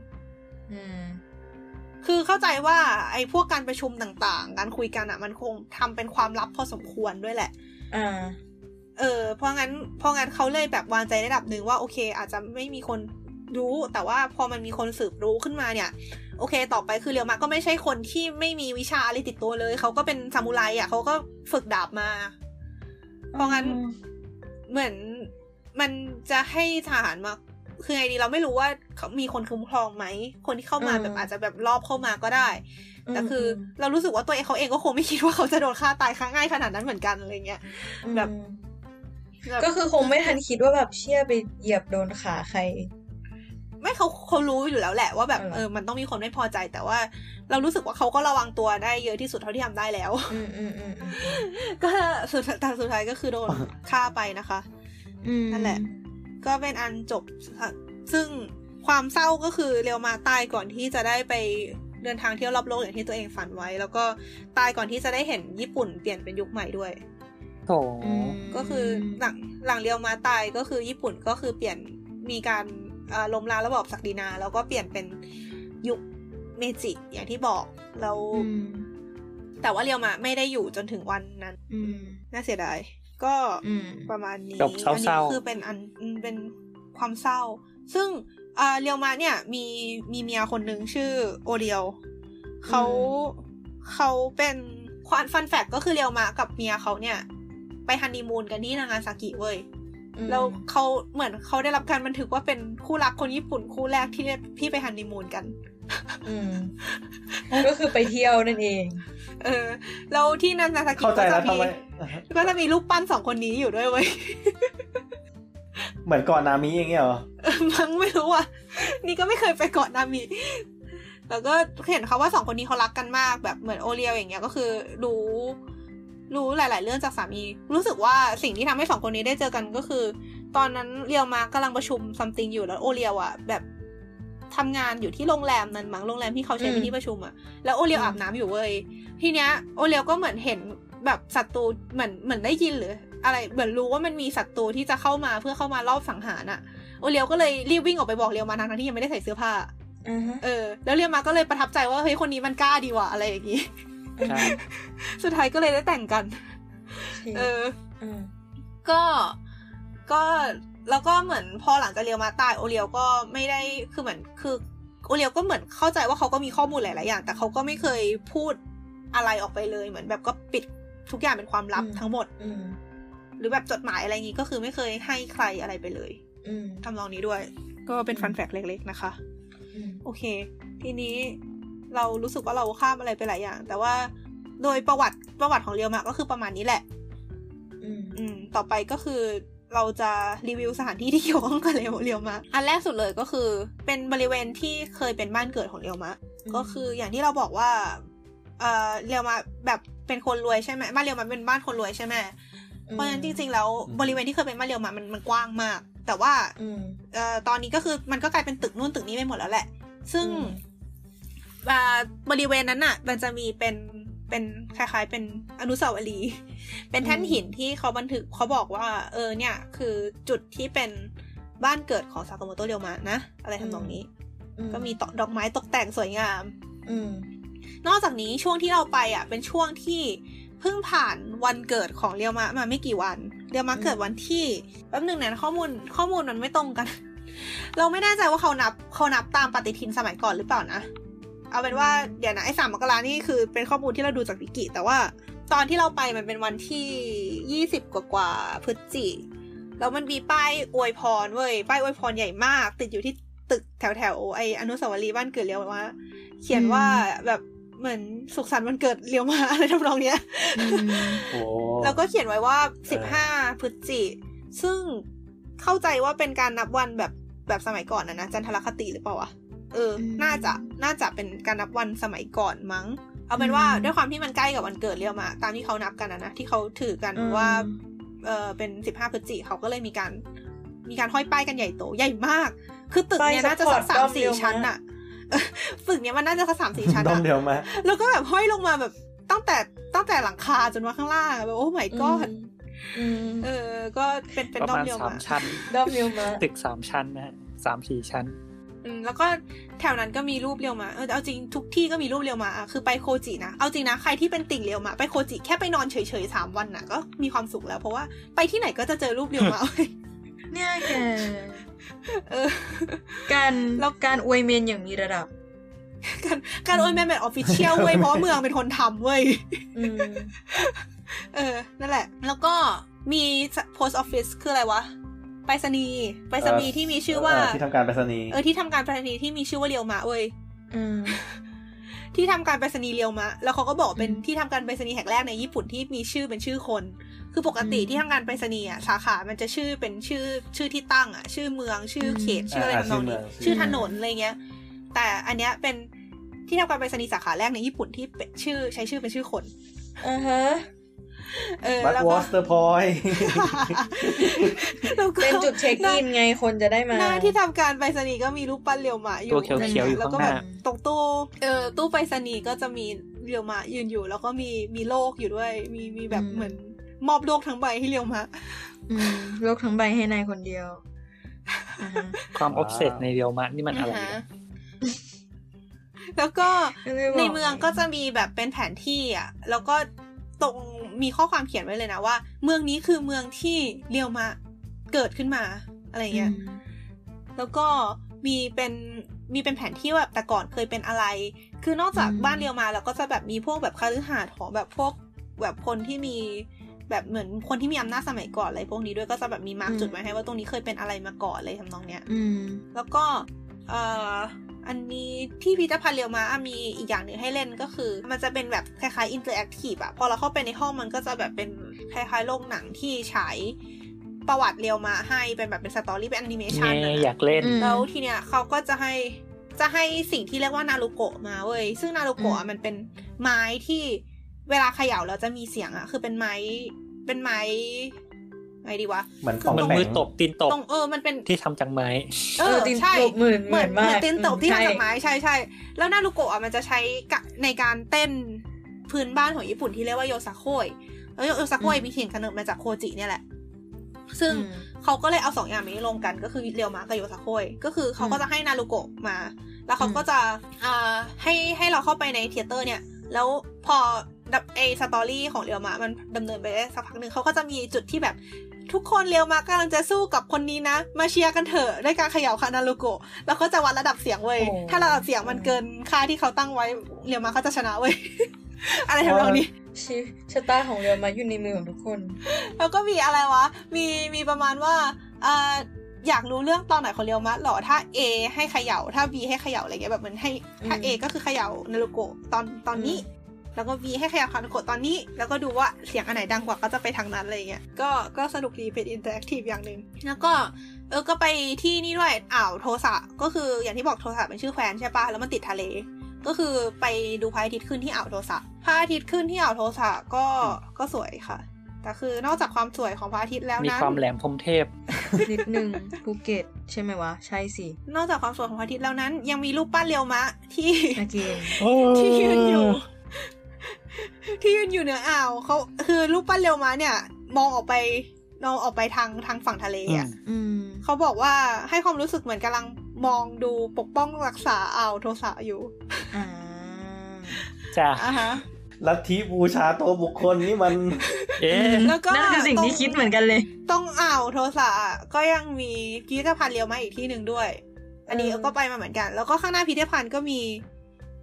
Speaker 2: อืม
Speaker 5: คือเข้าใจว่าไอ้พวกการประชุมต่างๆ การคุยกันอะ่ะมันคงทำเป็นความลับพอสมควรด้วยแหละ
Speaker 2: อ่า
Speaker 5: เออเพราะงั้นเพราะงั้นเขาเลยแบบวางใจระดับหนึ่งว่าโอเค อาจจะไม่มีคนรู้ แต่ว่าพอมันมีคนสืบรู้ขึ้นมาเนี่ย โอเค ต่อไปคือเรียวมาก็ไม่ใช่คนที่ไม่มีวิชาอะไรติดตัวเลย เขาก็เป็นซามูไรอ่ะเขาก็ฝึกดาบมา เพราะงั้น
Speaker 2: อืม
Speaker 5: เหมือนมันจะให้ทหารมาคือไงดีเราไม่รู้ว่าเขามีคนคุ้มครองไหม คนที่เข้ามา
Speaker 2: อืม
Speaker 5: แบบอาจจะแบบรอบเข้ามาก็ได้ แต่คืออ
Speaker 2: ม
Speaker 5: เรารู้สึกว่าตัวเองเขาเองก็คงไม่คิดว่าเขาจะโดนฆ่าตายครั้งง่ายขนาดนั้นเหมือนกันอะไรเงี้ย
Speaker 2: อืม
Speaker 5: แบบ แบบ
Speaker 2: ก็คือคงไม่ทันคิดว่าแบบเชี่ยไปเหยียบโดนขาใคร
Speaker 5: ไม่เขาเขารู้อยู่แล้วแหละว่าแบบ
Speaker 2: เออ
Speaker 5: เออมันต้องมีคนไม่พอใจแต่ว่า เรารู้สึกว่าเขาก็ระวังตัวได้เยอะที่สุดเท่าที่ทำได้แล้ว
Speaker 2: อืมอืมอืมอืม
Speaker 5: (laughs) ก็สุดแต่สุดท้ายก็คือโดน (laughs) ฆ่าไปนะคะ
Speaker 2: อืม
Speaker 5: นั่นแหละ ก็เป็นอันจบค่ะซึ่งความเศร้าก็คือเรียวมาตายก่อนที่จะได้ไปเดินทางเที่ยวรอบโลกอย่างที่ตัวเองฝันไว้ แล้วก็ตายก่อนที่จะได้เห็นญี่ปุ่นเปลี่ยนเป็นยุคใหม่ด้วย
Speaker 3: โถ
Speaker 2: อืม
Speaker 5: ก็คือหลังหลังเรียวมาตายก็คือญี่ปุ่นก็คือเปลี่ยนมีการเอ่อล้มล้างระบอบศักดินา แล้วก็เปลี่ยนเป็นยุคเมจิอย่างที่บอกแล้ว
Speaker 2: อืม
Speaker 5: แต่ว่าเรียวมาไม่ได้อยู่จนถึงวันนั้น
Speaker 2: อืม
Speaker 5: น่าเสียดายก็
Speaker 2: อืม
Speaker 5: ประมาณนี้
Speaker 3: จบเศ
Speaker 5: อั
Speaker 3: ร้าๆ
Speaker 5: นี้คือเป็นอันอืมเป็นความเศร้า ซึ่งเอ่อเรียวมาเนี่ยมีมีเมียคนหนึ่งชื่อโอเรียวเขา
Speaker 2: อื
Speaker 5: เขาเป็นความฟันแฟกก็คือเรียวมากับเมียเขาเนี่ย ไปฮันนีมูนกันที่นางาซากิเว้ย
Speaker 2: อืม
Speaker 5: แล้วเขาเหมือนเขาได้รับการบันทึกว่าเป็นคู่รักคนญี่ปุ่นคู่แรกที่ได้ที่ไปฮันนีมูนกัน
Speaker 2: อืมก็คือไปเที่ยวนั่นเอง
Speaker 5: เออแล้วที่นันนาซากิ
Speaker 4: เข้าใจ
Speaker 5: ก็
Speaker 4: แล้ว
Speaker 5: จะ
Speaker 4: ทำ
Speaker 5: มี
Speaker 4: ไม
Speaker 5: ก็จะมีรูปปั้นสองคนนี้อยู่ด้วยเว้ย
Speaker 4: เหมือน (laughs) ก่อนนามิอย่างเงี้ยเหรอ
Speaker 5: มั้งไม่รู้อ่ะ นี่ก็ไม่เคยไปเกาะนามิแล้วก็เห็นเขาว่าสองคนนี้เขารักกันมากแบบเหมือนโอเลียวอย่างเงี้ยก็คือรู้ รู้หลาย ๆ เรื่องจากสามี รู้สึกว่าสิ่งที่ทำให้สองคนนี้ได้เจอกันก็คือ ตอนนั้นเรียวมากำลังประชุมซัมติงอยู่แล้วโอเลียวอ่ะแบบ ทำงานอยู่ที่โรงแรมนั้นมั้งโรงแรมที่เขาใช้
Speaker 2: อืม
Speaker 5: เป็นที่ประชุมอะแล้วโอเลียวอาบน้ำอยู่เว้ยทีเนี้ยโอเลียวก็เหมือนเห็นแบบศัตรูเหมือนเหมือนได้ยินหรือ อะไรเหมือนรู้ว่ามันมีศัตรูที่จะเข้ามาเพื่อเข้ามารอบสังหารอะโอเลียวก็เลยรีบวิ่งออกไปบอกเลียวมาทั้งๆที่ยังไม่ได้ใส่เสื้อผ้า
Speaker 2: อือฮึ
Speaker 5: เออแล้วเรียมาก็เลยประทับใจว่าเฮ้ยคนนี้มันกล้าดีว่ะอะไรอย่างงี้ (laughs)
Speaker 3: ใช่
Speaker 5: สุดท้ายก็เลยได้แต่งกัน เออ
Speaker 2: ม
Speaker 5: ก็ก็แล้วก็เหมือนพอหลังจากเรียวมาตายโอเลียวก็ไม่ได้คือเหมือนคือโอเลียวก็เหมือนเข้าใจว่าเขาก็มีข้อมูลหลาย ๆ อย่าง แต่เขาก็ไม่เคยพูดอะไรออกไปเลย เหมือนแบบก็ปิดทุกอย่างเป็นความลับทั้งหมด
Speaker 2: อืม
Speaker 5: หรือแบบจดหมายอะไรอย่างงี้ก็คือไม่เคยให้ใครอะไรไปเลย
Speaker 2: อืม
Speaker 5: ทำนองนี้ด้วย ก็เป็นฟันแฟกเล็ก ๆ นะคะ
Speaker 2: อืม
Speaker 5: โอเค ทีนี้เรารู้สึกว่าเราข้ามอะไรไปหลายอย่าง แต่ว่าโดยประวัติประวัติของเรียวมาก็คือประมาณนี้แหละ
Speaker 2: อืม
Speaker 5: อืม ต่อไปก็คือเราจะรีวิวสถานที่ที่เกี่ยวข้องกับเรียวเรียวมะอันแรกสุดเลยก็คือ เป็นบริเวณที่เคยเป็นบ้านเกิดของเรียวมะ
Speaker 2: อืม
Speaker 5: ก็คืออย่างที่เราบอกว่า เออเรียวมะแบบเป็นคนรวยใช่ไหมบ้านเรียวมะเป็นบ้านคนรวยใช่ไหมเพราะฉะนั้นจริงๆแล้วบริเวณที่เคยเป็นบ้านเรียวมะมันมันกว้างมาก แต่ว่า
Speaker 2: อืม
Speaker 5: เอ่อตอนนี้ก็คือมันก็กลายเป็นตึกนู่นตึกนี้ไปหมดแล้วแหละ ซึ่ง
Speaker 2: อืม
Speaker 5: อ่าบริเวณนั้นน่ะ มันจะมีเป็นเป็นคล้าย ๆ เป็นอนุสาวรีย์ เป็นแท่นหินที่เขาบันทึกเขาบอกว่า เออเนี่ย คือจุดที่เป็นบ้านเกิดของซากาโมโตะเรียวมะนะ อะไรทำนองนี้
Speaker 2: อื
Speaker 5: ก็มีดอกไม้ตกแต่งสวยงาม
Speaker 2: อืม
Speaker 5: นอกจากนี้ช่วงที่เราไปอ่ะเป็นช่วงที่เพิ่งผ่านวันเกิดของเรียวมะมาไม่กี่วัน เรียวมะ
Speaker 2: อืม
Speaker 5: เกิดวันที่แป๊บหนึ่งนะข้อมูลข้อมูลมันไม่ตรงกัน (laughs) เราไม่แน่ใจว่าเขานับเขานับตามปฏิทินสมัยก่อนหรือเปล่านะ เอาเป็นว่าเดี๋ยวนะไอ้สามมกรานี่คือเป็นข้อมูลที่เราดูจากวิกิ แต่ว่าตอนที่เราไปมันเป็นวันที่ยี่สิบกว่ากว่าๆพฤศจิแล้วมันมีป้ายอวยพรเว้ยป้ายอวยพรใหญ่มาก ติดอยู่ที่ตึกแถวแถวๆไออนุสาวรีย์บ้านเกิดเรียวมะเขียนว่าแบบเหมือนสุขสันต์วันเกิดเรียวมา (laughs) อะไรทำนองเนี้ย
Speaker 3: โอ้
Speaker 5: แล้วก็เขียนไว้ว่า 15 พฤศจิ ซึ่งเข้าใจว่าเป็นการนับวันแบบแบบสมัยก่อนนะนะ จันทรคติหรือเปล่าวะ เออ
Speaker 2: อืม
Speaker 5: น่าจะ น่าจะเป็นการนับวันสมัยก่อนมั้ง เอาเป็นว่า
Speaker 2: อืม
Speaker 5: ด้วยความที่มันใกล้กับวันเกิดเรียวมา ตามที่เขานับกันนะนะ ที่เขาถือกัน
Speaker 2: อืม
Speaker 5: ว่า เออเป็น 15 พฤศจิเขาก็เลยมีการ มีการห้อยป้ายกันใหญ่โต ใหญ่มาก คือตึกเนี่ยน่าจะสักสามสี่ชั้นอะ (laughs) เออตึกเนี่ยมันน่าจะสักสามสี่ชั้น
Speaker 4: (laughs) ด้อ
Speaker 5: อะ
Speaker 4: มเดียวมา
Speaker 5: แล้วก็แบบห้อยลงมาแบบตั้งแต่ตั้งแต่หลังคาจนมาข้างล่างอะแบบโอ้ไม่ก็
Speaker 2: อืม
Speaker 5: เออ ก็เป็นเป็น
Speaker 3: ประ
Speaker 5: ด้อม
Speaker 3: มาณ
Speaker 5: เดียว
Speaker 3: สาม
Speaker 5: มา
Speaker 3: ชั้น
Speaker 2: ดอบวิวมา
Speaker 3: ตึกสามชั้นนะฮะสามสี่ชั้น
Speaker 5: อืมแล้วก็แถวนั้นก็มีรูปเรียวมาเออแต่เอาจริงทุกที่ก็มีรูปเรียวมาอะคือไปโคจินะเอาจริงนะใครที่เป็นติ่งเรียวมา ไปโคจิแค่ไปนอนเฉยๆสามวันน่ะก็มีความสุขแล้วเพราะว่าไปที่ไหนก็จะเจอรูปเรียว
Speaker 3: (laughs)
Speaker 5: มา
Speaker 2: เนี่ยแก
Speaker 5: เออ
Speaker 2: การ
Speaker 5: แล้ว
Speaker 2: การอวยเมนอย่างมีระดับ
Speaker 5: การการโอนแมนแบบออฟฟิเชียลเว้ยเพราะว่าเมืองเป็นคนทำเว้ย
Speaker 2: อืม
Speaker 5: เออ นั่นแหละ แล้วก็มี post office คืออะไรวะไปรษณีย์ไปรษณีย์ที่มีชื่อว่า
Speaker 4: เที่ทำการไปรษณีย์
Speaker 5: เออที่ทำการไปรษณีย์ที่มีชื่อว่าเรียวมะเว้ย
Speaker 2: อืม
Speaker 5: ที่ทำการไปรษณีย์เรียวมะ แล้วเขาก็บอกเป็น
Speaker 2: อืม
Speaker 5: ที่ทำการไปรษณีย์แห่งแรกในญี่ปุ่นที่มีชื่อเป็นชื่อคน คือปกติ
Speaker 2: อืม
Speaker 5: ที่ทำการไปรษณีย์อ่ะสาขา มันจะชื่อเป็นชื่อชื่อที่ตั้งอ่ะชื่อเมืองชื่อเขต
Speaker 2: อืม
Speaker 5: ชื่ออะไรทำนองนี้ชื่อถนนอะไรเงี้ย แต่อันเนี้ยเป็นที่ทำการไปรษณีย์สาขาแรกในญี่ปุ่นที่เป็นชื่อใช้ชื่อเป็นชื่อคน
Speaker 2: อ่าฮะ
Speaker 5: เออ
Speaker 4: บัต
Speaker 5: แล้ว
Speaker 4: วอ
Speaker 5: ก็
Speaker 4: สเตอร์พอย
Speaker 5: (laughs) แล้วก็
Speaker 2: (laughs) เป็นจุดเช็คอินไงคนจะได้มา
Speaker 5: หน้าที่ทำการไปรษณีย์ก็มีรูปปั้นเรียวหมาอยู่
Speaker 3: ตัวเขียว
Speaker 2: ๆอยู่
Speaker 5: แล้วก็
Speaker 3: ข้างห
Speaker 5: แบ
Speaker 3: น้า
Speaker 5: บตรงตู้เออตู้ไปรษณีย์ก็จะมีเรียวหมายืนอยู่ แล้วก็มีมีโลกอยู่ด้วย มีมีแบบ
Speaker 2: อืม
Speaker 5: เหมือนมอบโลกทั้งใบให้เรียวหมา
Speaker 2: อืมโลกทั้งใบให้นายคนเดียวอ่าฮะ
Speaker 3: ความอ
Speaker 4: ว้าว
Speaker 3: อฟเซตในเรียวมะนี่มันอะไร
Speaker 5: าฮ
Speaker 3: เนี่ย
Speaker 5: แล้วก็
Speaker 2: ไม่ได้บก
Speaker 5: ในเมืองก็จะมีแบบเป็นแผนที่อ่ะแล้วก็ตรงมีข้อความเขียนไว้เลยนะว่า เมืองนี้คือเมืองที่เรียวหมาเกิดขึ้นมาอะไรเงี้ย
Speaker 2: ม
Speaker 5: แล้วก็มีเป็นมีเป็นแผนที่ว่าแบบแต่ก่อนเคยเป็นอะไร คือนอกจาก
Speaker 2: อืม
Speaker 5: บ้านเรียวมาเราก็จะแบบมีพวกแบบคฤหาสน์หอแบบพวกแบบคนที่มีแบบเหมือนคนที่มีอำนาจสมัยก่อนอะไรพวกนี้ด้วยก็จะแบบมีมาร์กจุดไว้ให้ว่าตรงนี้เคยเป็นอะไรมาก่อนเลยทำนองเนี้ย
Speaker 2: อืม
Speaker 5: แล้วก็เอ่ออันนี้ที่พิพิธภัณฑ์เรียวมาอ่ะมีอีกอย่างหนึ่งให้เล่นก็คือ มันจะเป็นแบบคล้ายๆอินเตอร์แอคทีฟอะพอเราเข้าไปในห้องมันก็จะแบบเป็นคล้ายๆโรงหนังที่ฉายประวัติเรียวมาให้เป็นแบบเป็นสตอรี่เป็นแอนิเมชัน
Speaker 3: เน่
Speaker 5: นะ
Speaker 3: อยากเล่น
Speaker 2: อืม
Speaker 5: แล้วทีเนี้ยเขาก็จะให้จะให้สิ่งที่เรียกว่านารูโกะมาเว้ยซึ่งนารูโกะ
Speaker 2: อื
Speaker 5: อะ
Speaker 2: ม
Speaker 5: มันเป็นไม้ที่เวลาเขย่าแล้วจะมีเสียงอะคือเป็นไม้เป็นไม้ ไงดีวะ
Speaker 4: เหมือน
Speaker 5: คื
Speaker 4: ของ
Speaker 3: มัน
Speaker 4: แต่ง
Speaker 3: มือตบตีนตบ
Speaker 5: ตรงเออมันเป็น
Speaker 3: ที่ทำจากไม้
Speaker 5: เออ
Speaker 2: ตีน
Speaker 5: ใช่
Speaker 2: ตบหมื่น
Speaker 5: เหมือน
Speaker 2: ห
Speaker 5: เห
Speaker 2: มื่
Speaker 5: มื
Speaker 2: น
Speaker 5: อน
Speaker 2: มาก
Speaker 5: ตีนตบที่
Speaker 2: ใช่
Speaker 5: ทำจากไม้ใช่ใช่แล้วนารูโกะอ่ะมันจะใช้กะในการเต้นพื้นบ้านของญี่ปุ่นที่เรียกว่าโยซาโคยแล้วโยซาโคย
Speaker 2: อืม
Speaker 5: มีถิ่นกำเนิดมาจากโคจิเนี่ยแหละ ซึ่งเขาก็เลยเอาสองอย่างนี้รวมกันก็คือเรียวมะกับโยซาโคยก็คือเขาก็จะให้นารูโกะมา แล้วเขาก็จะอ่าให้ให้เราเข้าไปในเทยเตอร์เนี่ย แล้วพอดับไอสตอรี่ของเรียวมะมันดำเนินไปได้สักพักหนึ่งเขาก็จะมีจุดที่แบบทุกคนเรียวมะกำลังจะสู้กับคนนี้นะ มาเชียร์กันเถอะด้วยการเขย่าคานาลูโกะแล้วก็จะวัดระดับเสียงเว้ย
Speaker 2: โอ้
Speaker 5: ถ้าระดับเสียงมันเกินค่าที่เขาตั้งไว้ (laughs) เรียวมะเขาจะชนะเว้ย อะไรทำนองนี้
Speaker 2: ชีวิตชะตาของเรือมาอยู่ในมือของทุกคน
Speaker 5: แล้วก็มีอะไรวะ มีมีประมาณว่าเอ่ออยากรู้เรื่องตอนไหนของเรียวมัดหรอ ถ้า A ให้เขย่า ถ้า B ให้เขย่าอะไรเงี้ยแบบเหมือนให้ ถ้า
Speaker 2: อืม
Speaker 5: A ก็คือเขย่านารุโกะตอนตอนนี้ แล้วก็ B ให้เขย่าคานารุโกะตอนนี้ แล้วก็ดูว่าเสียงอันไหนดังกว่าก็จะไปทางนั้นอะไรเงี้ย ก็ก็สนุกดีเป็นอินเตอร์แอคทีฟอย่างหนึ่ง แล้วก็เออ ก็ไปที่นี่ด้วย อ่าวโทสะ ก็คืออย่างที่บอกโทสะเป็นชื่อแคว้นใช่ปะแล้วมันติดทะเล ก็คือไปดูพระอาทิตย์ขึ้นที่อ่าวโทสะพระอาทิตย์ขึ้นที่อ่าวโทสะก็ก็สวยค่ะ แต่คือนอกจากความสวยของพระอาทิตย์แล้ว
Speaker 3: มี
Speaker 5: นั้น
Speaker 3: ความแหลมคมเทพ
Speaker 2: นิดนึงภูเก็ตใช่ไหมวะ ใช่สิ
Speaker 5: นอกจากความสวยของพระอาทิตย์แล้วนั้น ยังมีรูปปั้นเรียวมะที่
Speaker 2: นาเกน
Speaker 5: ที่ยืนอยู่ ที่ยืนอยู่เหนืออ่าวเขาคือรูปปั้นเรียวมะเนี่ย มองออกไปมองออกไปทางทางฝั่งทะเลอ่ะ
Speaker 2: อืม
Speaker 5: เขาบอกว่าให้ความรู้สึกเหมือนกำลังมองดูปกป้องรักษาอ่าวโทสะอยู่
Speaker 2: อ่า
Speaker 3: จ้ะ
Speaker 5: อ่ะฮะ
Speaker 4: (laughs) ลัทธิบูชาตัวบุคคลนี่มัน
Speaker 3: เอ๊ะ
Speaker 5: แล้วก็
Speaker 2: นั่นคือสิ่งที่คิดเหมือนกันเลย
Speaker 5: ตรงอ่าวโทสะอะก็ยังมีพิพิธภัณฑ์เรียวมาอีกที่หนึ่งด้วย อันนี้
Speaker 2: เออ
Speaker 5: ก็ไปมาเหมือนกัน แล้วก็ข้างหน้าพิพิธภัณฑ์ก็มี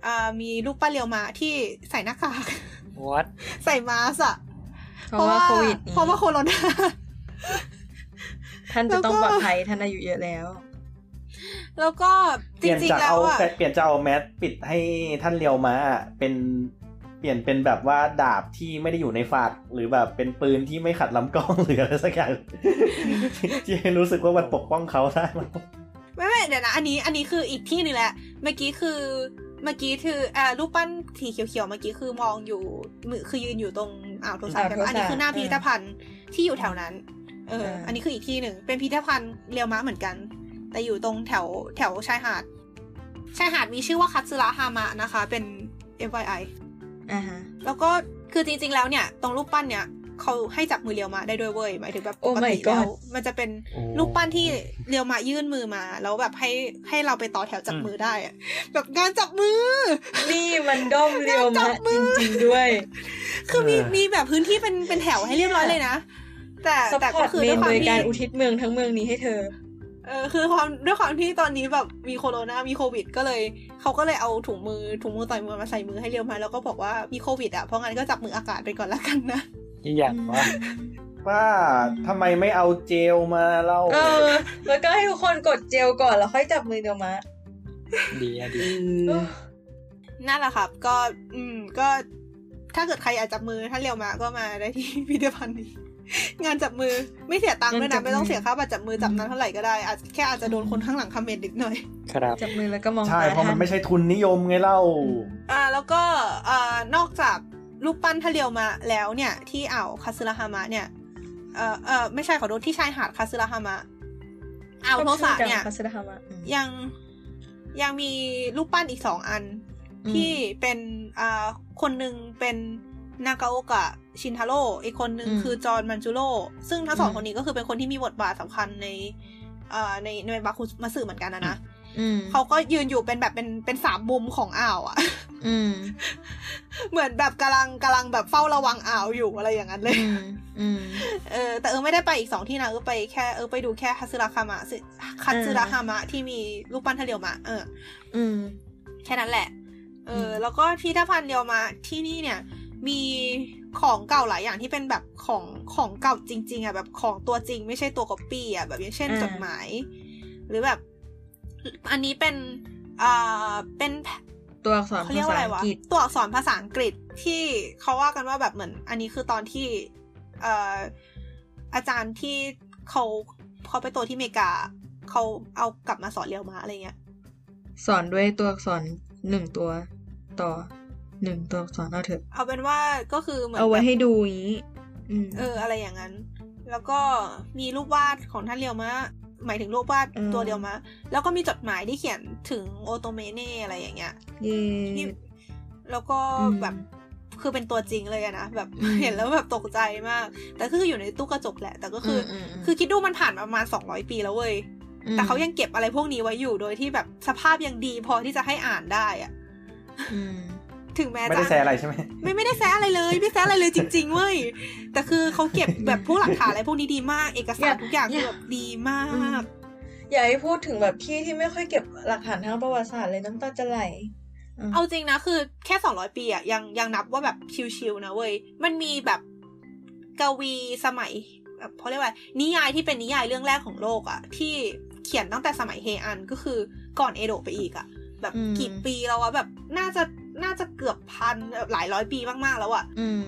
Speaker 5: อ่ามีรูปปั้นเรียวมาที่ใส่หน้ากาก (laughs)
Speaker 3: what
Speaker 5: ใส่มาสก์อะ
Speaker 2: เพราะว่าโควิดนี้
Speaker 5: เพราะว่าโคโรนา (laughs)
Speaker 2: ท่านจะต้อง
Speaker 5: แล้วก็
Speaker 2: ปลอดภัยท่านอายุเยอะแล้ว
Speaker 5: แล้วก็
Speaker 4: เป
Speaker 5: จ
Speaker 4: ลี่ยน
Speaker 5: ริง
Speaker 4: จาก
Speaker 5: ๆแล้
Speaker 4: เอา
Speaker 5: วอะ
Speaker 4: เปลี่ยนจากเอาแมสปิดให้ท่านเรียวมาเป็นเปลี่ยนเป็นแบบว่าดาบที่ไม่ได้อยู่ในฝาก หรือแบบเป็นปืนที่ไม่ขัดลำกล้อง หรืออะไรสักอย่าง (laughs) ที่ที่ให้รู้สึกว่ามันปกป้องเขาได้มั้ง
Speaker 5: ไม่ไม่เดี๋ยวนะอันนี้อันนี้คืออีกที่หนึ่งแหละ เมื่อกี้คือเมื่อกี้คืออ่ารูปปั้นสีเขียวๆเมื่อกี้คือมองอยู่มือคือยืนอยู่ตรงอ่าวโทสะ
Speaker 2: อ่าว
Speaker 5: แต่
Speaker 2: โทสะ
Speaker 5: ว่าอันนี้คือหน้า
Speaker 2: เออ
Speaker 5: พิพิธภัณฑ์ที่อยู่แถวนั้นเออ
Speaker 2: เอออั
Speaker 5: อันนี้คืออีกที่หนึ่งเป็นพิพิธภัณฑ์เรียวมะเหมือนกัน แต่อยู่ตรงแถวแถวชายหาดชายหาดมีชื่อว่าคัตสึระฮามะนะคะ เป็น FYI
Speaker 2: อ่าฮะ
Speaker 5: แล้วก็คือจริงๆแล้วเนี่ย ตรงรูปปั้นเนี่ยเขาให้จับมือเรียวมาได้ด้วยเว้ยหมายถึงแบบปก
Speaker 2: Oh my
Speaker 5: ติ
Speaker 2: god
Speaker 5: แล้วมันจะเป็นรูปปั้นที่เรียวมายื่นมือมา แล้วแบบให้ให้เราไปต่อแถวจับ
Speaker 3: อืม
Speaker 5: มือได้อะแบบงานจับมือ
Speaker 2: นี่มันด้อมเรียวมะ
Speaker 5: จับมื
Speaker 2: จ
Speaker 5: อ
Speaker 2: ริงๆด้วย
Speaker 5: คือมีมีแบบพื้นที่เป็นเป็นแถวให้เรียบร้อยเลยนะ แต่
Speaker 2: ซัพ
Speaker 5: แต่
Speaker 2: พอ
Speaker 5: ก็
Speaker 2: ร์ต
Speaker 5: คือ
Speaker 2: เม
Speaker 5: ด้วย
Speaker 2: น
Speaker 5: ความ
Speaker 2: โดย
Speaker 5: ที่
Speaker 2: การอุทิศเมืองทั้งเมืองนี้ให้เธอ
Speaker 5: เออคือความด้วยความที่ตอนนี้แบบมีโคโรนามีโควิด ก็เลยเขาก็เลยเอาถุงมือถุงมือต่อยมือมาใส่มือให้เรียวมา แล้วก็บอกว่ามีโควิดอ่ะเพราะงั้นก็จับมืออากาศไปก่อนละกันนะ
Speaker 3: อีกอย่างว่า
Speaker 4: ว่าทำไมไม่เอาเจลมาเล่า
Speaker 2: เออ แล้วก็ให้ทุกคนกดเจลก่อนแล้วค่อยจับมือเรียวมะ
Speaker 3: ดีอะดี
Speaker 4: ม
Speaker 5: นั่นแหละครับ ก็ อืม ก็ ถ้าเกิดใครอยากจับมือ ถ้าเรียวมา ก็มาได้ที่ (laughs) พิพิธภัณฑ์นี้ งานจับมือ ไม่เสียตังค์ด้วย
Speaker 2: งานจั
Speaker 5: นะ
Speaker 2: บมือ
Speaker 5: ไม่ต้องเสียค่าบัตรจับมือจับนั้นเท่าไหร่ก็ได้ อาจแค่อาจจะโดนคนข้างหลังคอมเมนต์นิดหน่อย
Speaker 3: ครับ
Speaker 2: จับมือแล้วก็มอง
Speaker 4: ใช่
Speaker 2: ต
Speaker 4: เพราะมันไม่
Speaker 2: ท่
Speaker 4: ใช่ทุนนิยมไงเล่า
Speaker 2: อืม
Speaker 5: อ่า แล้วก็อ่านอกจากรูปปั้นทะเลียวมาแล้วเนี่ย ที่อ่าวคาซึระฮามะเนี่ย เอ่อเอ่อไม่ใช่ขอโทษที่ชายหาดคาซึระฮามะ อ่าวโทสะเนี่ย
Speaker 2: ขอบคุณจังคัสดาฮามะอืม
Speaker 5: ยัง ยังมีรูปปั้นอีกสองอัน ที่เป็นอ่าคนหนึ่งเป็นนากาโอกะชินทาโร่อีกคนหนึ่ง
Speaker 2: อืม
Speaker 5: คือจอห์นมันจูโร่ซึ่งทั้งสอง
Speaker 2: อืม
Speaker 5: คนนี้ก็คือเป็นคนที่มีบทบาทสำคัญในอ่าในในบาคุมาสึเหมือนกันนะนะ
Speaker 2: อืม
Speaker 5: เขาก็ยืนอยู่เป็นแบบเป็นเป็นสามมุมของอ่าวอะ
Speaker 2: อืม
Speaker 5: เหมือนแบบกำลังกำลังแบบเฝ้าระวังอ่าวอยู่อะไรอย่างนั้นเลย
Speaker 2: อืมอืม
Speaker 5: เออแต่เออไม่ได้ไปอีกสองที่นะเออไปแค่เออไปดูแค่ฮัตสึระคามะซึ่งฮัตสึระคามะที่มีรูปปั้นทะเลมะเออ
Speaker 2: อืม
Speaker 5: แค่นั้นแหละ เออ
Speaker 2: อืม
Speaker 5: แล้วก็พิพิธภัณฑ์เรียวมาที่นี่เนี่ย มีของเก่าหลายอย่างที่เป็นแบบของของเก่าจริง ๆอ่ะแบบของตัวจริง ไม่ใช่ตัวก๊อปปี้อ่ะแบบอย่างเช่น
Speaker 2: อ่า
Speaker 5: จดหมาย หรือแบบ อันนี้เป็นอ่าเป็นแผ
Speaker 2: ตัวอักษร
Speaker 5: เขา
Speaker 2: ภา
Speaker 5: เรียกว่าอะ
Speaker 2: ษา
Speaker 5: ไร
Speaker 2: อัง
Speaker 5: วะ
Speaker 2: กฤษ
Speaker 5: ตัวอักษรภาษาอังกฤษที่เขาว่ากันว่าแบบเหมือน อันนี้คือตอนที่เอ่ออาจารย์ที่เขาเขาไปตัวที่อเมริกาเขาเอากลับมาสอนเรียวมาอะไรเงี้ย
Speaker 2: สอนด้วยตัวอักษรหนึ่งตัว ต่อหนึ่งตัวอักษรเอาเถอะ
Speaker 5: เอาเป็นว่าก็คือเหมือน
Speaker 2: เอาไว้
Speaker 5: แบบ
Speaker 2: ให้ดูอย่างนี้ อืม
Speaker 5: เอออะไรอย่างนั้น แล้วก็มีรูปวาดของท่านเรียวมะ หมายถึงรูปวาด
Speaker 2: อืม
Speaker 5: ตัวเรียวมะ แล้วก็มีจดหมายที่เขียนถึงโอโตเมเน่อะไรอย่างเงี้ย
Speaker 2: เย้
Speaker 5: ที่แล้วก็แบบคือเป็นตัวจริงเลยอะนะแบบ
Speaker 2: อืม
Speaker 5: เห็นแล้วแบบตกใจมาก แต่คืออยู่ในตู้กระจกแหละ แต่ก็คืออ
Speaker 2: ม
Speaker 5: คือคิดดูมันผ่านมาประมาณ 200 ปีแล้วเว้ย
Speaker 2: ม
Speaker 5: แต่เขายังเก็บอะไรพวกนี้ไว้อยู่โดยที่แบบสภาพยังดีพอที่จะให้อ่านได้อะ
Speaker 2: อืม
Speaker 5: ถึงแม้
Speaker 4: ไม่
Speaker 5: จะ
Speaker 4: ได้แซะอะไรใช่ไหม
Speaker 5: ไม่ไม่ได้แซะอะไรเลยไม่แซะอะไรเลยจริงๆเว้ยแต่คือเขาเก็บแบบพวกหลักฐานอะไรพวกนี้ดีมาก เอกสารทุกอย่างคือแบบดีมาก
Speaker 2: อย่าให้พูดถึงแบบพี่ที่ไม่ค่อยเก็บหลักฐานทางประวัติศาสตร์เลยน้ำตาจะไหล
Speaker 5: เอาจริงนะคือแค่สองร้อยปีอะยังยังนับว่าแบบชิวๆนะเว้ย มันมีแบบกวีสมัยแบบเขาเรียกว่าอะไรนิยายที่เป็นนิยายเรื่องแรกของโลกอะที่เขียนตั้งแต่สมัยเฮอันก็คือก่อนเอโดะไปอีกอะแบบ
Speaker 2: อืม
Speaker 5: กี่ปีแล้วอะแบบน่าจะน่าจะเกือบพันแบบหลายร้อยปีมากๆแล้วอะ
Speaker 2: อืม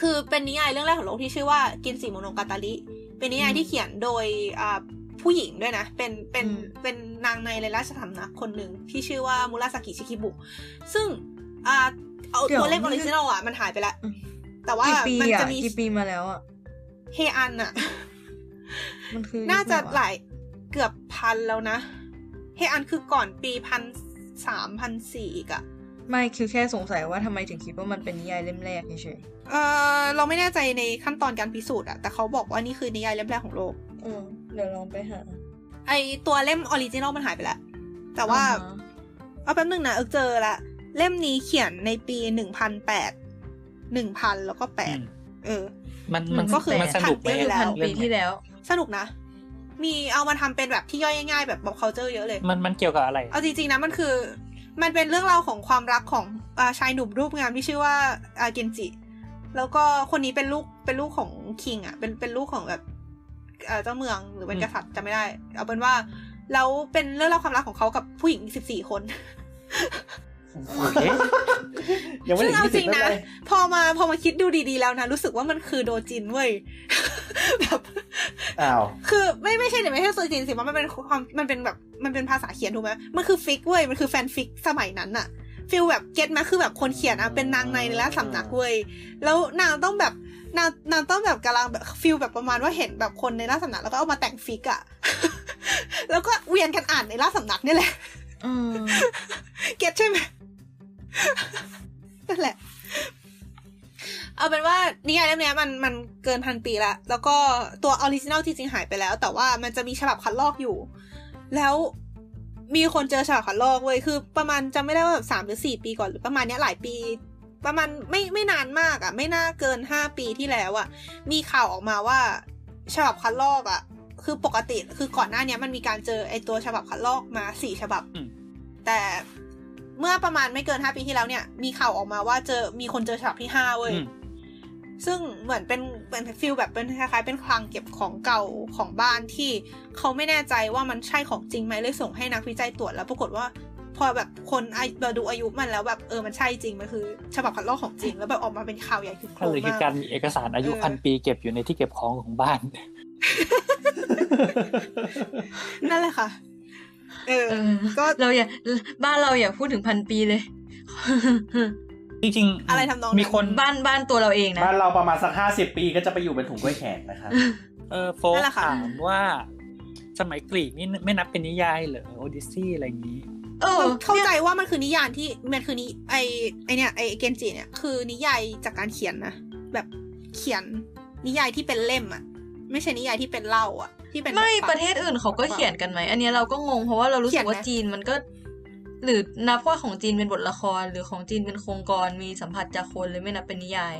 Speaker 5: คือเป็นนิยายเรื่องแรกของโลกที่ชื่อว่ากินสีโมโนกาตาลิเป็นนิยายที่เขียนโดยอ่าผู้หญิงด้วยนะเป็นเป็น
Speaker 2: อืม
Speaker 5: เป็นนางในในราชสำนักคนหนึ่งที่ชื่อว่ามุราสากิชิคิบุ ซึ่งอ่าเอา
Speaker 2: เดี๋ยว
Speaker 5: ตัวเลขอ
Speaker 2: มั
Speaker 5: อน ริจินอลอ่ะ มันหายไปแล้ว
Speaker 2: อืม
Speaker 5: แต่ว่า
Speaker 2: กี่ปี
Speaker 5: มัน
Speaker 2: อ่ะ
Speaker 5: จะมี
Speaker 2: กี่ปีมาแล้วอ่ะ
Speaker 5: เฮอันอ่ะ
Speaker 2: มันคือ
Speaker 5: (laughs) น่าจะ
Speaker 2: ยุค
Speaker 5: ห
Speaker 2: ไว
Speaker 5: ลายเกือบพันแล้วนะเฮอันคือก่อนปีพันสามพันสี่อีกอ่ะ
Speaker 2: ไม่คือแค่สงสัยว่าทำไมถึงคิดว่ามันเป็นนิยายเล่มแรกเฉย
Speaker 5: เออเราไม่แน่ใจในขั้นตอนการพิสูจน์อ่ะ แต่เขาบอกว่านี่คือนิยายเล่มแรกของโลก
Speaker 2: ๆอืมเดี๋ยวลองไปหา
Speaker 5: ไอตัวเล่มออริจินอลมันหายไปแล้ว แต่ว่า
Speaker 2: อ่ฮะ
Speaker 5: เอาแป๊บนึงนะเอิกเจอละ เล่มนี้เขียนในปีหนึ่งพันแปดหนึ่งพันแล้วก็แป
Speaker 3: อื
Speaker 5: ด
Speaker 3: ม
Speaker 5: เออ
Speaker 3: มันมัน
Speaker 5: ก็คือ
Speaker 3: มันสนุกไหม
Speaker 5: ถัดไปแล้ว
Speaker 2: พันปีที่แล้ว
Speaker 5: สนุกนะ มีเอามาทำเป็นแบบที่ย่อยง่ายๆแบบบอก culture เยอะเลย
Speaker 3: มันมันเกี่ยวกับอะไร
Speaker 5: เอาจริงๆนะมันคือ มันเป็นเรื่องราวของความรักของอาชายหนุ่มรูปงามที่ชื่อว่าอาเกนจิ แล้วก็คนนี้เป็นลูกเป็นลูกของคิงอ่ะ เป็นเป็นลูกของแบบอ่าเจ้าเมืองหรือเป็น
Speaker 3: อืม
Speaker 5: กษัตริย์จำไม่ได้ เอาเป็นว่าแล้วเป็นเรื่องราวความรักของเขากับผู้หญิงอีกสิบสี่คน (laughs)
Speaker 3: เอ๊ะ
Speaker 4: ยังไม่
Speaker 5: ซึ่ง
Speaker 4: ถึง
Speaker 5: เอา
Speaker 4: ยี่
Speaker 5: จ
Speaker 4: สิ
Speaker 5: ริ
Speaker 4: บ
Speaker 5: ง
Speaker 4: นะ
Speaker 5: นะ พอมาพอมาคิดดูดีๆแล้วนะ รู้สึกว่ามันคือโดจินเว้ย (laughs) แบบ
Speaker 4: อ้าว
Speaker 5: คือไม่ไม่ใช่เดี๋ยวไม่ใช่โซจินสิว่ามันเป็นความมันเป็นแบบมันเป็นภาษาเขียนถูกไหมมันคือฟิกเว้ยมันคือแฟนฟิกสมัยนั้นอะฟิลแบบเก็ตไหมคือแบบคนเขียนอะเป็นนางในในราชสำนักเว้ยแล้วนางต้องแบบนางนางต้องแบบกำลังแบบฟิลแบบประมาณว่าเห็นแบบคนในราชสำนักแล้วก็เอามาแต่งฟิกอะ (laughs) แล้วก็เวียนกันอ่านในราชสำนักนี่แหละ (laughs)
Speaker 2: อืม
Speaker 5: เก็ตใช่ไหม (laughs) นั่นแหละ เอาเป็นว่านิยายเล่มเนี้ยมันมันเกินพันปีละแล้วก็ตัวออริจินัลจริงๆหายไปแล้ว แต่ว่ามันจะมีฉบับคัดลอกอยู่ แล้วมีคนเจอฉบับคัดลอกเว้ยคือ ประมาณจำไม่ได้ว่าแบบสามหรือสี่ปีก่อนหรือประมาณเนี้ยหลายปี ประมาณไม่ไม่นานมากอะ่ะ ไม่น่าเกินห้าปีที่แล้วอะ่ะ มีข่าวออกมาว่า ฉบับคัดลอกอะ่ะ คือปกติคือก่อนหน้าเนี้ยมันมีการเจอไอตัวฉบับคัดลอกมาสี่ฉบับ แต่เมื่อประมาณไม่เกินห้าปีที่แล้วเนี่ย มีข่าวออกมาว่าเจอมีคนเจอฉบับที่ห้าเว้ย
Speaker 3: อืม
Speaker 5: ซึ่งเหมือนเป็นเป็นฟิลแบบเป็นคล้ายๆเป็นคลังเก็บของเก่าของบ้านที่เขาไม่แน่ใจว่ามันใช่ของจริงไหมเลยส่งให้นักวิจัยตรวจแล้วปรากฏว่า พอแบบคนอายุดูอายุมันแล้วแบบเออมันใช่จริงมันคือ ฉบับคัดลอกของจริงแล้วแบบออกมาเป็นข่าวใหญ่คือโคร
Speaker 3: ก็เลยคือ
Speaker 5: มาก
Speaker 3: การมีเอกสารอายุพันปีเก็บอยู่ในที่เก็บของของบ้าน
Speaker 5: นั่นแหละค่ะ เออ
Speaker 2: เออ
Speaker 5: ก็
Speaker 2: เราอย่าบ้านเราอย่าพูดถึงพันปีเลย
Speaker 3: จริงๆ
Speaker 5: อะไรทำนองนั้น
Speaker 3: มีคน
Speaker 2: บ้านบ้านตัวเราเองนะ
Speaker 4: บ้านเราประมาณสักห้าสิบปีก็จะไปอยู่เป็นถุงกล้วยแขกนะครับ
Speaker 3: เออโฟ
Speaker 5: นั่
Speaker 3: ก
Speaker 5: นแหละค่ะ
Speaker 3: ถามว่า สมัยกรีกนี่ไม่นับเป็นนิยายเหรอโอดิซี่อะไรอย่างนี้
Speaker 2: เออ
Speaker 5: เข้าใจว่ามันคือนิยายที่มันคือนิไอไอเนี่ยไอเกนจิเนี่ยคือนิยายจากการเขียนนะแบบเขียนนิยายที่เป็นเล่มอะไม่ใช่นิยายที่เป็นเล่าอะที่เป็นแบบ
Speaker 2: ไม่
Speaker 5: ฟัง
Speaker 2: ประเทศอื่นเขาก็เขียนกันไหม อันเนี้ยเราก็งงเพราะว่าเรารู้สึกว่า
Speaker 5: เขียนไหม
Speaker 2: จีนมันก็ หรือนับว่าของจีนเป็นบทละคร หรือของจีนเป็นโครงกรมีสัมผัสจากคนเลยไม่นับเป็นนิยาย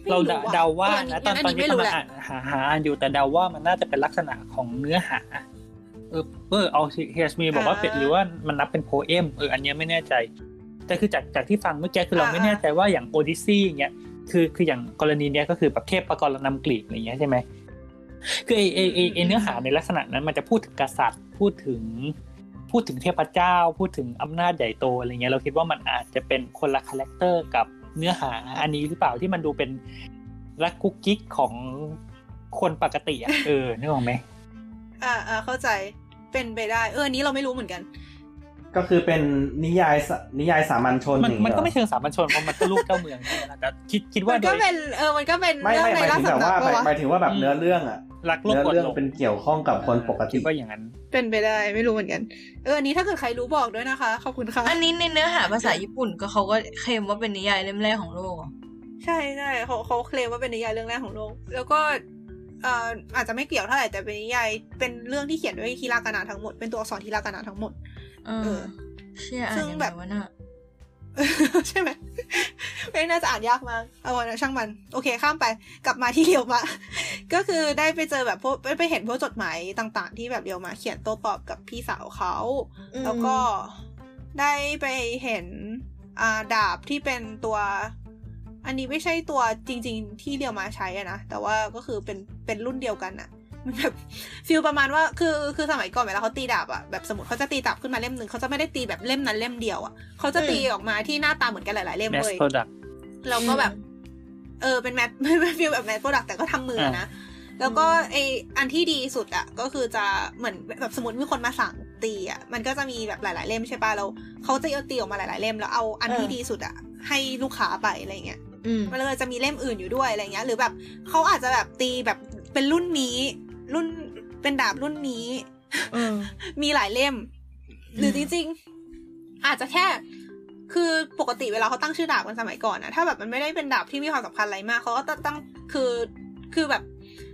Speaker 5: ไม่
Speaker 3: เรา
Speaker 5: อะ
Speaker 3: เดาเดาว่า
Speaker 5: เ
Speaker 3: นะตอนตอน
Speaker 5: ไม่
Speaker 3: ที่
Speaker 5: รู้
Speaker 3: กำลั
Speaker 5: แหละ
Speaker 3: งอ่านหาหาอ่านอยู่แต่เดาว่ามันน่าจะเป็นลักษณะของเนื้อหา เออเออเอาเฮสมีบอกว่าเป็นหรือว่ามันนับเป็นโพเอมเอออันเนี้ยไม่แน่ใจ แต่คือจากจากที่ฟังเมื่อกี้คือเราไม่แน่ใจว่าอย่างโอดิซี่อย่างเงี้ยคือคืออย่างกรณีเนี้ยก็คือแบบเทพประกรณำกรีกอะไรเงี้ยใช่ไหมคือไอไอไอ้ไอเนื้อหาในลักษณะนั้นมันจะพูดถึงกษัตริย์พูดถึง พูดถึงเทพเจ้า พูดถึงอำนาจใหญ่โตอะไรเงี้ยเราคิดว่ามันอาจจะเป็นคนละคาแรคเตอร์กับเนื้อหาอันนี้หรือเปล่าที่มันดูเป็นรักกุ๊กกิ๊กของคนปกติอ่ะเออนึกออกไหม
Speaker 5: อ่าอ่าเข้าใจเป็นไปได้ เอออันนี้เราไม่รู้เหมือนกัน
Speaker 4: ก็คือเป็นนิยายสนิยายสามัญชน
Speaker 3: มัน
Speaker 4: อย่าง
Speaker 3: มัน
Speaker 4: เงี้ย
Speaker 3: ก็ไม่เชิงสามัญชนเพราะมันก็ลูกเจ้าเมืองนี่แหละแต่คิดคิด
Speaker 5: มั
Speaker 3: ว่าน โด
Speaker 5: ก็
Speaker 3: ย
Speaker 5: เป็นเออมันก็เป็น
Speaker 4: ไม่
Speaker 5: เรื่อง
Speaker 4: ไม่
Speaker 5: ใน
Speaker 4: หมาย
Speaker 5: ราช
Speaker 4: ถึง
Speaker 5: สำ
Speaker 4: แบบ
Speaker 5: นัก
Speaker 4: ว่าหมาย
Speaker 5: ปะวะ
Speaker 4: หมายถึงว่าแบบ
Speaker 3: อืม
Speaker 4: เนื้อเรื่องอะ
Speaker 3: รักโลก
Speaker 4: เนื้อก
Speaker 3: ด
Speaker 4: เรื่อง
Speaker 3: ลง
Speaker 4: เป็นเกี่ยวข้องกับคนปกติ
Speaker 3: คิดว่าอย่างนั้น
Speaker 5: เป็นไปได้ไม่รู้เหมือนกันเอออันนี้ถ้าเกิดใครรู้บอกด้วยนะคะขอบคุณค่ะ
Speaker 2: อันนี้ในเนื้อหาภาษาญี่ปุ่นก็เขาก็เคลมว่าเป็นนิยายเล่มแรกของโลกเหรอ
Speaker 5: ใช่ใช่เขาเขาเคลมว่าเป็นนิยายเรื่องแรกของโลก แล้วก็เอ่ออาจจะไม่เกี่ยวเท่าไหร่แต่เป็นนิยายเป็นเรื่องที่เขียนด้วยฮิรากานะทั้งหมดเป็นตัวอักษรฮิรากานะทั้งหมด (laughs)
Speaker 2: เออเชี่ยอ่า
Speaker 5: ซึ่
Speaker 2: น
Speaker 5: ง
Speaker 2: ยัง
Speaker 5: แบ
Speaker 2: แบบ บว่าน่ะ
Speaker 5: ใช่ไหม ไม่น่าจะอ่านยากมากเอาวะนะช่างมัน โอเคข้ามไปกลับมาที่เรียวมะ (laughs) ก็คือได้ไปเจอแบบพวกไปเห็นพวกจดหมายต่าง ๆ ที่แบบเรียวมะเขียนโต้ตอบกับพี่สาวเขา แล้วก็ได้ไปเห็นอ่าดาบที่เป็นตัว อันนี้ไม่ใช่ตัวจริง ๆ ที่เรียวมาใช้อะนะ แต่ว่าก็คือเป็นเป็นรุ่นเดียวกันอะ (laughs) มันแบบ ฟิลประมาณว่าคือคือสมัยก่อนเวลาเขาตีดาบอะแบบสมมติเขาจะตีดาบขึ้นมาเล่มหนึ่งเขาจะไม่ได้ตีแบบเล่มนั้นเล่มเดียวอะเขาจะตีออกมาที่หน้าตาเหมือนกันหลาย ๆ เล่ม
Speaker 3: mass
Speaker 5: เลย
Speaker 3: product
Speaker 5: แล้วก็แบบ เออ (laughs) เป็นแมท ไม่ไม่ฟิลแบบแมทโปรดักแต่ก็ทำมืออะนะ แล้วก็ไออันที่ดีสุดอะก็คือจะเหมือนแบบสมมติมีคนมาสั่งตีอะมันก็จะมีแบบหลาย ๆ เล่มใช่ป่ะเราเขาจะเอาตีออกมาหลาย ๆ เล่มแล้วเอาอันที่ดีสุดอะให้ลูกค้าไปอะไรเงี้ย
Speaker 2: อืม
Speaker 5: มันเลยจะมีเล่มอื่นอยู่ด้วยอะไรเงี้ย หรือแบบเขาอาจจะแบบตีแบบเป็นรุ่นนี้รุ่นเป็นดาบรุ่นนี้
Speaker 2: เออ
Speaker 5: มีหลายเล่ม
Speaker 2: อืม
Speaker 5: หรือจริงๆ อาจจะแค่ คือปกติเวลาเขาตั้งชื่อดาบกันสมัยก่อนนะถ้าแบบมันไม่ได้เป็นดาบที่มีความสำคัญอะไรมากเขาก็จะตั้งคือคือแบบ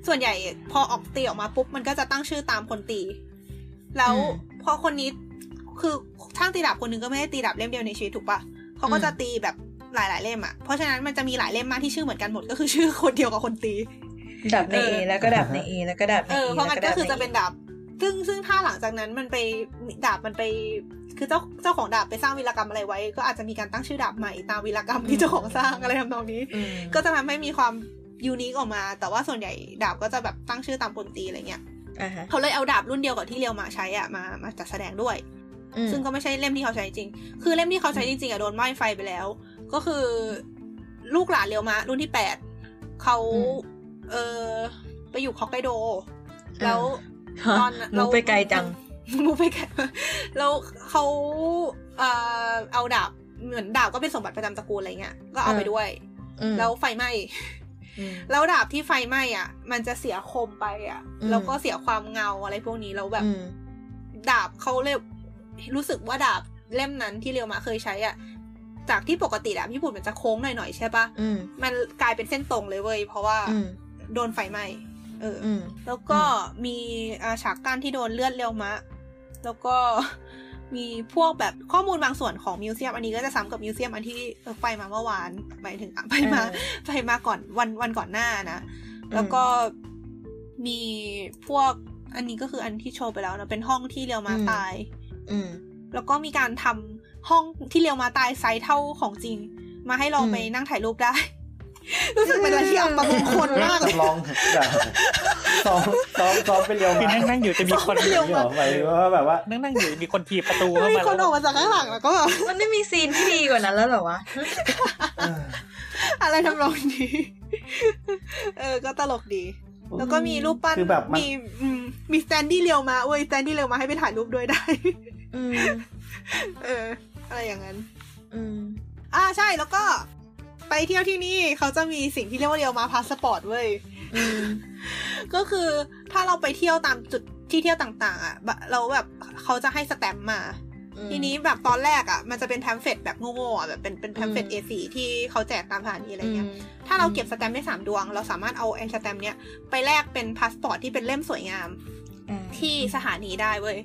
Speaker 5: ส่วนใหญ่พอออกตีออกมาปุ๊บมันก็จะตั้งชื่อตามคนตี แล้วพอคนนี้คือช่างตีดาบคนหนึงก็ไม่ได้ตีดาบเล่มเดียวในชีวิตถูกปะเขาก็จะตีแบบหลายๆเล่มอ่ะเพราะฉะนั้นมันจะมีหลายเล่มมากที่ชื่อเหมือนกันหมดก็คือชื่อคนเดียวกับคนตี
Speaker 2: ดับใน
Speaker 5: เอ
Speaker 2: เอ
Speaker 5: อ
Speaker 2: แล้วก็ดับในเอแล้วก็ดับใน
Speaker 5: เออเพราะมัน
Speaker 2: แล้
Speaker 5: ก็
Speaker 2: ดับ
Speaker 5: คือ
Speaker 2: ใ
Speaker 5: จะเป็นดาบ ซึ่งซึ่งถ้าหลังจากนั้นมันไปดาบมันไป คือเจ้าเจ้าของดาบไปสร้างวีรกรรมอะไรไว้ ก็อาจจะมีการตั้งชื่อดาบใหม่ตามวีรกรรมที่เจ้าของสร้างอะไรทำนองนี้
Speaker 2: อืม
Speaker 5: ก็จะทำให้มีความยูนิคออกมา แต่ว่าส่วนใหญ่ดาบก็จะแบบตั้งชื่อตามปนตีอะไรเงี้ย
Speaker 2: อ่าฮะ
Speaker 5: เขาเลยเอาดาบรุ่นเดียวกับที่เรียวมาใช้อ่ะมามาจัดแสดงด้วย
Speaker 2: อืม
Speaker 5: ซึ่งก็ไม่ใช่เล่มที่เขาใช้จริง คือเล่มที่เขาใช้จริงๆอะโดนไหม้ไฟไปแล้ว ก็คือลูกหลานเรียวมารุ่นที่แปดเขาเออไปอยู่ฮอกไกโด แล้ว
Speaker 2: ฮะ
Speaker 5: ตอน
Speaker 2: มูไปไกลจัง
Speaker 5: มู (laughs) ไปไกลแล้วเขาเอ่อเอาดาบเหมือนดาบก็เป็นสมบัติประจำตระกูลอะไรเงี้ย ก็เอาไป
Speaker 2: เออ
Speaker 5: ด้วย
Speaker 2: อืม
Speaker 5: แล้วไฟไหม้
Speaker 2: อืม
Speaker 5: แล้วดาบที่ไฟไหม้อ่ะ มันจะเสียคมไปอ่ะ
Speaker 2: อืม
Speaker 5: แล้วก็เสียความเงาอะไรพวกนี้แล้วแบบ
Speaker 2: อืม
Speaker 5: ดาบเขาเลยรู้สึกว่าดาบเล่มนั้นที่เรียวมาเคยใช้อ่ะ จากที่ปกติดาบญี่ปุ่นมันจะโค้งหน่อยๆใช่ปะ
Speaker 2: อืม
Speaker 5: มันกลายเป็นเส้นตรงเลยเว้ย เพราะว่า
Speaker 2: อืม
Speaker 5: โดนไฟไหม้เอออ
Speaker 2: อืม
Speaker 5: แล้วก็มีอาฉากกั้นที่โดนเลือดเร็วมะ แล้วก็ (laughs) มีพวกแบบข้อมูลบางส่วนของมิวเซียม อันนี้ก็จะซ้ำกับมิวเซียมอันที่เออไปมาเมื่อวานไปถึงอ่ะ (laughs) ไปมา ไปมาก่อนวันวันก่อนหน้านะ แล้วก็มีพวกอันนี้ก็คืออันที่โชว์ไปแล้วนะเป็นห้องที่เรียวมา
Speaker 2: อืม
Speaker 5: ตาย
Speaker 2: อืม
Speaker 5: แล้วก็มีการทำห้องที่เรียวมาตายไซส์เท่าของจริง มาให้ลอง
Speaker 2: อืม
Speaker 5: ไปนั่งถ่ายรูปได้ (laughs) รู้สึกเป็นอะไรที่อัปมงคลมากเลย
Speaker 4: จำลอง (laughs) แบบซ้อมซ้อมซ้อมไปเรียว
Speaker 3: คือ
Speaker 4: มา
Speaker 3: นั่งนั่งอยู่จะมีคน
Speaker 5: ไปเรียว
Speaker 4: นี่
Speaker 5: มา
Speaker 4: หรอหมายถึงว่าแบบว่า
Speaker 3: นั่งนั่งอยู่มีคนถีบประตูเข้า
Speaker 5: มี
Speaker 3: มา
Speaker 5: คนออกมาจากข้างหลังแล้วก็แบบ
Speaker 2: มันไม่มีซีนที่ดีกว่านั้นแล้วเหรอวะ
Speaker 5: อะไรทำนองนี้ เออ ก็ตลกดี แล้วก็มีรูปปั้น
Speaker 4: คือแบบมัน
Speaker 5: มีอืมมีสแตนดี้เรียวมาเว้ยสแตนดี้เรียวมาให้ไปถ่ายรูปด้วยได้ (laughs)
Speaker 2: อืม
Speaker 5: เออ อะไรอย่างนั้น
Speaker 2: อืม
Speaker 5: อ่าใช่ แล้วก็ไปเที่ยวที่นี่เขาจะมีสิ่งที่เรียกว่าเรียวมาพาสปอร์ตเว้ย
Speaker 2: อืม
Speaker 5: ก็คือถ้าเราไปเที่ยวตามจุดที่เที่ยวต่างๆ อ่ะบะเราแบบเขาจะให้สแตมป์มา ทีนี้แบบตอนแรกอ่ะ มันจะเป็นแพมเฟลตแบบโง่ๆอ่ะแบบเป็นเป็นแพมเฟลต
Speaker 2: อืม
Speaker 5: A4 ที่เขาแจกตามสถานีอะไรเงี้ย ถ้าเราเก็บสแตมป์ได้สามดวง เราสามารถเอาไอ้สแตมป์เนี้ยไปแลกเป็นพาสปอร์ตที่เป็นเล่มสวยงาม
Speaker 2: อืม
Speaker 5: ที่สถานีได้เว้ย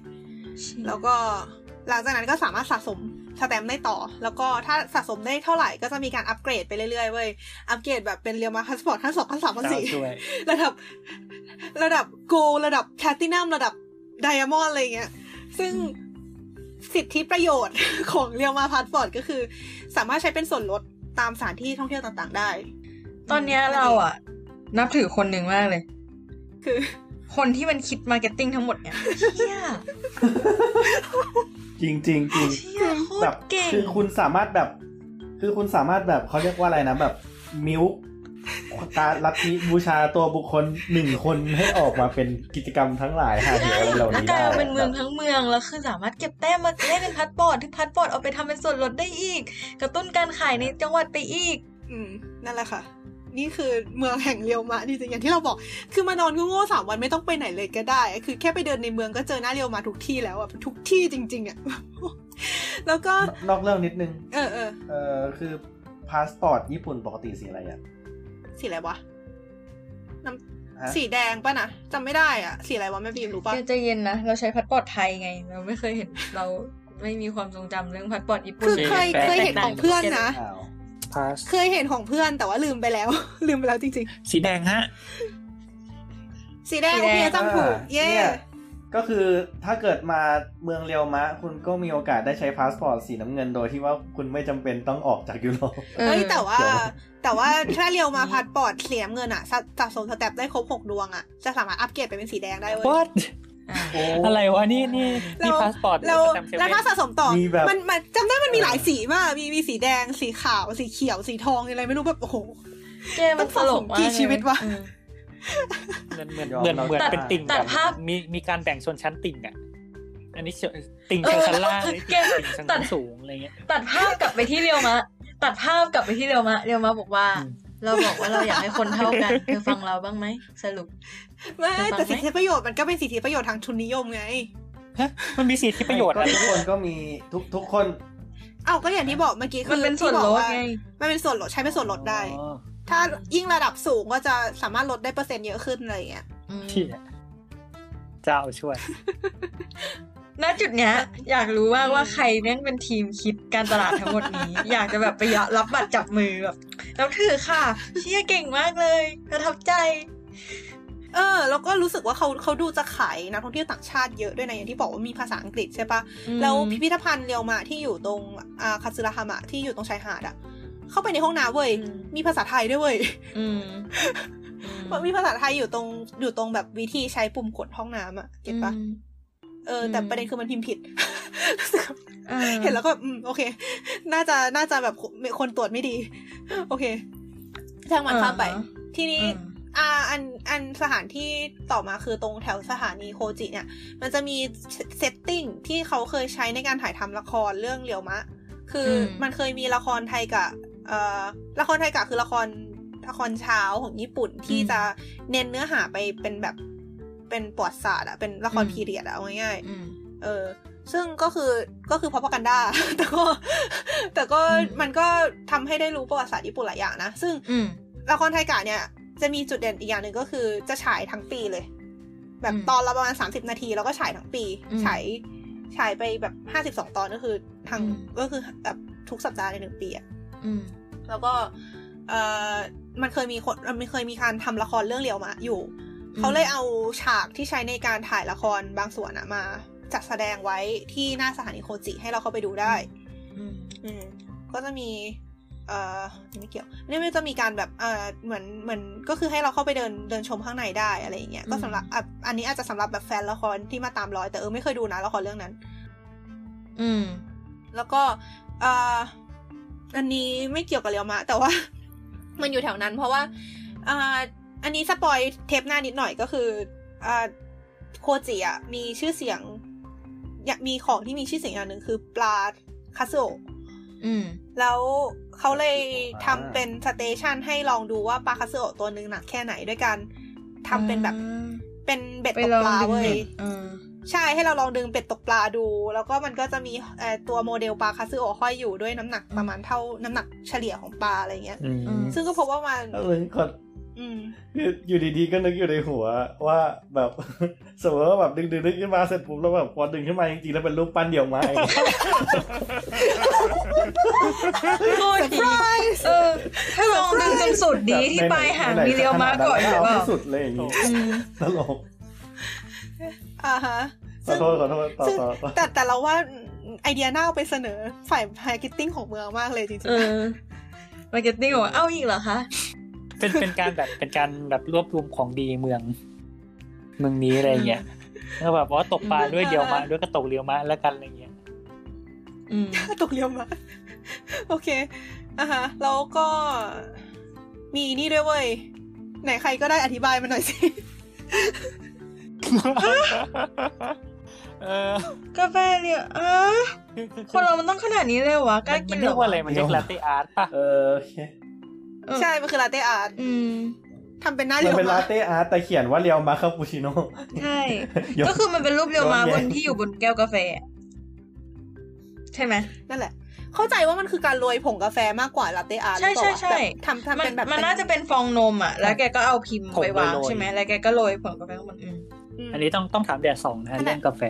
Speaker 5: แล้วก็หลังจากนั้นก็สามารถสะสมสแตมป์ได้ต่อ แล้วก็ถ้าสะสมได้เท่าไหร่ก็จะมีการอัปเกรดไปเรื่อยๆเว้ย อัปเกรดแบบเป็นเรียวมาพาสปอร์ตขั้นสองขั้นสามขั้น
Speaker 3: เจ้า
Speaker 5: สี่
Speaker 3: ช่วย
Speaker 5: ระดับ ระดับโกระดับแพลตินัมระดับไดอะมอนด์อะไรเงี้ย ซึ่งสิทธิประโยชน์ ของเรียวมาพาสปอร์ตก็คือ สามารถใช้เป็นส่วนลดตามสถานที่ท่องเที่ยวต่างๆ ได้
Speaker 2: ตอนเนี้ยเราอ่ะ นับถือคนหนึ่งมากเลย
Speaker 5: คือ
Speaker 2: คนที่มันคิดมาร์เก็ตติ้งทั้งหมดเนี่ยเชี่ย
Speaker 4: จริงจริงจริง
Speaker 2: เชี่ยโค
Speaker 4: แบ
Speaker 2: ต
Speaker 4: บ
Speaker 2: รเก่ง
Speaker 4: คือคุณสามารถแบบ คือคุณสามารถแบบเขาเรียกว่าอะไรนะแบบมิว ตาลัทธิบูชาตัวบุคคลหนึ่งคนให้ออกมาเป็นกิจกรรมทั้งหลายหาเหวอะไรเหล่า
Speaker 2: แล้ว
Speaker 4: นี้
Speaker 2: กลาย
Speaker 4: ได้
Speaker 2: มาเป็นเมืองทั้งเมืองแล้วคือสามารถเก็บแต้มมาได้เป็นพัดปอร์ดที่พัดปอร์ดเอาไปทำเป็นส่วนลดได้อีก กระตุ้นการขายในจังหวัดไปอีก
Speaker 5: อืมนั่นแหละค่ะ นี่คือเมืองแห่งเรียวมะจริงๆอย่างที่เราบอก คือมานอนโง่ๆสามวันไม่ต้องไปไหนเลยก็ได้ คือแค่ไปเดินในเมืองก็เจอหน้าเรียวมะทุกที่แล้วอะทุกที่จริง ๆอะ (laughs) แล้วก็
Speaker 4: นอกเรื่องนิดนึง
Speaker 5: เออเออ
Speaker 4: เออคือพาสปอร์ตญี่ปุ่นปกติสีอะไรอ่ะ
Speaker 5: สีอะไรวะ
Speaker 4: ฮะ
Speaker 5: สีแดงป่ะนะจำไม่ได้อะสีอะไรวะแม่บีมรู้ป่ะ
Speaker 2: เดี๋ยวใจเย็นนะ เราใช้พัดปอร์ดไทยไง เราไม่เคยเห็นเราไม่มีความทรงจำเรื่องพัดปอร์ดญี่ปุ่น
Speaker 5: คือ
Speaker 3: สี
Speaker 5: เคย
Speaker 3: แปลก
Speaker 5: เคยเห็นของเพื่อนนะ
Speaker 4: อ้าว
Speaker 3: พาส
Speaker 5: เคยเห็นของเพื่อนแต่ว่าลืมไปแล้ว (laughs) ลืมไปแล้วจริง
Speaker 3: สีแดงฮะ
Speaker 5: ๆ สีแดงโอเคจำถูก เย้
Speaker 4: นี่ก็คือถ้าเกิดมาเมืองเรียวมะ คุณก็มีโอกาสได้ใช้พาสปอร์ตสีน้ำเงินโดยที่ว่าคุณไม่จำเป็นต้องออกจากยุโรป
Speaker 2: เอ
Speaker 5: เอ้
Speaker 2: อย
Speaker 5: แต่ว่า
Speaker 4: เดี๋ยว
Speaker 5: แต่ว่าถ้าเรียวมาพัดปอดเสียเงินอะสะสะสมสแต็ปได้ครบหกดวงอะจะสามารถอัปเกรดไปเป็นสีแดงได้เว้ย
Speaker 3: what
Speaker 2: อ่ะ
Speaker 4: โอ้
Speaker 3: อะไรวะนี่นี่นี่
Speaker 5: เรา
Speaker 3: พาสปอร์ต
Speaker 5: แล้ว
Speaker 3: สตมป์เซเน
Speaker 5: แล้วถ้าสะสมต่อ
Speaker 4: มีแบบ
Speaker 5: มันมันจำได้มันมีหลายสีมาก มีมีสีแดงสีขาวสีเขียวสีทองอะไรไม่รู้แบบโอ้โห
Speaker 2: เกมมันตล
Speaker 5: ต้อง
Speaker 2: กมา
Speaker 5: สะสม
Speaker 2: ก
Speaker 5: กี่ชีวิตวะ
Speaker 2: เออ
Speaker 3: เหมือนเหมือน
Speaker 4: ยอม
Speaker 3: เหมือน
Speaker 4: รับ
Speaker 3: เหมือนเป็นติ่ง
Speaker 2: ตัด
Speaker 3: แบบ
Speaker 2: ภาพ
Speaker 3: มีมีการแบ่งชนชั้นติ่งอ่ะ อันนี้ชนติ่ง
Speaker 2: เออ
Speaker 3: ชนชั้นล่าง
Speaker 2: แล้ว
Speaker 3: นี่
Speaker 2: เกม
Speaker 3: ติ่งชั้น
Speaker 2: ตัด
Speaker 3: สูงอะไรเงี้ย
Speaker 2: ตัดภาพกลับไปที่เรียวมะ ตัดภาพกลับไปที่เรียวมะ เรียวมะบอกว่า
Speaker 3: อืม
Speaker 2: เราบอกว่าเราอยากให้คนเท่ากันเธอฟังเราบ้างไหมสรุป
Speaker 5: ไม่
Speaker 2: เธอฟังไหม
Speaker 5: แต่สิทธิประโยชน์มันก็เป็นสิทธิประโยชน์ทางทุนนิยมไง
Speaker 3: ฮะมันมีสิทธิประโยชน์
Speaker 4: ก็
Speaker 3: อะไร
Speaker 4: ทุกคนก็มีทุกทุกคน
Speaker 5: เอ้าก็อย่างที่บอกเมื่อกี้
Speaker 2: มัน
Speaker 5: คือ
Speaker 2: เป็นส่วน
Speaker 5: ที่บ
Speaker 2: ล
Speaker 5: อ
Speaker 2: ด
Speaker 5: กา
Speaker 2: ไง
Speaker 5: มันเป็นส่วนลดใช้เป็นส่วนลดได้
Speaker 3: อ๋อ
Speaker 5: ถ้ายิ่งระดับสูงก็จะสามารถลดได้เปอร์เซ็นต์เยอะขึ้นอะไรอย่างเงี้ย
Speaker 2: อืม
Speaker 3: ที่เจ้าช่วย
Speaker 2: ณจุดเนี้ย อยากรู้ว่ากว่าใครแม่งเป็นทีมคิดการตลาดทั้งหมดนี้ อยากจะแบบไปยะรับบัตรจับมือแบบแล้วถือค่ะ เชี่ยเก่งมากเลยประทับใจ
Speaker 5: เออแล้วก็รู้สึกว่าเขาเขาดูจะขายนักท่องเที่ยวต่างชาติเยอะด้วยนะอย่างที่บอกว่ามีภาษาอังกฤษใช่ปะแล้วพิพิธภัณฑ์เรียวมาที่อยู่ตรงอ่าคาซึระฮามะที่อยู่ตรงชายหาดอะเข้าไปในห้องน้ำเว้ย
Speaker 2: อืม
Speaker 5: มีภาษาไทยด้วยเว้ย (laughs)
Speaker 2: อืม
Speaker 5: มันมีภาษาไทยอยู่ตรงอยู่ตรงแบบวิธีใช้ปุ่มกดห้องน้ำอะเก็ตปะ
Speaker 2: อืม
Speaker 5: เออแต่
Speaker 2: อืม
Speaker 5: ประเด็นคือมันพิมพ์ผิด
Speaker 2: อ่า
Speaker 5: เห็น (laughs) แล้วก็แบบอืมโอเค น่าจะน่าจะแบบคนตรวจไม่ดี (laughs) โอเคช่างมันข้ามไป ทีนี้
Speaker 2: อ่า
Speaker 5: อ่าอันอันสถานที่ต่อมาคือตรงแถวสถานีโคจิเนี่ย มันจะมีเซตติ้งที่เขาเคยใช้ในการถ่ายทำละครเรื่องเหลียวมะ คืออ
Speaker 2: ม
Speaker 5: มันเคยมีละครไทยกะเอ่อละครไทยกะคือละครละครเช้าของญี่ปุ่นที่จะเน้นเนื้อหาไปเป็นแบบเป็นประวัติศาสตร์อะเป็นละครพีเรียดอะเอาง่ายๆ
Speaker 2: อืม
Speaker 5: เออ ซึ่งก็คือก็คือพอพกันด้า (laughs) แต่ก็ แต่ก็
Speaker 2: อืม
Speaker 5: มันก็ทำให้ได้รู้ประวัติศาสตร์ญี่ปุ่นหลายอย่างนะ ซึ่ง
Speaker 2: อืม
Speaker 5: ละครไทยกะเนี่ย จะมีจุดเด่นอีกอย่างหนึ่งก็คือจะฉายทั้งปีเลย แบบ
Speaker 2: อืม
Speaker 5: ตอนละประมาณ 30 นาที แล้วก็ฉายทั้งปี
Speaker 2: อืม
Speaker 5: ฉายฉายไปแบบ 52 ตอนก็คือทั้ง
Speaker 2: อืม
Speaker 5: ก็คือแบบทุกสัปดาห์ในหนึ่งปีอะ
Speaker 2: อืม
Speaker 5: แล้วก็เออมันเคยมีคนมันเคยมีการทำละครเรื่องเรียวมาอยู่
Speaker 2: อืม
Speaker 5: เขาเลยเอาฉากที่ใช้ในการถ่ายละครบางส่วนอะมา จัดแสดงไว้ที่หน้าสถานีโคจิให้เราเข้าไปดูได้
Speaker 2: อืม
Speaker 5: อืมก็จะมี เอ่อไม่เกี่ยวนี่มันจะมีการแบบเอ่อเหมือนเหมือนก็คือให้เราเข้าไปเดินเดินชมข้างในได้อะไรอย่างเงี้ย
Speaker 2: อืม
Speaker 5: ก็สำหรับอ่ะอันนี้อาจจะสำหรับแบบแฟนละครที่มาตามร้อยแต่เออไม่เคยดูนะละครเรื่องนั้น
Speaker 2: อืม
Speaker 5: แล้วก็เอ่ออันนี้ไม่เกี่ยวกับเรียวมะ แต่ว่า (laughs) มันอยู่แถวนั้น เพราะว่าเอ่ออันนี้สปอยเทปหน้านิดหน่อยก็คือเอ่อโคจิอะมีชื่อเสียงอยากมีของที่มีชื่อเสียงอย่างหนึ่งคือปลาคาโซะ
Speaker 2: อืม
Speaker 5: แล้วเขาเลยทำเป็นสเตชันให้ลองดูว่าปลาคาโซะตัวหนึ่งหนักแค่ไหนด้วยการทำเป็นแบบ
Speaker 2: อืม
Speaker 5: เป็นเบ็ด
Speaker 2: ไป
Speaker 5: ตก
Speaker 2: ล
Speaker 5: ป
Speaker 2: อง
Speaker 5: ลา
Speaker 2: ดึง
Speaker 5: เว้
Speaker 2: เน็
Speaker 5: ย
Speaker 2: ตเออ
Speaker 5: ใช่ให้เราลองดึงเป็ดตกปลาดู แล้วก็มันก็จะมีเอ่อตัวโมเดลปลาคาซึโอะห้อยอยู่ด้วยน้ำหนัก
Speaker 2: อืม
Speaker 5: ประมาณเท่าน้ำหนักเฉลี่ยของปลาอะไรเงี้ย
Speaker 3: อืม
Speaker 2: อืม
Speaker 5: ซึ่งก็พบว่ามัน
Speaker 4: เอาเลยก่อน
Speaker 5: อืม
Speaker 4: คืออยู่ดีๆก็นึกอยู่ในหัวว่าแบบ สมมติว่าแบบดึงดึงดึงขึ้นมาเสร็จปุ๊บแล้วแบบพอดึงขึ้นมาจริงๆแล้วเป็นรูปปั้นเดี่ยวไม้
Speaker 2: โคตรดีเออ ถ้าลองดึงจนสุดดีที่ปลายหางมีเรียวมาก่อนหรือ
Speaker 4: เอา
Speaker 2: เปล่า
Speaker 4: ที่สุดเลยอย่างนี้
Speaker 2: อืม
Speaker 4: ตลก
Speaker 5: อ่าฮะ
Speaker 4: ขอ
Speaker 5: ซึ่ง
Speaker 4: โทษขอโทษต่อ
Speaker 5: ซึ่ง
Speaker 4: ต่อต่อ
Speaker 5: แต่แต่เราว่าไอเดียน่าเอาไปเสนอฝ่ายมาร์เก็ตติ้งของเมืองมากเลยจริง
Speaker 2: เออมาร์เก็ตติ้งบอกว่าเอ้าอีกเหรอคะ
Speaker 3: เป็นเป็นการแบบเป็นการแบบรวบรวมของดีเมือง เมืองนี้อะไรเงี้ยแล้วแบบว่าตกปลาด้วยเดียวมาด้วยกระตกเรียวมาแล้วกันอะไร (laughs) เงี้ย
Speaker 2: อืม
Speaker 5: (laughs) ๆ ตกเรียวมา โอเคอ่าฮะแล้วก็ มีนี่ด้วยเว้ย ไหนใครก็ได้อธิบายมาหน่อยสิ
Speaker 3: เออก
Speaker 2: าแฟเดียวอ่ะคนเรามันต้องขนาดนี้เลยเหรอวะกล้ากิ
Speaker 3: มันน
Speaker 2: เหร
Speaker 3: เรีย
Speaker 2: อก
Speaker 3: ว่าอะไร มันเรียกลาเต้อาร์ตป่ะ
Speaker 4: เออโอเค
Speaker 2: เออ
Speaker 5: ใช่ มันคือลาเต้อาร์ต
Speaker 2: อืม
Speaker 5: ทำเป็นหน้า
Speaker 4: มั
Speaker 5: เดี
Speaker 4: น
Speaker 5: ยว
Speaker 4: เป็นลา
Speaker 5: า
Speaker 4: ม
Speaker 5: ก
Speaker 4: เต้อาร์ตแต่เขียนว่าเรียวมาคาปูชิโน่
Speaker 2: ใช่ ก็คือมันเป็นรูปเรียวมา
Speaker 4: ย้อ
Speaker 2: บ
Speaker 4: นแย้
Speaker 2: น
Speaker 4: ง
Speaker 2: ที่อยู่บนแก้วกาแฟอะใช่ไหม
Speaker 5: นั่นแหละ เข้าใจว่ามันคือการโรยผงกาแฟมากกว่าลาเต้อาร์ต
Speaker 2: ใช่ใช่ใช่
Speaker 5: แบบทำทำ
Speaker 2: มัน
Speaker 5: เป็นแบบ
Speaker 2: มันน่าจะเป็นฟองนมอ่ะ แล้วแกก็เอาพิมพ์ไปวาง
Speaker 3: ผงโรยๆ
Speaker 2: ใช่ไหมแล้วแกก็โรยผงกาแฟข้างบนอืม
Speaker 5: ม
Speaker 3: อันนี้ต้องต้องถามแดดสองนะฮะ
Speaker 5: ขนาด
Speaker 3: เรื่องกาแฟ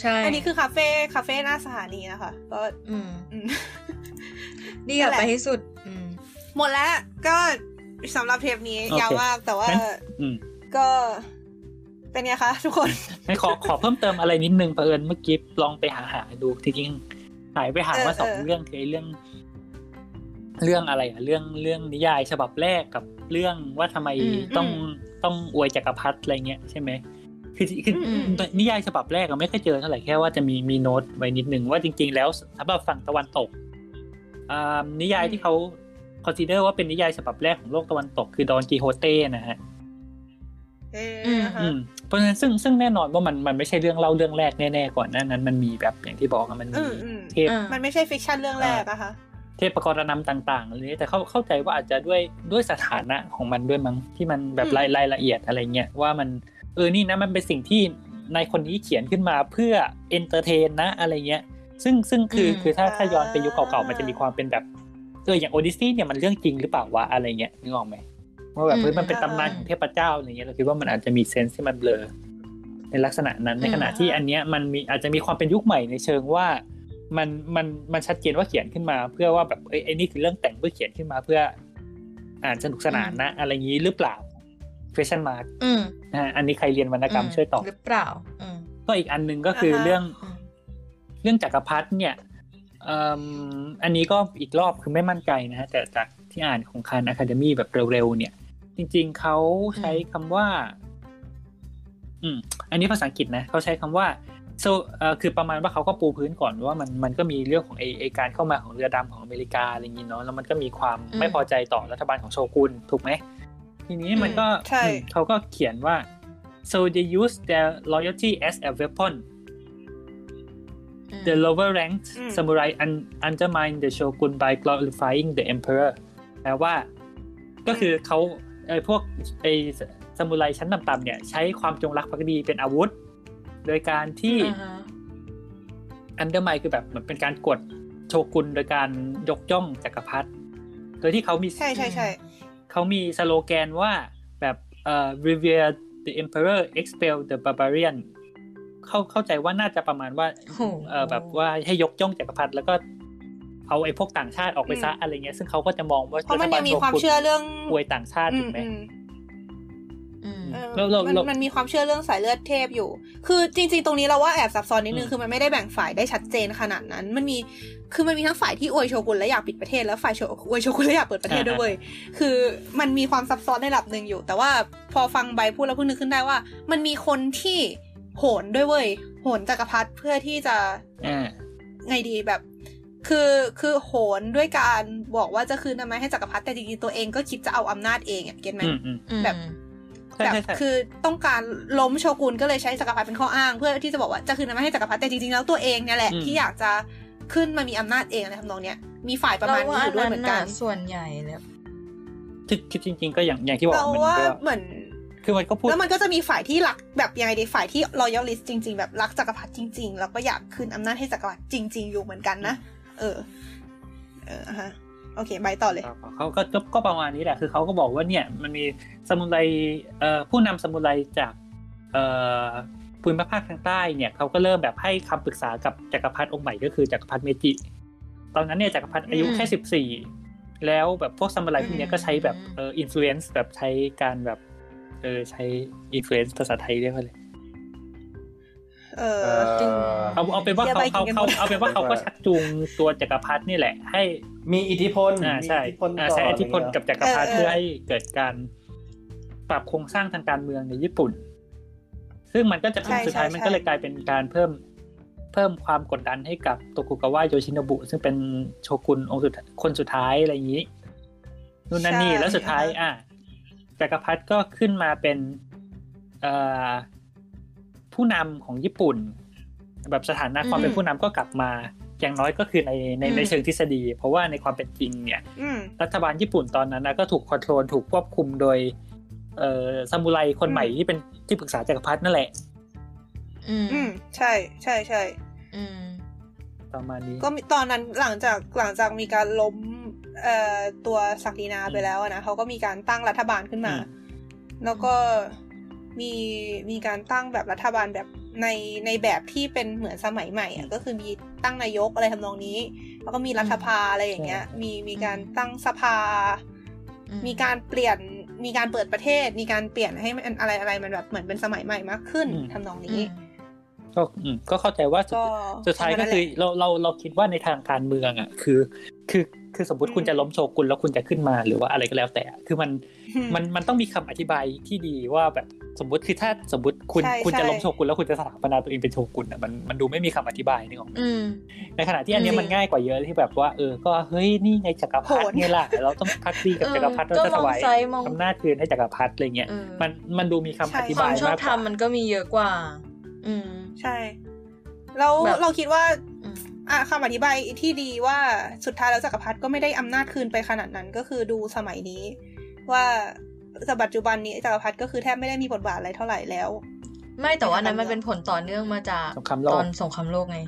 Speaker 2: ใช่
Speaker 5: อันนี้คือคาเฟ่คาเฟ่หน้าสถานีนะคะ ก็
Speaker 2: ม
Speaker 5: อืม (laughs)
Speaker 2: ดีกลับ
Speaker 5: นั่น
Speaker 2: ไป
Speaker 5: แหละ
Speaker 2: ให้สุด อืม
Speaker 5: หมดแล้วก็สำหรับเทปนี้
Speaker 3: โอเค
Speaker 5: ยาวมากแต่ว่า
Speaker 3: งั้น อืม
Speaker 5: ก็ เป็นไงคะทุกคน
Speaker 3: งั้นขอขอเพิ่มเติมอะไรนิดนึงเผอิญเมื่อกี้ลองไปหาหาดูจริงๆหายไปหามา
Speaker 5: เออ
Speaker 3: สอง
Speaker 5: เออ
Speaker 3: เรื่องคือไอ้เรื่อง เรื่องอะไรอะเรื่องเรื่องนิยายฉบับแรกกับเรื่องว่าทำไม
Speaker 2: อืม
Speaker 3: ต้องต้องอวยจักรพรรดิอะไรเงี้ยใช่ไหมคือคืออ
Speaker 2: ม
Speaker 3: นิยายฉบับแรกอะไม่ค่อยเจอเท่าไหร่แค่ว่าจะมีมีโน้ตไว้นิดนึงว่าจริง ๆ แล้วสำหรับฝั่งตะวันตกอ่านิยายที่เขาคอนซีเดอร์ว่าเป็นนิยายฉบับแรกของโลกตะวันตกคือดอนกีโฮเต้นะฮะ
Speaker 5: เออ
Speaker 2: ม
Speaker 5: นะคะ
Speaker 3: อืมเพราะฉะนั้นซึ่งซึ่งแน่นอนว่ามันมันไม่ใช่เรื่องเล่าเรื่องแรกแน่ๆก่อนหนั้นนั้น มันมีแบบอย่างที่บอกอะมัน
Speaker 5: อืม
Speaker 3: มี
Speaker 5: อืม
Speaker 3: เทพ
Speaker 2: อ่า
Speaker 5: มันไม่ใช่ฟิกชันเรื่องแรกนะคะ
Speaker 3: เทพประกรณำต่างๆอะไรนี้แต่เขาเข้าใจว่าอาจจะด้วยด้วยสถานะของมันด้วยมั้งที่มันแบบ
Speaker 5: อืม
Speaker 3: รายรายละเอียดอะไรเงี้ยว่ามันเออนี่นะมันเป็นสิ่งที่นายคนนี้เขียนขึ้นมาเพื่อเอนเตอร์เทนนะอะไรเงี้ย ซึ่งซึ่งคือ
Speaker 2: อืม
Speaker 3: คือถ้าถ้าย้อนไปยุคเก่าๆมันจะมีความเป็นแบบเอออย่างโอดิซีเนี่ยมันเรื่องจริงหรือเปล่าวะอะไรเงี้ยนึกออกไหมว่าแบบเฮ้ยมันเป็นตำนานของเทพเจ้าอะไรเงี้ยเราคิดว่ามันอาจจะมีเซนส์ที่มันเบลอในลักษณะนั้นในขณะที่อันเนี้ยมันมีอาจจะมีความเป็นยุคใหม่ในเชิงว่า มันมันมันชัดเจนว่าเขียนขึ้นมา เพื่อว่าแบบเอ้ยไอ้นี่คือเรื่องแต่งเพื่อเขียนขึ้นมาเพื่อ อ่านสนุกสนานนะ อะไรอย่างนี้หรือเปล่า question mark
Speaker 2: อืม
Speaker 3: นะฮะอันนี้ใครเรียนวรรณกรรมช่วยตอบ
Speaker 2: หรือเปล่า อืม
Speaker 3: ก็อีกอันหนึ่งก็คือ
Speaker 5: อ่าฮะ
Speaker 3: เรื่องเรื่องจักรพรรดิเนี่ยเอิ่มอันนี้ก็อีกรอบคือไม่มั่นใจนะฮะแต่จากที่อ่านของคานอะคาเดมี่แบบเร็วๆเนี่ย จริงๆเขาใช้คำว่า อืม อันนี้ภาษาอังกฤษนะเขาใช้คำว่า so เอ่อคือประมาณว่าเขาก็ปูพื้นก่อนว่ามันมันก็มีเรื่องของไอไอการเข้ามาของเรือดำของอเมริกาอะไรอย่างนี้เนาะแล้วมันก็มีความ
Speaker 2: อืม
Speaker 3: ไม่พอใจต่อรัฐบาลของโชกุนถูกไหม ทีนี้มันก็
Speaker 5: อืมใช่
Speaker 3: อืมเขาก็เขียนว่า so they use their loyalty as a weapon
Speaker 2: อืม
Speaker 3: the lower ranked
Speaker 5: อืม
Speaker 3: samurai un- undermine the shogun by glorifying the emperor แปลว่า ก็คือเขาไอ้พวกไอ้สมุไรชั้นต่ำๆเนี่ย ใช้ความจงรักภักดีเป็นอาวุธ โดยการที่
Speaker 2: อ่าฮะ
Speaker 3: undermine คือแบบเหมือนเป็นการกดโชกุนโดยการยกย่องจักรพรรดิโดยที่เขามี
Speaker 5: ใช่ใช่ใช่
Speaker 3: เขามีสโลแกนว่าแบบเอ่อ revere the emperor expel the barbarian เข้าเข้าใจว่าน่าจะประมาณว่า
Speaker 2: โอ้โห
Speaker 3: เออแบบว่าให้ยกย่องจักรพรรดิแล้วก็เอาไอ้พวกต่างชาติออกไปซะอะไรเงี้ยซึ่งเขาก็จะมองว่า
Speaker 5: เพราะมันยังมี
Speaker 3: ฐบล
Speaker 5: ความเชื่อเรื่อง
Speaker 3: อวยต่างชาติถูกไหม
Speaker 5: อืม
Speaker 2: อืม
Speaker 5: เออ
Speaker 3: เราเรา
Speaker 5: มัน
Speaker 3: เรามั
Speaker 5: มันมีความเชื่อเรื่องสายเลือดเทพอยู่ คือจริง ๆ ตรงนี้เราว่าแอบซับซ้อนนิดนึ
Speaker 3: อื
Speaker 5: ง
Speaker 3: ม
Speaker 5: คือมันไม่ได้แบ่งฝ่ายได้ชัดเจนขนาดนั้น มันมี คือมันมีทั้งฝ่ายที่อวยโชกุนและอยากปิดประเทศ แล้วฝ่ายโชอวยโชกุนและอยากเปิดประเทศด้วยเว้ย คือมันมีความซับซ้อนในระดับหนึ่งอยู่ แต่ว่าพอฟังใบพูดแล้วเพิ่งนึกขึ้นได้ว่า มันมีคนที่โหนด้วยเว้ย โหนจักรพรรดิเพื่อที่จะ
Speaker 3: อ่า
Speaker 5: ไงดีแบบ คือคือโหนด้วยการบอกว่าจะคืนอำนาจให้จักรพรรดิ แต่จริงๆ ตัวเองก็คิดจะเอาอำนาจเองอะเก็ตไหม
Speaker 3: อืมอืม
Speaker 5: แบบ
Speaker 3: ใช่
Speaker 5: แบบ
Speaker 3: ใช่ใช่
Speaker 5: คือต้องการล้มโชกุนก็เลยใช้จักรพรรดิเป็นข้ออ้าง เพื่อที่จะบอกว่าจะคืนอำนาจให้จักรพรรดิแต่จริงๆแล้วตัวเองเนี่ยแหละ ที่อยากจะขึ้นมามีอำนาจเองอะไรทำนองเนี้ยมีฝ่ายประมาณนี้อยู่ด้วยเหมือนกัน
Speaker 2: ราว่าส่วนใหญ่แล้ว
Speaker 3: คือคือจริง ๆ ก็อย่างอย่างที่บอก
Speaker 5: เรา
Speaker 3: มัน
Speaker 5: ว่า
Speaker 3: ก็
Speaker 5: เหมือน
Speaker 3: คือมันก็พูด
Speaker 5: แล้วมันก็จะมีฝ่ายที่รักแบบยังไงดีฝ่ายที่รอยัลลิสจริง ๆ แบบรักจักรพรรดิจริง ๆ แล้วก็อยากคืนอำนาจให้จักรพรรดิจริง ๆ อยู่เหมือนกันนะเออ เอออ่ะฮะโอเคใบต่อเลย
Speaker 3: เขาก็ก็ก็ประมาณนี้แหละ คือเขาก็บอกว่าเนี่ยมันมีสมุไรเอ่อผู้นำสมุไรจากเอ่อภูมิภาคทางใต้เนี่ยเขาก็เริ่มแบบให้คำปรึกษากับจักรพรรดิองค์ใหม่ก็คือจักรพรรดิเมจิ ตอนนั้นเนี่ยจักรพรรดิอายุแค่สิบสี่14 แล้วแบบพวกสมุไรพวกเนี้ยก็ใช้แบบเอ่ออินฟลูเอนซ์แบบใช้การแบบเออใช้อินฟลูเอนซ์ภาษาไทยเรียกว่าอะไร
Speaker 5: เอ
Speaker 4: เอ
Speaker 5: อ
Speaker 4: อ
Speaker 3: เอาเอาเป็นว่าเขาเขาเขาเอาเป็นว่าเขาก็ชักจูงตัวจักรพรรดินี่แหละให้
Speaker 4: มีอิทธิพล
Speaker 3: อ่าใช่
Speaker 4: มีอิทธิพล
Speaker 3: อ่า
Speaker 4: ต่
Speaker 3: ใช้อิทธิพลกับจักรพรรดิ
Speaker 5: เออเออ
Speaker 3: เพื่อให้เกิดการปรับโครงสร้างทางการเมืองในญี่ปุ่น ซึ่งมันก็จะเป็น
Speaker 5: ใช่
Speaker 3: สุดท้าย
Speaker 5: ใช่
Speaker 3: มันก็เลย
Speaker 5: ใช่
Speaker 3: กลายเป็นการเพิ่มเพิ่มความกดดันให้กับโตกุกาวะโยชิโนบุ ซึ่งเป็นโชกุนองค์สุดคนสุดท้ายอะไรอย่างนี้ นู่นนั่นนี่
Speaker 5: ใช่
Speaker 3: แล้วสุดท้าย อ่ะจักรพรรดิก็ขึ้นมาเป็นเอ่อผู้นำของญี่ปุ่น แบบสถานะความเป็น
Speaker 2: อืม
Speaker 3: ผู้นำก็กลับมา อย่างน้อยก็คือในใน
Speaker 5: อืม
Speaker 3: ในเชิงทฤษฎี เพราะว่าในความเป็นจริงเนี่ย
Speaker 5: อืม
Speaker 3: รัฐบาลญี่ปุ่นตอนนั้นนะก็ถูกคอนโทรลถูกควบคุมโดยเอ่อซามูไรคนใหม่
Speaker 5: อืม
Speaker 3: ที่เป็นที่ปรึกษาจักรพรรดินั่นแหละ
Speaker 2: อืม
Speaker 5: อืม ใช่ ใช่ใช่
Speaker 2: อืม
Speaker 3: ประมาณนี้
Speaker 5: ก็มีตอนนั้นหลังจากหลังจากมีการล้มเอ่อตัวศักดินาไปแล้วอะนะเขาก็มีการตั้งรัฐบาลขึ้นมา
Speaker 3: อืม
Speaker 5: แล้วก็มีมีการตั้งแบบรัฐบาลแบบในในแบบที่เป็นเหมือนสมัยใหม่อะก็คือมีตั้งนายกอะไรทำนองนี้ แล้วก็มีรัฐสภาอะไรอย่างเงี้ย
Speaker 3: ใช่
Speaker 5: มีมีการตั้งสภา
Speaker 2: อืม
Speaker 5: มีการเปลี่ยนมีการเปิดประเทศ มีการเปลี่ยนให้มันอะไรอะไรมันแบบเหมือนเป็นสมัยใหม่มากขึ้นทำนอง
Speaker 2: อื
Speaker 5: นี้
Speaker 2: ม
Speaker 3: ก็อืมก็เข้าใจว่าสุด
Speaker 5: ก็
Speaker 3: สุดท้ายก็
Speaker 5: นั่นแห
Speaker 3: คือ
Speaker 5: ละ
Speaker 3: เราเราเราคิดว่าในทางการเมืองอ่ะคือคือคือสมมติคุณ
Speaker 5: อืม
Speaker 3: จะล้มโชกุนแล้วคุณจะขึ้นมาหรือว่าอะไรก็แล้วแต่อะคือมันมันมันต้องมีคำอธิบายที่ดีว่าแบบสมมติคือถ้าสมมติคุณ
Speaker 5: ใช่
Speaker 3: คุณจะ
Speaker 5: ใช่
Speaker 3: ล้มโชกุนแล้วคุณจะสถาปนาตัวเองเป็นโชกุนอ่ะมันมันดูไม่มีคำอธิบายนึกออกไหม
Speaker 2: อืม
Speaker 3: ในขณะที่อันเนี้
Speaker 2: จ
Speaker 3: ย
Speaker 2: ริง
Speaker 3: มันง่ายกว่าเยอะที่แบบว่าเออ ก็เฮ้ยนี่ไงจักรพรรดิ
Speaker 5: โหน
Speaker 3: ไงล่ะเราต้องพักดีกับจักรพรรดิ
Speaker 2: เออ
Speaker 3: เรา
Speaker 2: ก็ม
Speaker 3: จะถ
Speaker 2: อง
Speaker 3: วาย
Speaker 2: ซ้ายมอง
Speaker 3: อำนาจคืนให้จักรพรรดิอะไรเงี้ย
Speaker 2: เออ
Speaker 3: มันมันดูมีคำ
Speaker 5: ใช่
Speaker 3: อธิ
Speaker 2: ควา
Speaker 3: บาม ย
Speaker 2: ชอบ
Speaker 3: มากกว่า
Speaker 2: ทำมันก็มีเยอะกว่า อืม
Speaker 5: ใช่ แล้ว
Speaker 2: แบบ
Speaker 5: เราคิดว่า
Speaker 2: อืม
Speaker 5: อ่ะคำอธิบายที่ดีว่าสุดท้ายแล้วจักรพรรดิก็ไม่ได้อำนาจคืนไปขนาดนั้นก็คือดูสมัยนี้ ว่าสปัจจุบันนี้จักรพรรดิก็คือแทบไม่ได้มีบทบาทอะไรเท่าไหร่แล้ว
Speaker 2: ไม่แต่ว่านั้น
Speaker 5: ไม่
Speaker 2: มัน
Speaker 5: ทำแล้ว
Speaker 2: เป็นผลต่อเนื่องมาจาก
Speaker 3: สงครามโล
Speaker 2: ตอก นสงครามโลกไง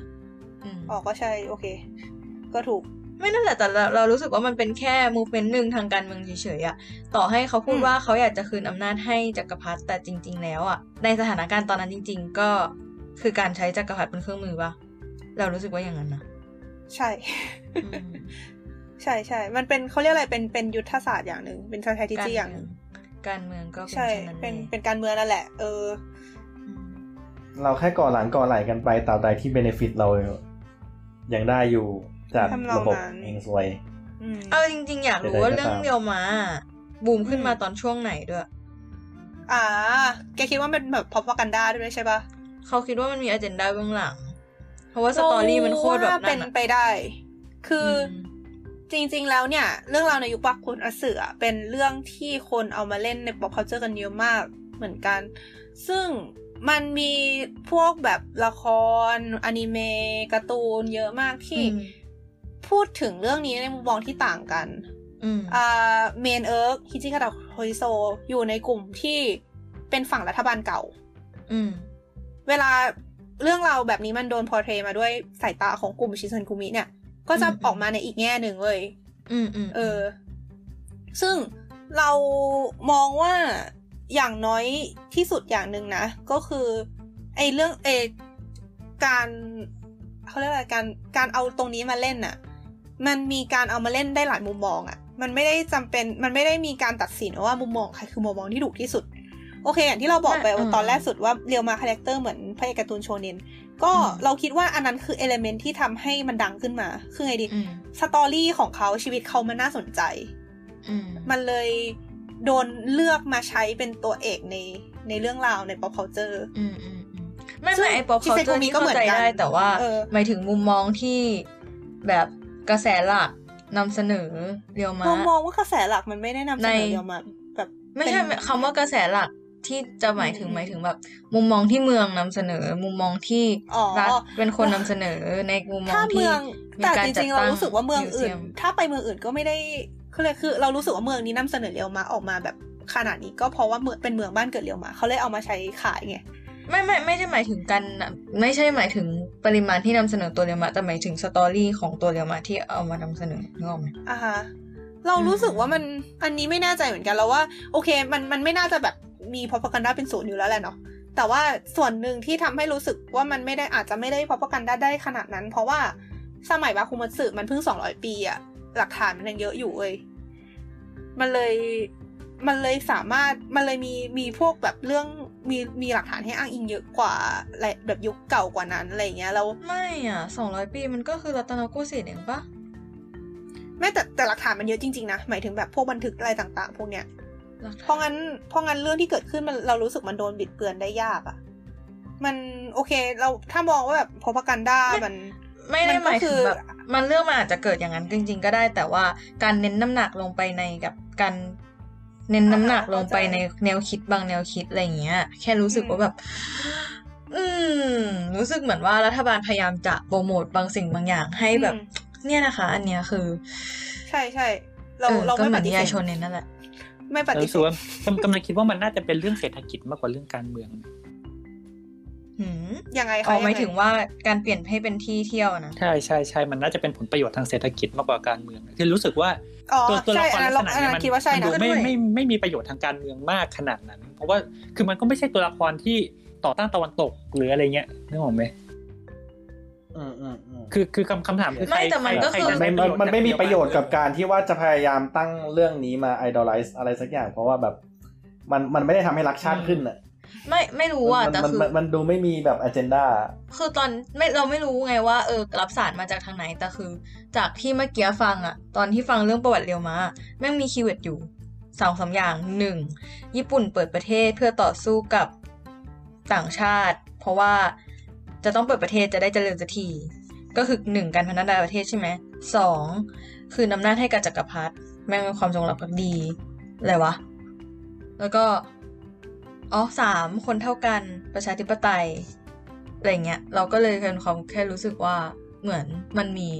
Speaker 2: อืม
Speaker 5: อ๋อก็ใช่ โอเค ก็ถูก
Speaker 2: ไม่นั่นแหละแต่เราเรารู้สึกว่ามันเป็นแค่ movement หนึ่งทางการเมืองเฉยๆอะต่อให้เขาพูด
Speaker 5: อืม
Speaker 2: ว่าเขาอยากจะคืนอำนาจให้จักรพรรดิแต่จริง ๆ แล้วอะในสถานการณ์ตอนนั้นจริง ๆ ก็คือการใช้จักรพรรดิเป็นเครื่องมือปะเรารู้สึกว่าอย่างนั้นนะ
Speaker 5: ใช่ (laughs)
Speaker 2: อืม
Speaker 5: ใช่ใช่ มันเป็นเขาเรียกอะไรเป็นเป็นยุทธศาสตร์อย่างหนึ่งเป็น
Speaker 2: การ
Speaker 5: strategy
Speaker 2: เมื
Speaker 5: อ
Speaker 2: อย่าง ง
Speaker 5: หนึ่ง
Speaker 2: การเมืองก็เป็น
Speaker 5: ใช่
Speaker 2: เช่นนั้น
Speaker 5: เป็น
Speaker 2: เลย
Speaker 5: เป็นการเมืองนั่นแหละ เออ
Speaker 2: อืม
Speaker 4: เราแค่ก่อหลังก่อไหลกันไปตราบใดที่เบนฟิตเรายังได้อยู่จาก
Speaker 5: ทำนอง
Speaker 4: ระบบ
Speaker 5: นั้น
Speaker 4: เองสวย
Speaker 5: อืม
Speaker 2: เอาจริง ๆ อยากรู้
Speaker 4: ใดๆ
Speaker 2: ว่า
Speaker 4: ก็
Speaker 2: เรื่อง
Speaker 4: ตาม
Speaker 2: เรียวมาบูมขึ้นมาตอนช่วงไหนด้วย
Speaker 5: อ่า แกคิดว่ามันแบบพอพกันได้ด้วยใช่ปะ
Speaker 2: เขาคิดว่ามันมีอเจนดาเบื้องหลัง เพราะว่าสตอรี่มันโคตรแบบ
Speaker 5: เป็
Speaker 2: นั้น
Speaker 5: น
Speaker 2: อะ
Speaker 5: ไปได้ คือ
Speaker 2: ม
Speaker 5: จริงๆ แล้วเนี่ย เรื่องราวในยุคปักคุณอเสืออะเป็นเรื่องที่คนเอามาเล่นใน pop culture กันเยอะมากเหมือนกัน ซึ่งมันมีพวกแบบละครอนิเมะการ์ตูนเยอะมากที่
Speaker 2: อืม
Speaker 5: พูดถึงเรื่องนี้ในมุมมองที่ต่างกัน
Speaker 2: อืม
Speaker 5: อ่าเมนเอิร์กฮิจิกาดะโฮยโซอยู่ในกลุ่มที่เป็นฝั่งรัฐบาลเก่า
Speaker 2: อืม
Speaker 5: เวลาเรื่องราวแบบนี้มันโดนพอเทรมาด้วยสายตาของกลุ่มชิซันกุมิเนี่ย ก็จะ
Speaker 2: อืม
Speaker 5: ออกมาในอีกแง่หนึ่งเลย
Speaker 2: อืมอืม
Speaker 5: เออ ซึ่งเรามองว่าอย่างน้อยที่สุดอย่างหนึ่งนะ ก็คือไอ้เรื่องไอ้การเขาเรียกอะไรการการเอาตรงนี้มาเล่นน่ะ มันมีการเอามาเล่นได้หลายมุมมองอะ่ะ มันไม่ได้จำเป็นมันไม่ได้มีการตัดสินว่ามุมมองใครคือมุมมองที่ถูกที่สุด โอเค อย่างที่เราบอกไปว่าตอนแรกสุดว่าเรียวมาคาแรคเตอร์เหมือนพระเอกการ์ตูนโชเนนก็เราคิดว่าอันนั้นคือเอลเมนที่ทำให้มันดังขึ้นมา คือไงดี
Speaker 2: อืม
Speaker 5: สตอรี่ของเขาชีวิตเขามันน่าสนใจ
Speaker 2: อืม
Speaker 5: มันเลยโดนเลือกมาใช้เป็นตัวเอกในในเรื่องราวใน pop culture
Speaker 2: อืมอืมอืมไม่
Speaker 5: ซึ่
Speaker 2: ไม่
Speaker 5: ง
Speaker 2: ไอ้ป๊อป
Speaker 5: ที่
Speaker 2: เขา
Speaker 5: เซ
Speaker 2: เจ
Speaker 5: โก
Speaker 2: อ
Speaker 5: มิ
Speaker 2: นี่
Speaker 5: ก็
Speaker 2: เข้า
Speaker 5: เหมือน
Speaker 2: ใจ
Speaker 5: กัน
Speaker 2: ได้แต่ว่า
Speaker 5: เออ
Speaker 2: หมายถึงมุมมองที่แบบกระแสหลักนำเสนอเรียวมา
Speaker 5: เรามองว่ากระแสหลักมันไม่ได้นำเสนอ
Speaker 2: ใน
Speaker 5: เดียวมาแบบ
Speaker 2: ไม่ใช่
Speaker 5: เป็น
Speaker 2: คำว่ากระแสหลักที่จะหมายถึง
Speaker 5: อืม
Speaker 2: หมายถึงแบบ มุมมองที่เมืองนำเสนอ มุมมองที่
Speaker 5: อ๋อ
Speaker 2: รัฐเป็นคนนำเสนอในมุมมอ
Speaker 5: ถ้าง
Speaker 2: ที่
Speaker 5: เมือง
Speaker 2: มี
Speaker 5: แต่
Speaker 2: กา
Speaker 5: จ
Speaker 2: จัด
Speaker 5: ริงๆเรา
Speaker 2: ตั้
Speaker 5: รู้สึกว่าเมืองอื่น
Speaker 2: มิวเซียม
Speaker 5: ถ้าไปเมืองอื่นก็ไม่ได้คือเลยคือเรารู้สึกว่าเมืองนี้นำเสนอเรียวมาออกมาแบบขนาดนี้ก็เพราะว่าเมืองเป็นเมืองบ้านเกิดเรียวมาเขาเลยเอามาใช้ขายไง
Speaker 2: ไม่ไม่ไม่ใช่หมายถึงกันนะไม่ใช่หมายถึงปริมาณที่นำเสนอตัวเรียวมาแต่หมายถึงสตอรี่ของตัวเรียวมาที่เอามานำเสนอนึกออกไหม
Speaker 5: อ่าฮะเรารู้สึกว่ามันอันนี้ไม่แน่ใจเหมือนกันเราว่า โอเค มันมันไม่น่าจะแบบมีพอพกันด้าเป็นศูนย์อยู่แล้วแหละเนาะแต่ว่าส่วนหนึ่งที่ทำให้รู้สึกว่ามันไม่ได้อาจจะไม่ได้พอพกันด้าได้ขนาดนั้น เพราะว่าสมัยบาคุมัตสึมันเพิ่งสองร้อยปีอะหลักฐานมันยังเยอะอยู่เว้ยมันเลยมันเลยสามารถมันเลยมีมีพวกแบบเรื่องมีมีหลักฐานให้อ้างอิงเยอะกว่าและแบบยุคเก่ากว่านั้นอะไรอย่างเงี้ยแล้ว
Speaker 2: ไม่อ่ะสองร้อยปีมันก็คือรัตนโกสินทร์เองปะ
Speaker 5: แม้แต่แต่หลักฐานมันเยอะจริงๆนะหมายถึงแบบพวกบันทึกอะไรต่างๆ พวกเนี้ย
Speaker 2: หลักฐ
Speaker 5: เพราะงั้นเพราะงั้นเรื่องที่เกิดขึ้นมันเรารู้สึกมันโดนบิดเบือนได้ยากอะ่ะ มันโอเค เราถ้ามองว่าแบบพอพกันด้ามัน
Speaker 2: ไม่ได้
Speaker 5: มันก็
Speaker 2: หมายถึ
Speaker 5: คื
Speaker 2: ง
Speaker 5: อ
Speaker 2: แบบมันเรื่องมันอาจจะเกิดอย่างนั้นจริง ๆ ก็ได้ แต่ว่าการเน้นน้ำหนักลงไปในกับ การเน้นน้ำหนักลงไปในแนวคิดบางแนวคิดอะไรอย่างเงี้ย แค่รู้สึกว่าแบบ อืม รู้สึกเหมือนว่ารัฐบาลพยายามจะโปรโมทบางสิ่งบางอย่างให้แบบ
Speaker 5: อืม
Speaker 2: เนี่ยนะคะ อันเนี้ยคือ
Speaker 5: ใช่ใช่เรา
Speaker 2: ออ
Speaker 5: เรา
Speaker 2: ก็
Speaker 5: ไม่
Speaker 2: เหมื
Speaker 5: ป
Speaker 2: อน
Speaker 5: ฏิ
Speaker 2: นิ
Speaker 5: เส
Speaker 2: ยาย
Speaker 5: ธ
Speaker 2: โชเน้นนั่นแหละ
Speaker 5: ไม่ปฏิ
Speaker 3: รู้
Speaker 5: เส
Speaker 3: สึก
Speaker 5: ธ
Speaker 3: ว่ากำกำลังคิดว่ามันน่าจะเป็นเรื่องเศรษฐกิจมากกว่าเรื่องการเมือง
Speaker 2: หืม
Speaker 5: ยังไง
Speaker 2: อ๋
Speaker 5: คะ
Speaker 2: อหมาย
Speaker 5: งไ
Speaker 2: ถึงว่าการเปลี่ยนให้เป็นที่เที่ยวนะ
Speaker 3: ใช่ใช่ใช่มันน่าจะเป็นผลประโยชน์ทางเศรษฐกิจมากกว่าการเมืองคือรู้สึกว่า
Speaker 5: อ๋อ
Speaker 3: ตัวตัว
Speaker 5: ใช่
Speaker 3: ละค
Speaker 5: อัน
Speaker 3: ร
Speaker 5: นั้น
Speaker 3: ลั
Speaker 5: เรา
Speaker 3: ก
Speaker 5: อั
Speaker 3: ษณะ
Speaker 5: น
Speaker 3: เนี้
Speaker 5: นั้
Speaker 3: ยมัน
Speaker 5: คิดว่าใช่
Speaker 3: มัน
Speaker 5: นะ
Speaker 3: ดูไม่
Speaker 2: ด้วย
Speaker 3: ไม่ไม่มีประโยชน์ทางการเมืองมากขนาดนั้น เพราะว่าคือมันก็ไม่ใช่ตัวละครที่ต่อต้านตะวันตกหรืออะไรเงี้ยนึกออกไหม
Speaker 4: อืมอืมอืม
Speaker 3: คือคือคำคำถามคือ
Speaker 2: ไม่
Speaker 3: ใคร
Speaker 2: แต่มันก็
Speaker 3: ใร
Speaker 2: คือ
Speaker 3: จะ
Speaker 4: มั
Speaker 3: ด้
Speaker 4: น
Speaker 3: ป
Speaker 4: มัน
Speaker 3: ระโยชน์
Speaker 4: มันไม่มี
Speaker 3: จ
Speaker 4: ประโยชน์กับ
Speaker 3: การ
Speaker 4: การที่ว่าจะพยายามตั้งเรื่องนี้มาไอดอลไลซ์อะไรสักอย่าง เพราะว่าแบบมันมันไม่ได้ทำให้รักชาติขึ้นอ่ะ
Speaker 2: ไม่ไม่รู้อ่ะแต่
Speaker 4: มัน
Speaker 2: คือ
Speaker 4: มันมันดูไม่มีแบบอเจนดา
Speaker 2: คือตอนไม่เราไม่รู้ไงว่าเออรับสารมาจากทางไหนแต่คือ จากที่เมื่อกี้ฟังอะตอนที่ฟังเรื่องประวัติเรียวมาแม่งมีคีย์เวิร์ดอยู่สองสามอย่างหนึ่งญี่ปุ่นเปิดประเทศเพื่อต่อสู้กับต่างชาติ เพราะว่าจะต้องเปิดประเทศจะได้เจริญสักทีก็คือหนึ่งการพัฒนาประเทศใช่ไหมสองคือนำหน้าจให้กับจักรพรรดิแม่งเป็นความจงรักภักดีอะไรวะแล้วก็อ๋อสามคนเท่ากันประชาธิปไตย อะไรเงี้ยเราก็เลยเป็นความแค่รู้สึกว่าเหมือนมันมี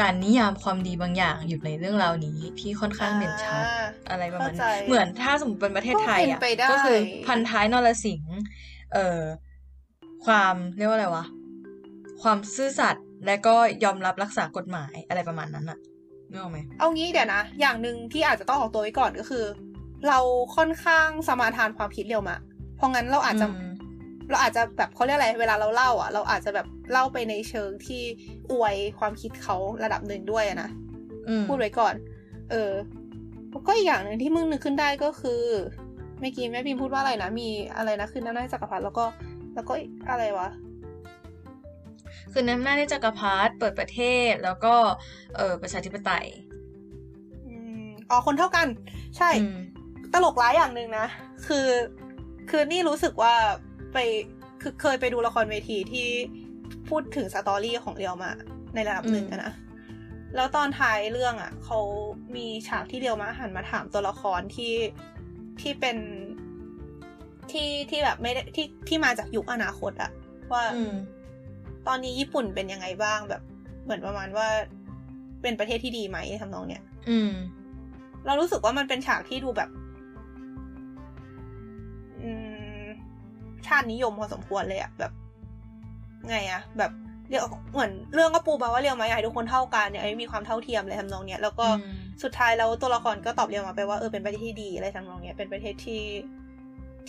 Speaker 2: การนิยามความดีบางอย่างอยู่ในเรื่องราวนี้ที่ค่อนข้างเด่นชัด
Speaker 5: อ่า
Speaker 2: อะไรประมาณ
Speaker 5: เข้าใจ
Speaker 2: นั้นเหมือนถ้าสมมติเป็นประเทศไทย
Speaker 5: ก็เป็
Speaker 2: อ่ะ
Speaker 5: นไปได้
Speaker 2: ก็คือพันท้ายนรสิงห์เอ่อความเรียกว่าอะไรวะความซื่อสัตย์และก็ยอมรับรักษากฎหมายอะไรประมาณนั้นอะนึกออกไหม
Speaker 5: เอางี้เดี๋ยวนะ อย่างหนึ่งที่อาจจะต้องออกตัวไว้ก่อนก็คือ เราค่อนข้างสมาทานความคิดเร็วมะเพราะงั้นเราอาจจะ
Speaker 2: อืม
Speaker 5: เราอาจจะแบบเขาเรียกอะไร เวลาเราเล่าอ่ะ เราอาจจะแบบเล่าไปในเชิงที่อวยความคิดเขาระดับหนึ่งด้วยอะนะ
Speaker 2: อืม
Speaker 5: พูดไว้ก่อน เออ ก็อีกอย่างหนึ่งที่มึงนึกขึ้นได้ก็คือเมื่อกี้แม่พิมพูดว่าอะไรนะ มีอะไรนะคือหน้าหน้าจักรพรรดิแล้วก็ แล้วก็อะไรวะ
Speaker 2: คือนำหน้าจได้จักรพรรดิเปิดประเทศแล้วก็ เออประชาธิปไตย
Speaker 5: อืมอ๋อ คนเท่ากัน ใช่
Speaker 2: อืม
Speaker 5: ตลกร้ายอย่างหนึ่งนะ คือ คือนี่รู้สึกว่าไป คือเคยไปดูละครเวทีที่พูดถึงสตอรี่ของเรียวมาในระดับหนึ่ง
Speaker 2: อืม
Speaker 5: อะนะ แล้วตอนท้ายเรื่องอะเขามีฉากที่เรียวมาหันมาถามตัวละครที่ที่เป็นที่ที่แบบไม่ได้ที่ที่มาจากยุคอนาคตอะว่า
Speaker 2: อืม
Speaker 5: ตอนนี้ญี่ปุ่นเป็นยังไงบ้างแบบ เหมือนประมาณว่า เป็นประเทศที่ดีไหมทำนองเนี้ย
Speaker 2: อืม
Speaker 5: เรารู้สึกว่ามันเป็นฉากที่ดูแบบ อืม ชาตินิยมพอสมควรเลยอะแบบ ไงอะแบบเรียกเหมือนเรื่องก็ปูมาว่าเรียวไหมอยากให้ทุกคนเท่ากันอยากให้มีความเท่าเทียมอะไรทำนองเนี้ยแล้วก็
Speaker 2: อืม
Speaker 5: สุดท้ายแล้วตัวละครก็ตอบเรียวมาไปว่าเออเป็นประเทศที่ดีอะไรทำนองเนี้ยเป็นประเทศที่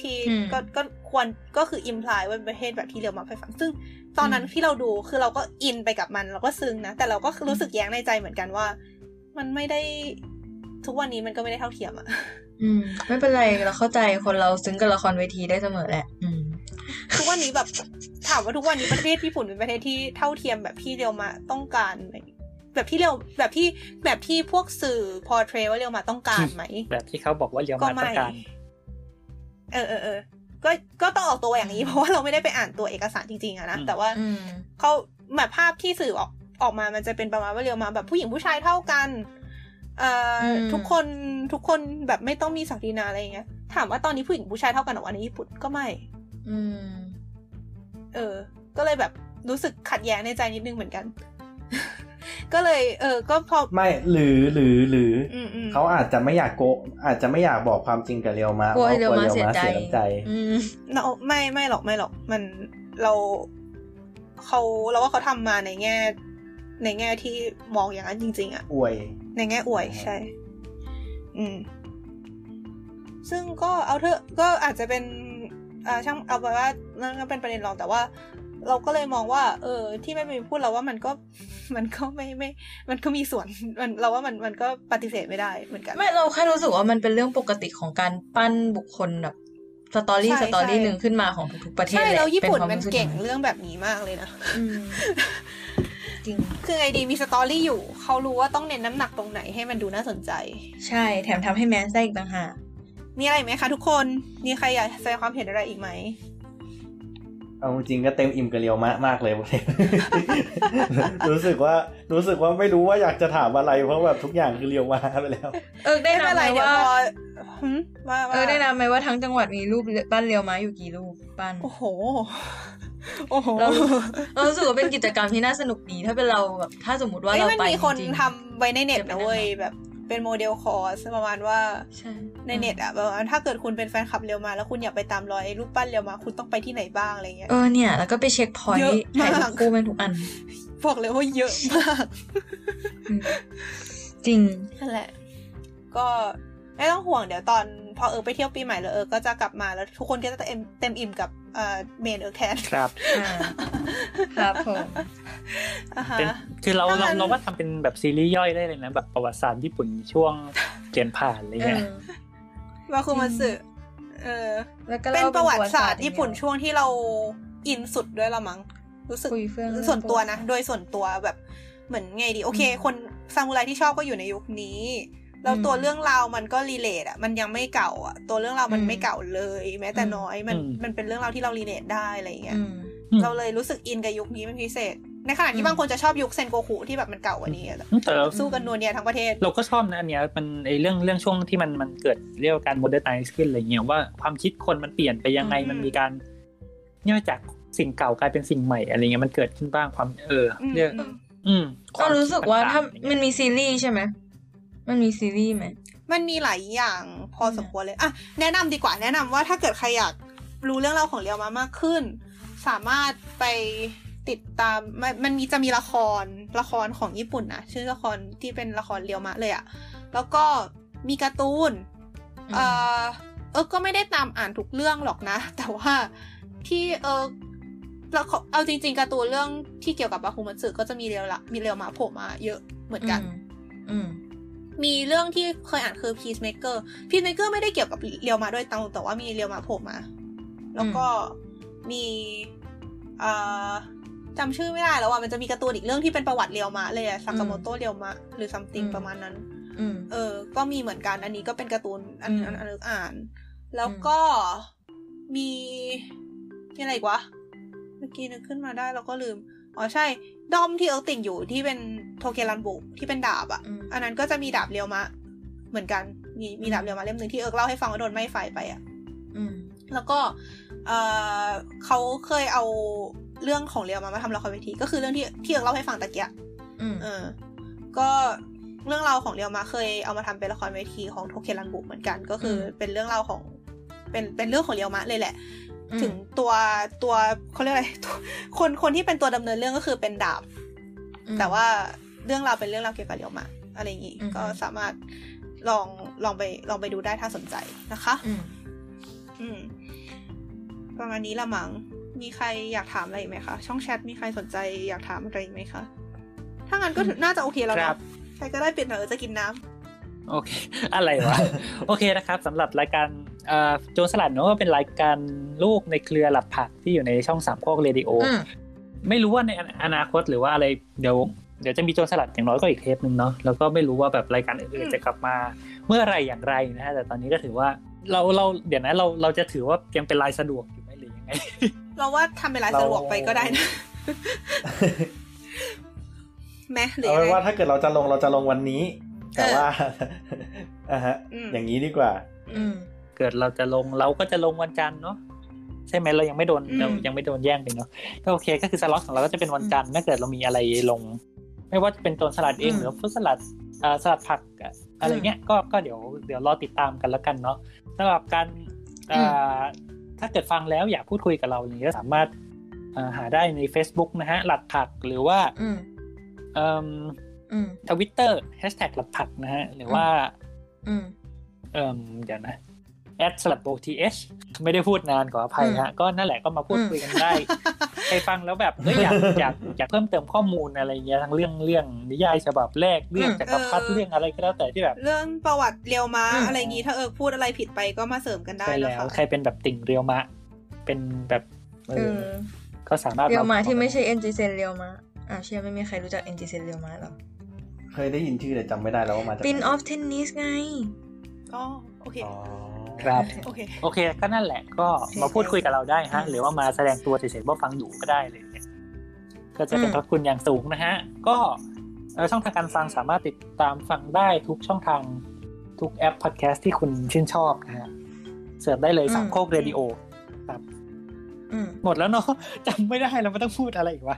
Speaker 5: ที่
Speaker 2: อืม
Speaker 5: ก็ก็ควรก็คืออิมพลายว่าเป็นประเทศแบบที่เรียวมาไปฟังซึ่งตอนนั้น
Speaker 2: อืม
Speaker 5: ที่เราดูคือเราก็อินไปกับมันเราก็ซึ้งนะแต่เราก็รู้สึกแย้งในใจเหมือนกันว่า มันไม่ได้ทุกวันนี้มันก็ไม่ได้เท่าเทียมอะ (laughs)
Speaker 2: อืม ไม่เป็นไรเราเข้าใจคนเราซึ้งกับละครเวทีได้เสมอแหละ อืม
Speaker 5: ทุกวันนี้แบบ ถามว่าทุกวันนี้ประเทศญี่ปุ่นเป็นประเทศที่เท่าเทียมแบบที่เรียวมาต้องการไหมแบบที่เรียวแบบที่แบบที่พวกสื่อพอเทรว่าเรียวมาต้องการไหม
Speaker 3: แบบที่เขาบอกว่าเรียว
Speaker 5: ก็
Speaker 3: มา
Speaker 5: ไม่
Speaker 3: ต้องการ
Speaker 5: เออเออเออก็ก็ต้องออกตัวอย่างนี้ (laughs) เพราะว่าเราไม่ได้ไปอ่านตัวเอกสารจริงๆอะนะ
Speaker 3: อืม
Speaker 5: แต่ว่า
Speaker 2: อืม
Speaker 5: เขาแบบภาพที่สื่อออกออกมามันจะเป็นประมาณว่าเรียวมาแบบผู้หญิงผู้ชายเท่ากันเอ่ออ
Speaker 2: ม
Speaker 5: ทุกคนทุกคนแบบไม่ต้องมีศักดินาอะไรอย่างเงี้ยถามว่าตอนนี้ผู้หญิงผู้ชายเท่ากันเหรอวะในญี่ปุ่นก็ไม่
Speaker 2: อืม
Speaker 5: เออ ก็เลยแบบรู้สึกขัดแย้งในใจนิดนึงเหมือนกัน (laughs) ก็เลย เออ ก็พอ
Speaker 4: ไม่หรือหรือหรืออ
Speaker 5: อืมอืม
Speaker 4: เขาอาจจะไม่อยากโกะอาจจะไม่อยากบอกความจริงกับเรียวมาก
Speaker 2: ลัวให้
Speaker 4: พ
Speaker 2: เรีย
Speaker 4: ระ
Speaker 2: ว
Speaker 4: ก
Speaker 2: มา
Speaker 4: ลั
Speaker 2: เสียใจ
Speaker 4: เสียน้ำใจ
Speaker 2: อืม
Speaker 5: เราไม่ไม่หรอกไม่หรอก มันเราเขาเราว่าเขาทำมาในแง่ ในแง่ที่มองอย่างนั้นจริง ๆอะ
Speaker 4: อวย
Speaker 5: ในแง่อวยใช่ อืม ซึ่งก็เอาเถอะก็อาจจะเป็นอ่าช่างเอาไปนว่านั่นก็เป็นประเด็นรองแต่ว่า เราก็เลยมองว่า เออ ที่แม่มีพูดเราว่ามันก็ มันก็ไม่ไม่ มันก็มีส่วนมันเราว่ามันมันก็ปฏิเสธไม่ได้เหมือนกัน
Speaker 2: ไม่เราแค่รู้สึกว่ามันเป็นเรื่องปกติของการปั้นบุคคลแบบสตอรี่
Speaker 5: ใช่
Speaker 2: สตอรี่
Speaker 5: ใช่
Speaker 2: หนึ่งขึ้นมาของทุกๆประเทศ
Speaker 5: ใช่
Speaker 2: หะ
Speaker 5: แล้วญี่ปุ่น
Speaker 2: ป็คา
Speaker 5: มัน
Speaker 2: รู้สึ
Speaker 5: เก่ง
Speaker 2: ของ
Speaker 5: เรื่องแบบนี้มากเลยนะ
Speaker 2: อืมจริง
Speaker 5: คือไงดีมีสตอรี่อยู่ เขารู้ว่าต้องเน้นน้ำหนักตรงไหนให้มันดูน่าสนใจ
Speaker 2: ใช่แถมทำให้แมสได้อีกต่างหาก
Speaker 5: มีอะไรอีกไหมคะทุกคน มีใครอยากแสดงความเห็นอะไรอีกไหม
Speaker 4: เอาจริงๆก็เต็มอิ่มกับเรียวมะมากเลย (laughs) พวกเนี่ย รู้สึกว่ารู้สึกว่าไม่รู้ว่าอยากจะถามอะไร เพราะแบบทุกอย่างคือเรียวมะไปแล้ว
Speaker 2: เอิร์กได้
Speaker 5: ไม่
Speaker 2: นั
Speaker 5: เป็น
Speaker 2: บไห
Speaker 5: ไร
Speaker 2: ม
Speaker 5: เดี๋ยว
Speaker 2: ว่าร
Speaker 5: อหืมว่าว่า
Speaker 2: เออได้นับไหมว่าทั้งจังหวัดมีรูปบ้านเรียวไม้อยู่กี่รูปบ้าน
Speaker 5: โอ้โห โอ้โห
Speaker 2: เรา เรารู้สึกว่าเป็นกิจกรรมที่น่าสนุกดีถ้าเป็นเราแบบถ้าสมมติว่า
Speaker 5: เอ้ย
Speaker 2: เรา
Speaker 5: มัน
Speaker 2: ไป
Speaker 5: มีคน
Speaker 2: จริงๆ
Speaker 5: ทำไว้ในเน็ตนะเว้ย
Speaker 2: เดี๋ยวไปนั่งนับ
Speaker 5: แบบเป็นโมเดลคอร์สประมาณว่า
Speaker 2: ใช่
Speaker 5: ในเน็ตอะประมาณถ้าเกิดคุณเป็นแฟนคลับเรียวมา แล้วคุณอยากไปตามรอยไอ้รูปปั้นเรียวมา คุณต้องไปที่ไหนบ้างอะไรเงี้ย
Speaker 2: เออเนี่ย แล้วก็ไปเช็คพอย
Speaker 5: เยอะ
Speaker 2: ต์ถ่ายรู
Speaker 5: มา
Speaker 2: ป
Speaker 5: ก
Speaker 2: คู่เป็นทุกอัน
Speaker 5: บอกเลยว่าเยอะมาก
Speaker 2: จริง
Speaker 5: นั่นแหละ ก็ไม่ต้องห่วงเดี๋ยวตอน พอเออไปเที่ยวปีใหม่แล้วเออก็จะกลับมาแล้วทุกคนก็จะเต็มเต็มอิ่มกับเอ่อเมนเออแคน (laughs)
Speaker 3: ครับ
Speaker 2: อ่าครับผม
Speaker 5: อ่าฮะ
Speaker 3: เป็นคือเรา
Speaker 5: ถ้า
Speaker 3: เรา
Speaker 5: มัน
Speaker 3: เราว่าทำเป็นแบบซีรีส์ย่อยได้เลยนะ แบบประวัติศาสตร์ญี่ปุ่นช่วงเปลี่ยนผ่านอะไร
Speaker 2: เอ
Speaker 3: เงี้ย
Speaker 2: อ
Speaker 5: ว่าคุมันสึ
Speaker 2: จริง
Speaker 5: เออ
Speaker 2: แล้วก็
Speaker 5: เป็
Speaker 2: ล่าน
Speaker 5: ประวัติศาสตร์ญี่ปุ่นช่วงที่เราอินสุดด้วยละมั้งรู้สึก
Speaker 2: คุยเฟื่องเรื่อง
Speaker 5: ส่วนตัวนะ
Speaker 2: ประ
Speaker 5: โด
Speaker 2: วัติศาสตร์
Speaker 5: ยส่วนตัวแบบเหมือนไงดี โอเค
Speaker 2: อืม
Speaker 5: คนซามูไรที่ชอบก็อยู่ในยุคนี้ แล้ว
Speaker 2: อืม
Speaker 5: ตัวเรื่องราวมันก็รีเลทอะมันยังไม่เก่าอะตัวเรื่องราวมัน
Speaker 2: อืม
Speaker 5: ไม่เก่าเลย แม้แต่น้อยมันมันเป็นเรื่องราวที่เรารีเลทได้อะไรอย่างเงี้ย
Speaker 2: อืม
Speaker 5: เราเลยรู้สึกอินกับยุคนี้เป็นพิเศษ ในขณะ
Speaker 2: อื
Speaker 5: ที่
Speaker 2: ม
Speaker 5: บางคนจะชอบยุคเซนโกคุที่แบบมันเก่ากว่านี้อะ
Speaker 3: แต่เรา
Speaker 5: สู้กันนัวเนียทั้งประเทศ
Speaker 3: เราก็ชอบนะอันเนี้ยมันไอเรื่องเรื่องช่วงที่มันมันเกิดเรียกว่าการโมเดิร์นไนซ์ขึ้นอะไรเงี้ยว่าความคิดคนมันเปลี่ยนไปยังไง
Speaker 5: อืม
Speaker 3: มันมีการย่อยจากสิ่งเก่ากลายเป็นสิ่งใหม่อะไรเงี้ยมันเกิดขึ้นบ้างความเออ
Speaker 5: อืม
Speaker 3: เรียกอืมค
Speaker 2: ก็
Speaker 3: วาม
Speaker 2: รู้สึกว่าถ้า
Speaker 3: คิดต่งๆอะไร
Speaker 2: มั
Speaker 3: เงี้
Speaker 2: น
Speaker 3: ย
Speaker 2: มีซีรีส์ใช่ไหมมันมีซีรีส์ไหม
Speaker 5: มันมีหลายอย่างพอ
Speaker 2: อืม
Speaker 5: สมควรเลย อ่ะ แนะนำดีกว่าแนะนำว่าถ้าเกิดใครอยากรู้เรื่องราวของเรียวมามากขึ้น สามารถไปติดตามมันมันมีจะมีละครละครของญี่ปุ่นนะชื่อละครที่เป็นละครเรียวมะเลยอะแล้วก็มีการ์ตูน เออเอิร์กก็ไม่ได้ตามอ่านทุกเรื่องหรอกนะ (laughs) แต่ว่าที่เอิร์กเราขอเอาจริงๆการ์ตูนเรื่องที่เกี่ยวกับบาคุมันสึก็จะมีเรียวละมีเรียวมาโผล่มาเยอะเหมือนกัน
Speaker 2: อืม
Speaker 5: มีเรื่องที่เคยอ่านคือ Peacemaker Peacemaker ไม่ได้เกี่ยวกับเรียวมาโด้วยตรงแต่ว่ามีเรียวมาโผล่มา แล้วก็มีเอ่อจำชื่อไม่ได้แล้วว่ามันจะมีการ์ตูนอีกเรื่องที่เป็นประวัติเรียวมาเลยอะซากาโมโตะเรียวมาหรือซัมติง
Speaker 2: อืม
Speaker 5: ประมาณนั้น
Speaker 2: อืม
Speaker 5: เออ ก็มีเหมือนกัน อันนี้ก็เป็นการ์ตูนอัน
Speaker 2: อืม
Speaker 5: อันอันอันอ่าน แล้วก็มีมีอะไรอีกวะ เมื่อกี้นึกขึ้นมาได้เราก็ลืม อ๋อใช่ ด้อมที่เอิร์กติ่งอยู่ที่เป็นโทเกรันบุที่เป็นดาบอ่ะ
Speaker 2: อืม
Speaker 5: อันนั้นก็จะมีดาบเรียวมะ เหมือนกัน มีมีดาบเรียวมะเล่มหนึ่งที่เอิร์กเล่าให้ฟังว่าโดนไหม้ไฟไปอ่ะ
Speaker 2: อืม
Speaker 5: แล้วก็เอ่อเขาเคยเอาเรื่องของเรียวมะมาทำละครเวที ก็คือเรื่องที่ที่เอิร์กเล่าให้ฟังตะเกียะ
Speaker 2: อืม
Speaker 5: เออ ก็เรื่องราวของเรียวมาเคยเอามาทำเป็นละครเวทีของโทเครันบุเหมือนกัน ก็คืออ
Speaker 2: ม
Speaker 5: เป็นเรื่องราวของเป็นเป็นเรื่องของเรียวมะเลยแหละ
Speaker 2: อืม
Speaker 5: ถึงตัวตัวเขาเรียกอะไรตัวคนคนที่เป็นตัวดำเนินเรื่องก็คือเป็นดาบ
Speaker 2: อืม
Speaker 5: แต่ว่าเรื่องราวเป็นเรื่องราวเกี่ยวกับเรียวมะอะไรอย่างนี้
Speaker 2: อือฮึ
Speaker 5: ก็สามารถลองลองไปลองไปดูได้ถ้าสนใจนะคะ
Speaker 2: อืม
Speaker 5: อืมประมาณนี้ละมัง้งมีใครอยากถามอะไรอีกไหมคะ ช่องแชทมีใครสนใจอยากถามอะไรอีกไหมคะ ถ้างั้นก็ถึงน่าจะโอเคแล้ว
Speaker 3: ค
Speaker 5: นะ
Speaker 3: รับ
Speaker 5: ใครก็ได้ปิดหน่อยเออจะกินน้ำ
Speaker 3: โอเค อะไรวะ (laughs) โอเคนะครับสำหรับรายการเอ่อโจรสลัดเนอะก็เป็นรายการลูกในเครือหลัดผักที่อยู่ในช่องสามโคกเรดิโอ
Speaker 2: อืม
Speaker 3: ไม่รู้ว่าในอนาคตหรือว่าอะไรเดี๋ยวเดี๋ยวจะมีโจรสลัดอย่างน้อยก็อีกเทปหนึ่งเนาะแล้วก็ไม่รู้ว่าแบบรายการอื่นๆจะกลับมา เมื่อไหรอย่างไรนะฮะแต่ตอนนี้ก็ถือว่าเราเราเดี๋ยวนะเราเราจะถือว่ายังเป็นรายสะดวกอยู่ไหมหรือยังไง
Speaker 5: เราว่าทำเป็นลายสะดวกไปก็ได้นะแม้หรือ
Speaker 4: เอา
Speaker 5: ยัง
Speaker 4: เป็น
Speaker 5: ไง
Speaker 4: ว่าถ้าเกิดเราจะลงเราจะลงวันนี้ แต่ว่า (laughs) อ่ะฮะ
Speaker 5: อืม
Speaker 4: อย่างนี้ดีกว่า
Speaker 2: อืม
Speaker 3: เกิดเราจะลงเราก็จะลงวันจันทร์เนาะใช่ไหมเรายังไม่โดน
Speaker 5: อืม
Speaker 3: เรายังไม่โดนแย่งไปเนาะก็โอเคก็คือสล็อตของเราก็จะเป็นวันจันทร์ถ้าเกิดเรามีอะไรลง ไม่ว่าจะเป็นโจรสลัดเอง
Speaker 2: อืม
Speaker 3: หรือฟุตสลัดเอ่อสลัดผักอะอะไรเงี้ยก็ก็เดี๋ยวเดี๋ยวรอติดตามกันแล้วกันเนาะสำหรับการเอ่ออถ้าเกิดฟังแล้วอยากพูดคุยกับเราอย่างเงี้ยสามารถเอ่อหาได้ใน Facebook นะฮะหลัดผักหรือว่า
Speaker 2: อืม อืม
Speaker 3: ทวิตเตอร์แฮชแท็กหลัดผักนะฮะหรือว่า
Speaker 2: อืม
Speaker 3: เอิ่มเดี๋ยวนะแอดสลับโบทีเอชไม่ได้พูดนานขออภัยฮะ ก็นั่นแหละก็มาพูดคุยกันได้ ใครฟังแล้วแบบเอ้ยอยากอยากอยากเพิ่มเติมข้อมูลอะไรเงี้ยทั้งเรื่องเรื่องนิยายฉบับแรกเรื่อง
Speaker 2: อืม
Speaker 3: จักรพรรดิ
Speaker 5: เออ
Speaker 3: เรื่องอะไรก็แล้วแต่ที่แบบ
Speaker 5: เรื่องประวัติเรียวมา
Speaker 2: อืม
Speaker 5: อะไรอย่างงี้ ถ้าเออพูดอะไรผิดไปก็มาเสริมกันได้
Speaker 3: ใช่
Speaker 5: นะ
Speaker 3: แล้ว
Speaker 5: คะ
Speaker 3: ใครเป็นแบบติ่งเรียวมะ เป็นแบบเอ
Speaker 2: เอ
Speaker 3: อ
Speaker 2: อ
Speaker 3: ก็สามารถ
Speaker 2: เรียวมาที่ไม่ใช่เอ็นจีเซนเรียวมาอ่าวเชื่อไม่มีใครรู้จักเอ็นจีเซนเรียวมาหรอก
Speaker 4: เคยได้ยินชื่อแต่จำไม่ได้แล้วว่ามาจาก
Speaker 2: ปินออฟเทนนิสไง
Speaker 5: อ๋อโอเค
Speaker 4: อ๋อ
Speaker 3: ครับ
Speaker 5: โอเค
Speaker 3: โอเคก็นั่นแหละก็มาพูดคุยกับเราได้ฮะ หรือว่ามาแสดงตัวเฉยๆว่าฟังอยู่ก็ได้เลยเนี่ยก็จะเป็น
Speaker 2: อืม
Speaker 3: พระคุณอย่างสูงนะฮะ ก็เอ่อช่องทางการฟังสามารถติดตามฟังได้ทุกช่องทางทุกแอปพอดแคสต์ที่คุณชื่นชอบนะฮะเสิร์ชได้เลยสามโคกเรดิโอ
Speaker 2: อื
Speaker 5: (laughs)
Speaker 2: ม
Speaker 3: หมดแล้วเนาะ (laughs) จำไม่ได้แล้วไม่ต้องพูดอะไรอีกวะ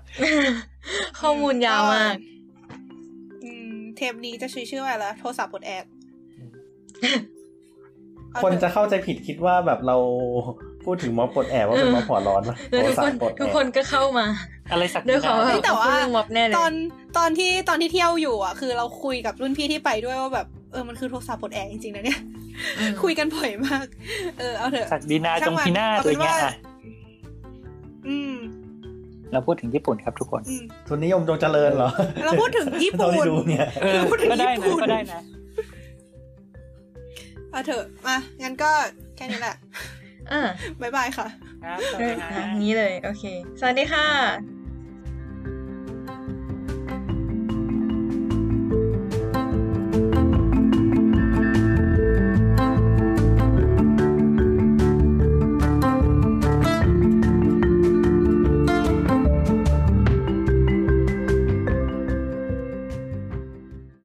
Speaker 2: ข้อมูลยาวมาก
Speaker 5: อืมเทปนี้จะชื่อชื่อว่าอะไรวะโทรศัพท์ปลดแอก
Speaker 4: คนจะ
Speaker 5: เอาเถอ
Speaker 4: เข้าใจผิดคิดว่าแบบเราพูดถึงม็อบปลดแอบว่าเป็นม็อบหัวร้อนปะ
Speaker 2: แล้วทุก
Speaker 4: โทรศั
Speaker 2: ค
Speaker 4: พ
Speaker 2: น
Speaker 4: ท์ปลดแอบ
Speaker 2: ทุกคนก็เข้ามา
Speaker 3: อะไรสัก
Speaker 2: ด้วยความ
Speaker 3: อ
Speaker 2: ว่า
Speaker 3: ย่าง
Speaker 2: แบบเพิ่งม็อบแน่เลย
Speaker 5: ตอนตอนที่ตอนที่เที่ยวอยู่อ่ะ คือเราคุยกับรุ่นพี่ที่ไปด้วยว่าแบบเออมันคือโทรศัพท์ปลดแอกจริงๆนะเนี่ย
Speaker 2: อืม
Speaker 5: คุยกันบ่อยมาก เออเอาเถอะ
Speaker 3: สัตว์ดีนาจงพินาศ
Speaker 5: ช่างมัน
Speaker 3: อะไรเงี้ย
Speaker 5: เอาเป็นว่า
Speaker 3: อ่ะ
Speaker 5: อืม
Speaker 3: เราพูดถึงญี่ปุ่นครับทุกคน
Speaker 5: อืม
Speaker 4: ทุนนิยมจงเจริญเหรอ
Speaker 5: เราพูดถึงญี่ปุ่น
Speaker 4: เท่าที่ดูเนี่ย
Speaker 3: เออ
Speaker 5: พูดถึง
Speaker 3: ก็ได้
Speaker 5: ญี่
Speaker 3: นะ
Speaker 5: ปุ่น
Speaker 3: ก็ได้นะ
Speaker 5: เอาเถอะมางั้นก็แค่นี้แหละ
Speaker 2: อ่า
Speaker 5: บ๊ายบายค่ะ
Speaker 3: ครับสวัส
Speaker 2: เอ
Speaker 3: ดี
Speaker 2: อ
Speaker 3: ฮะ
Speaker 2: อ่ะนี้เลย โอเค สวัสดีค่ะ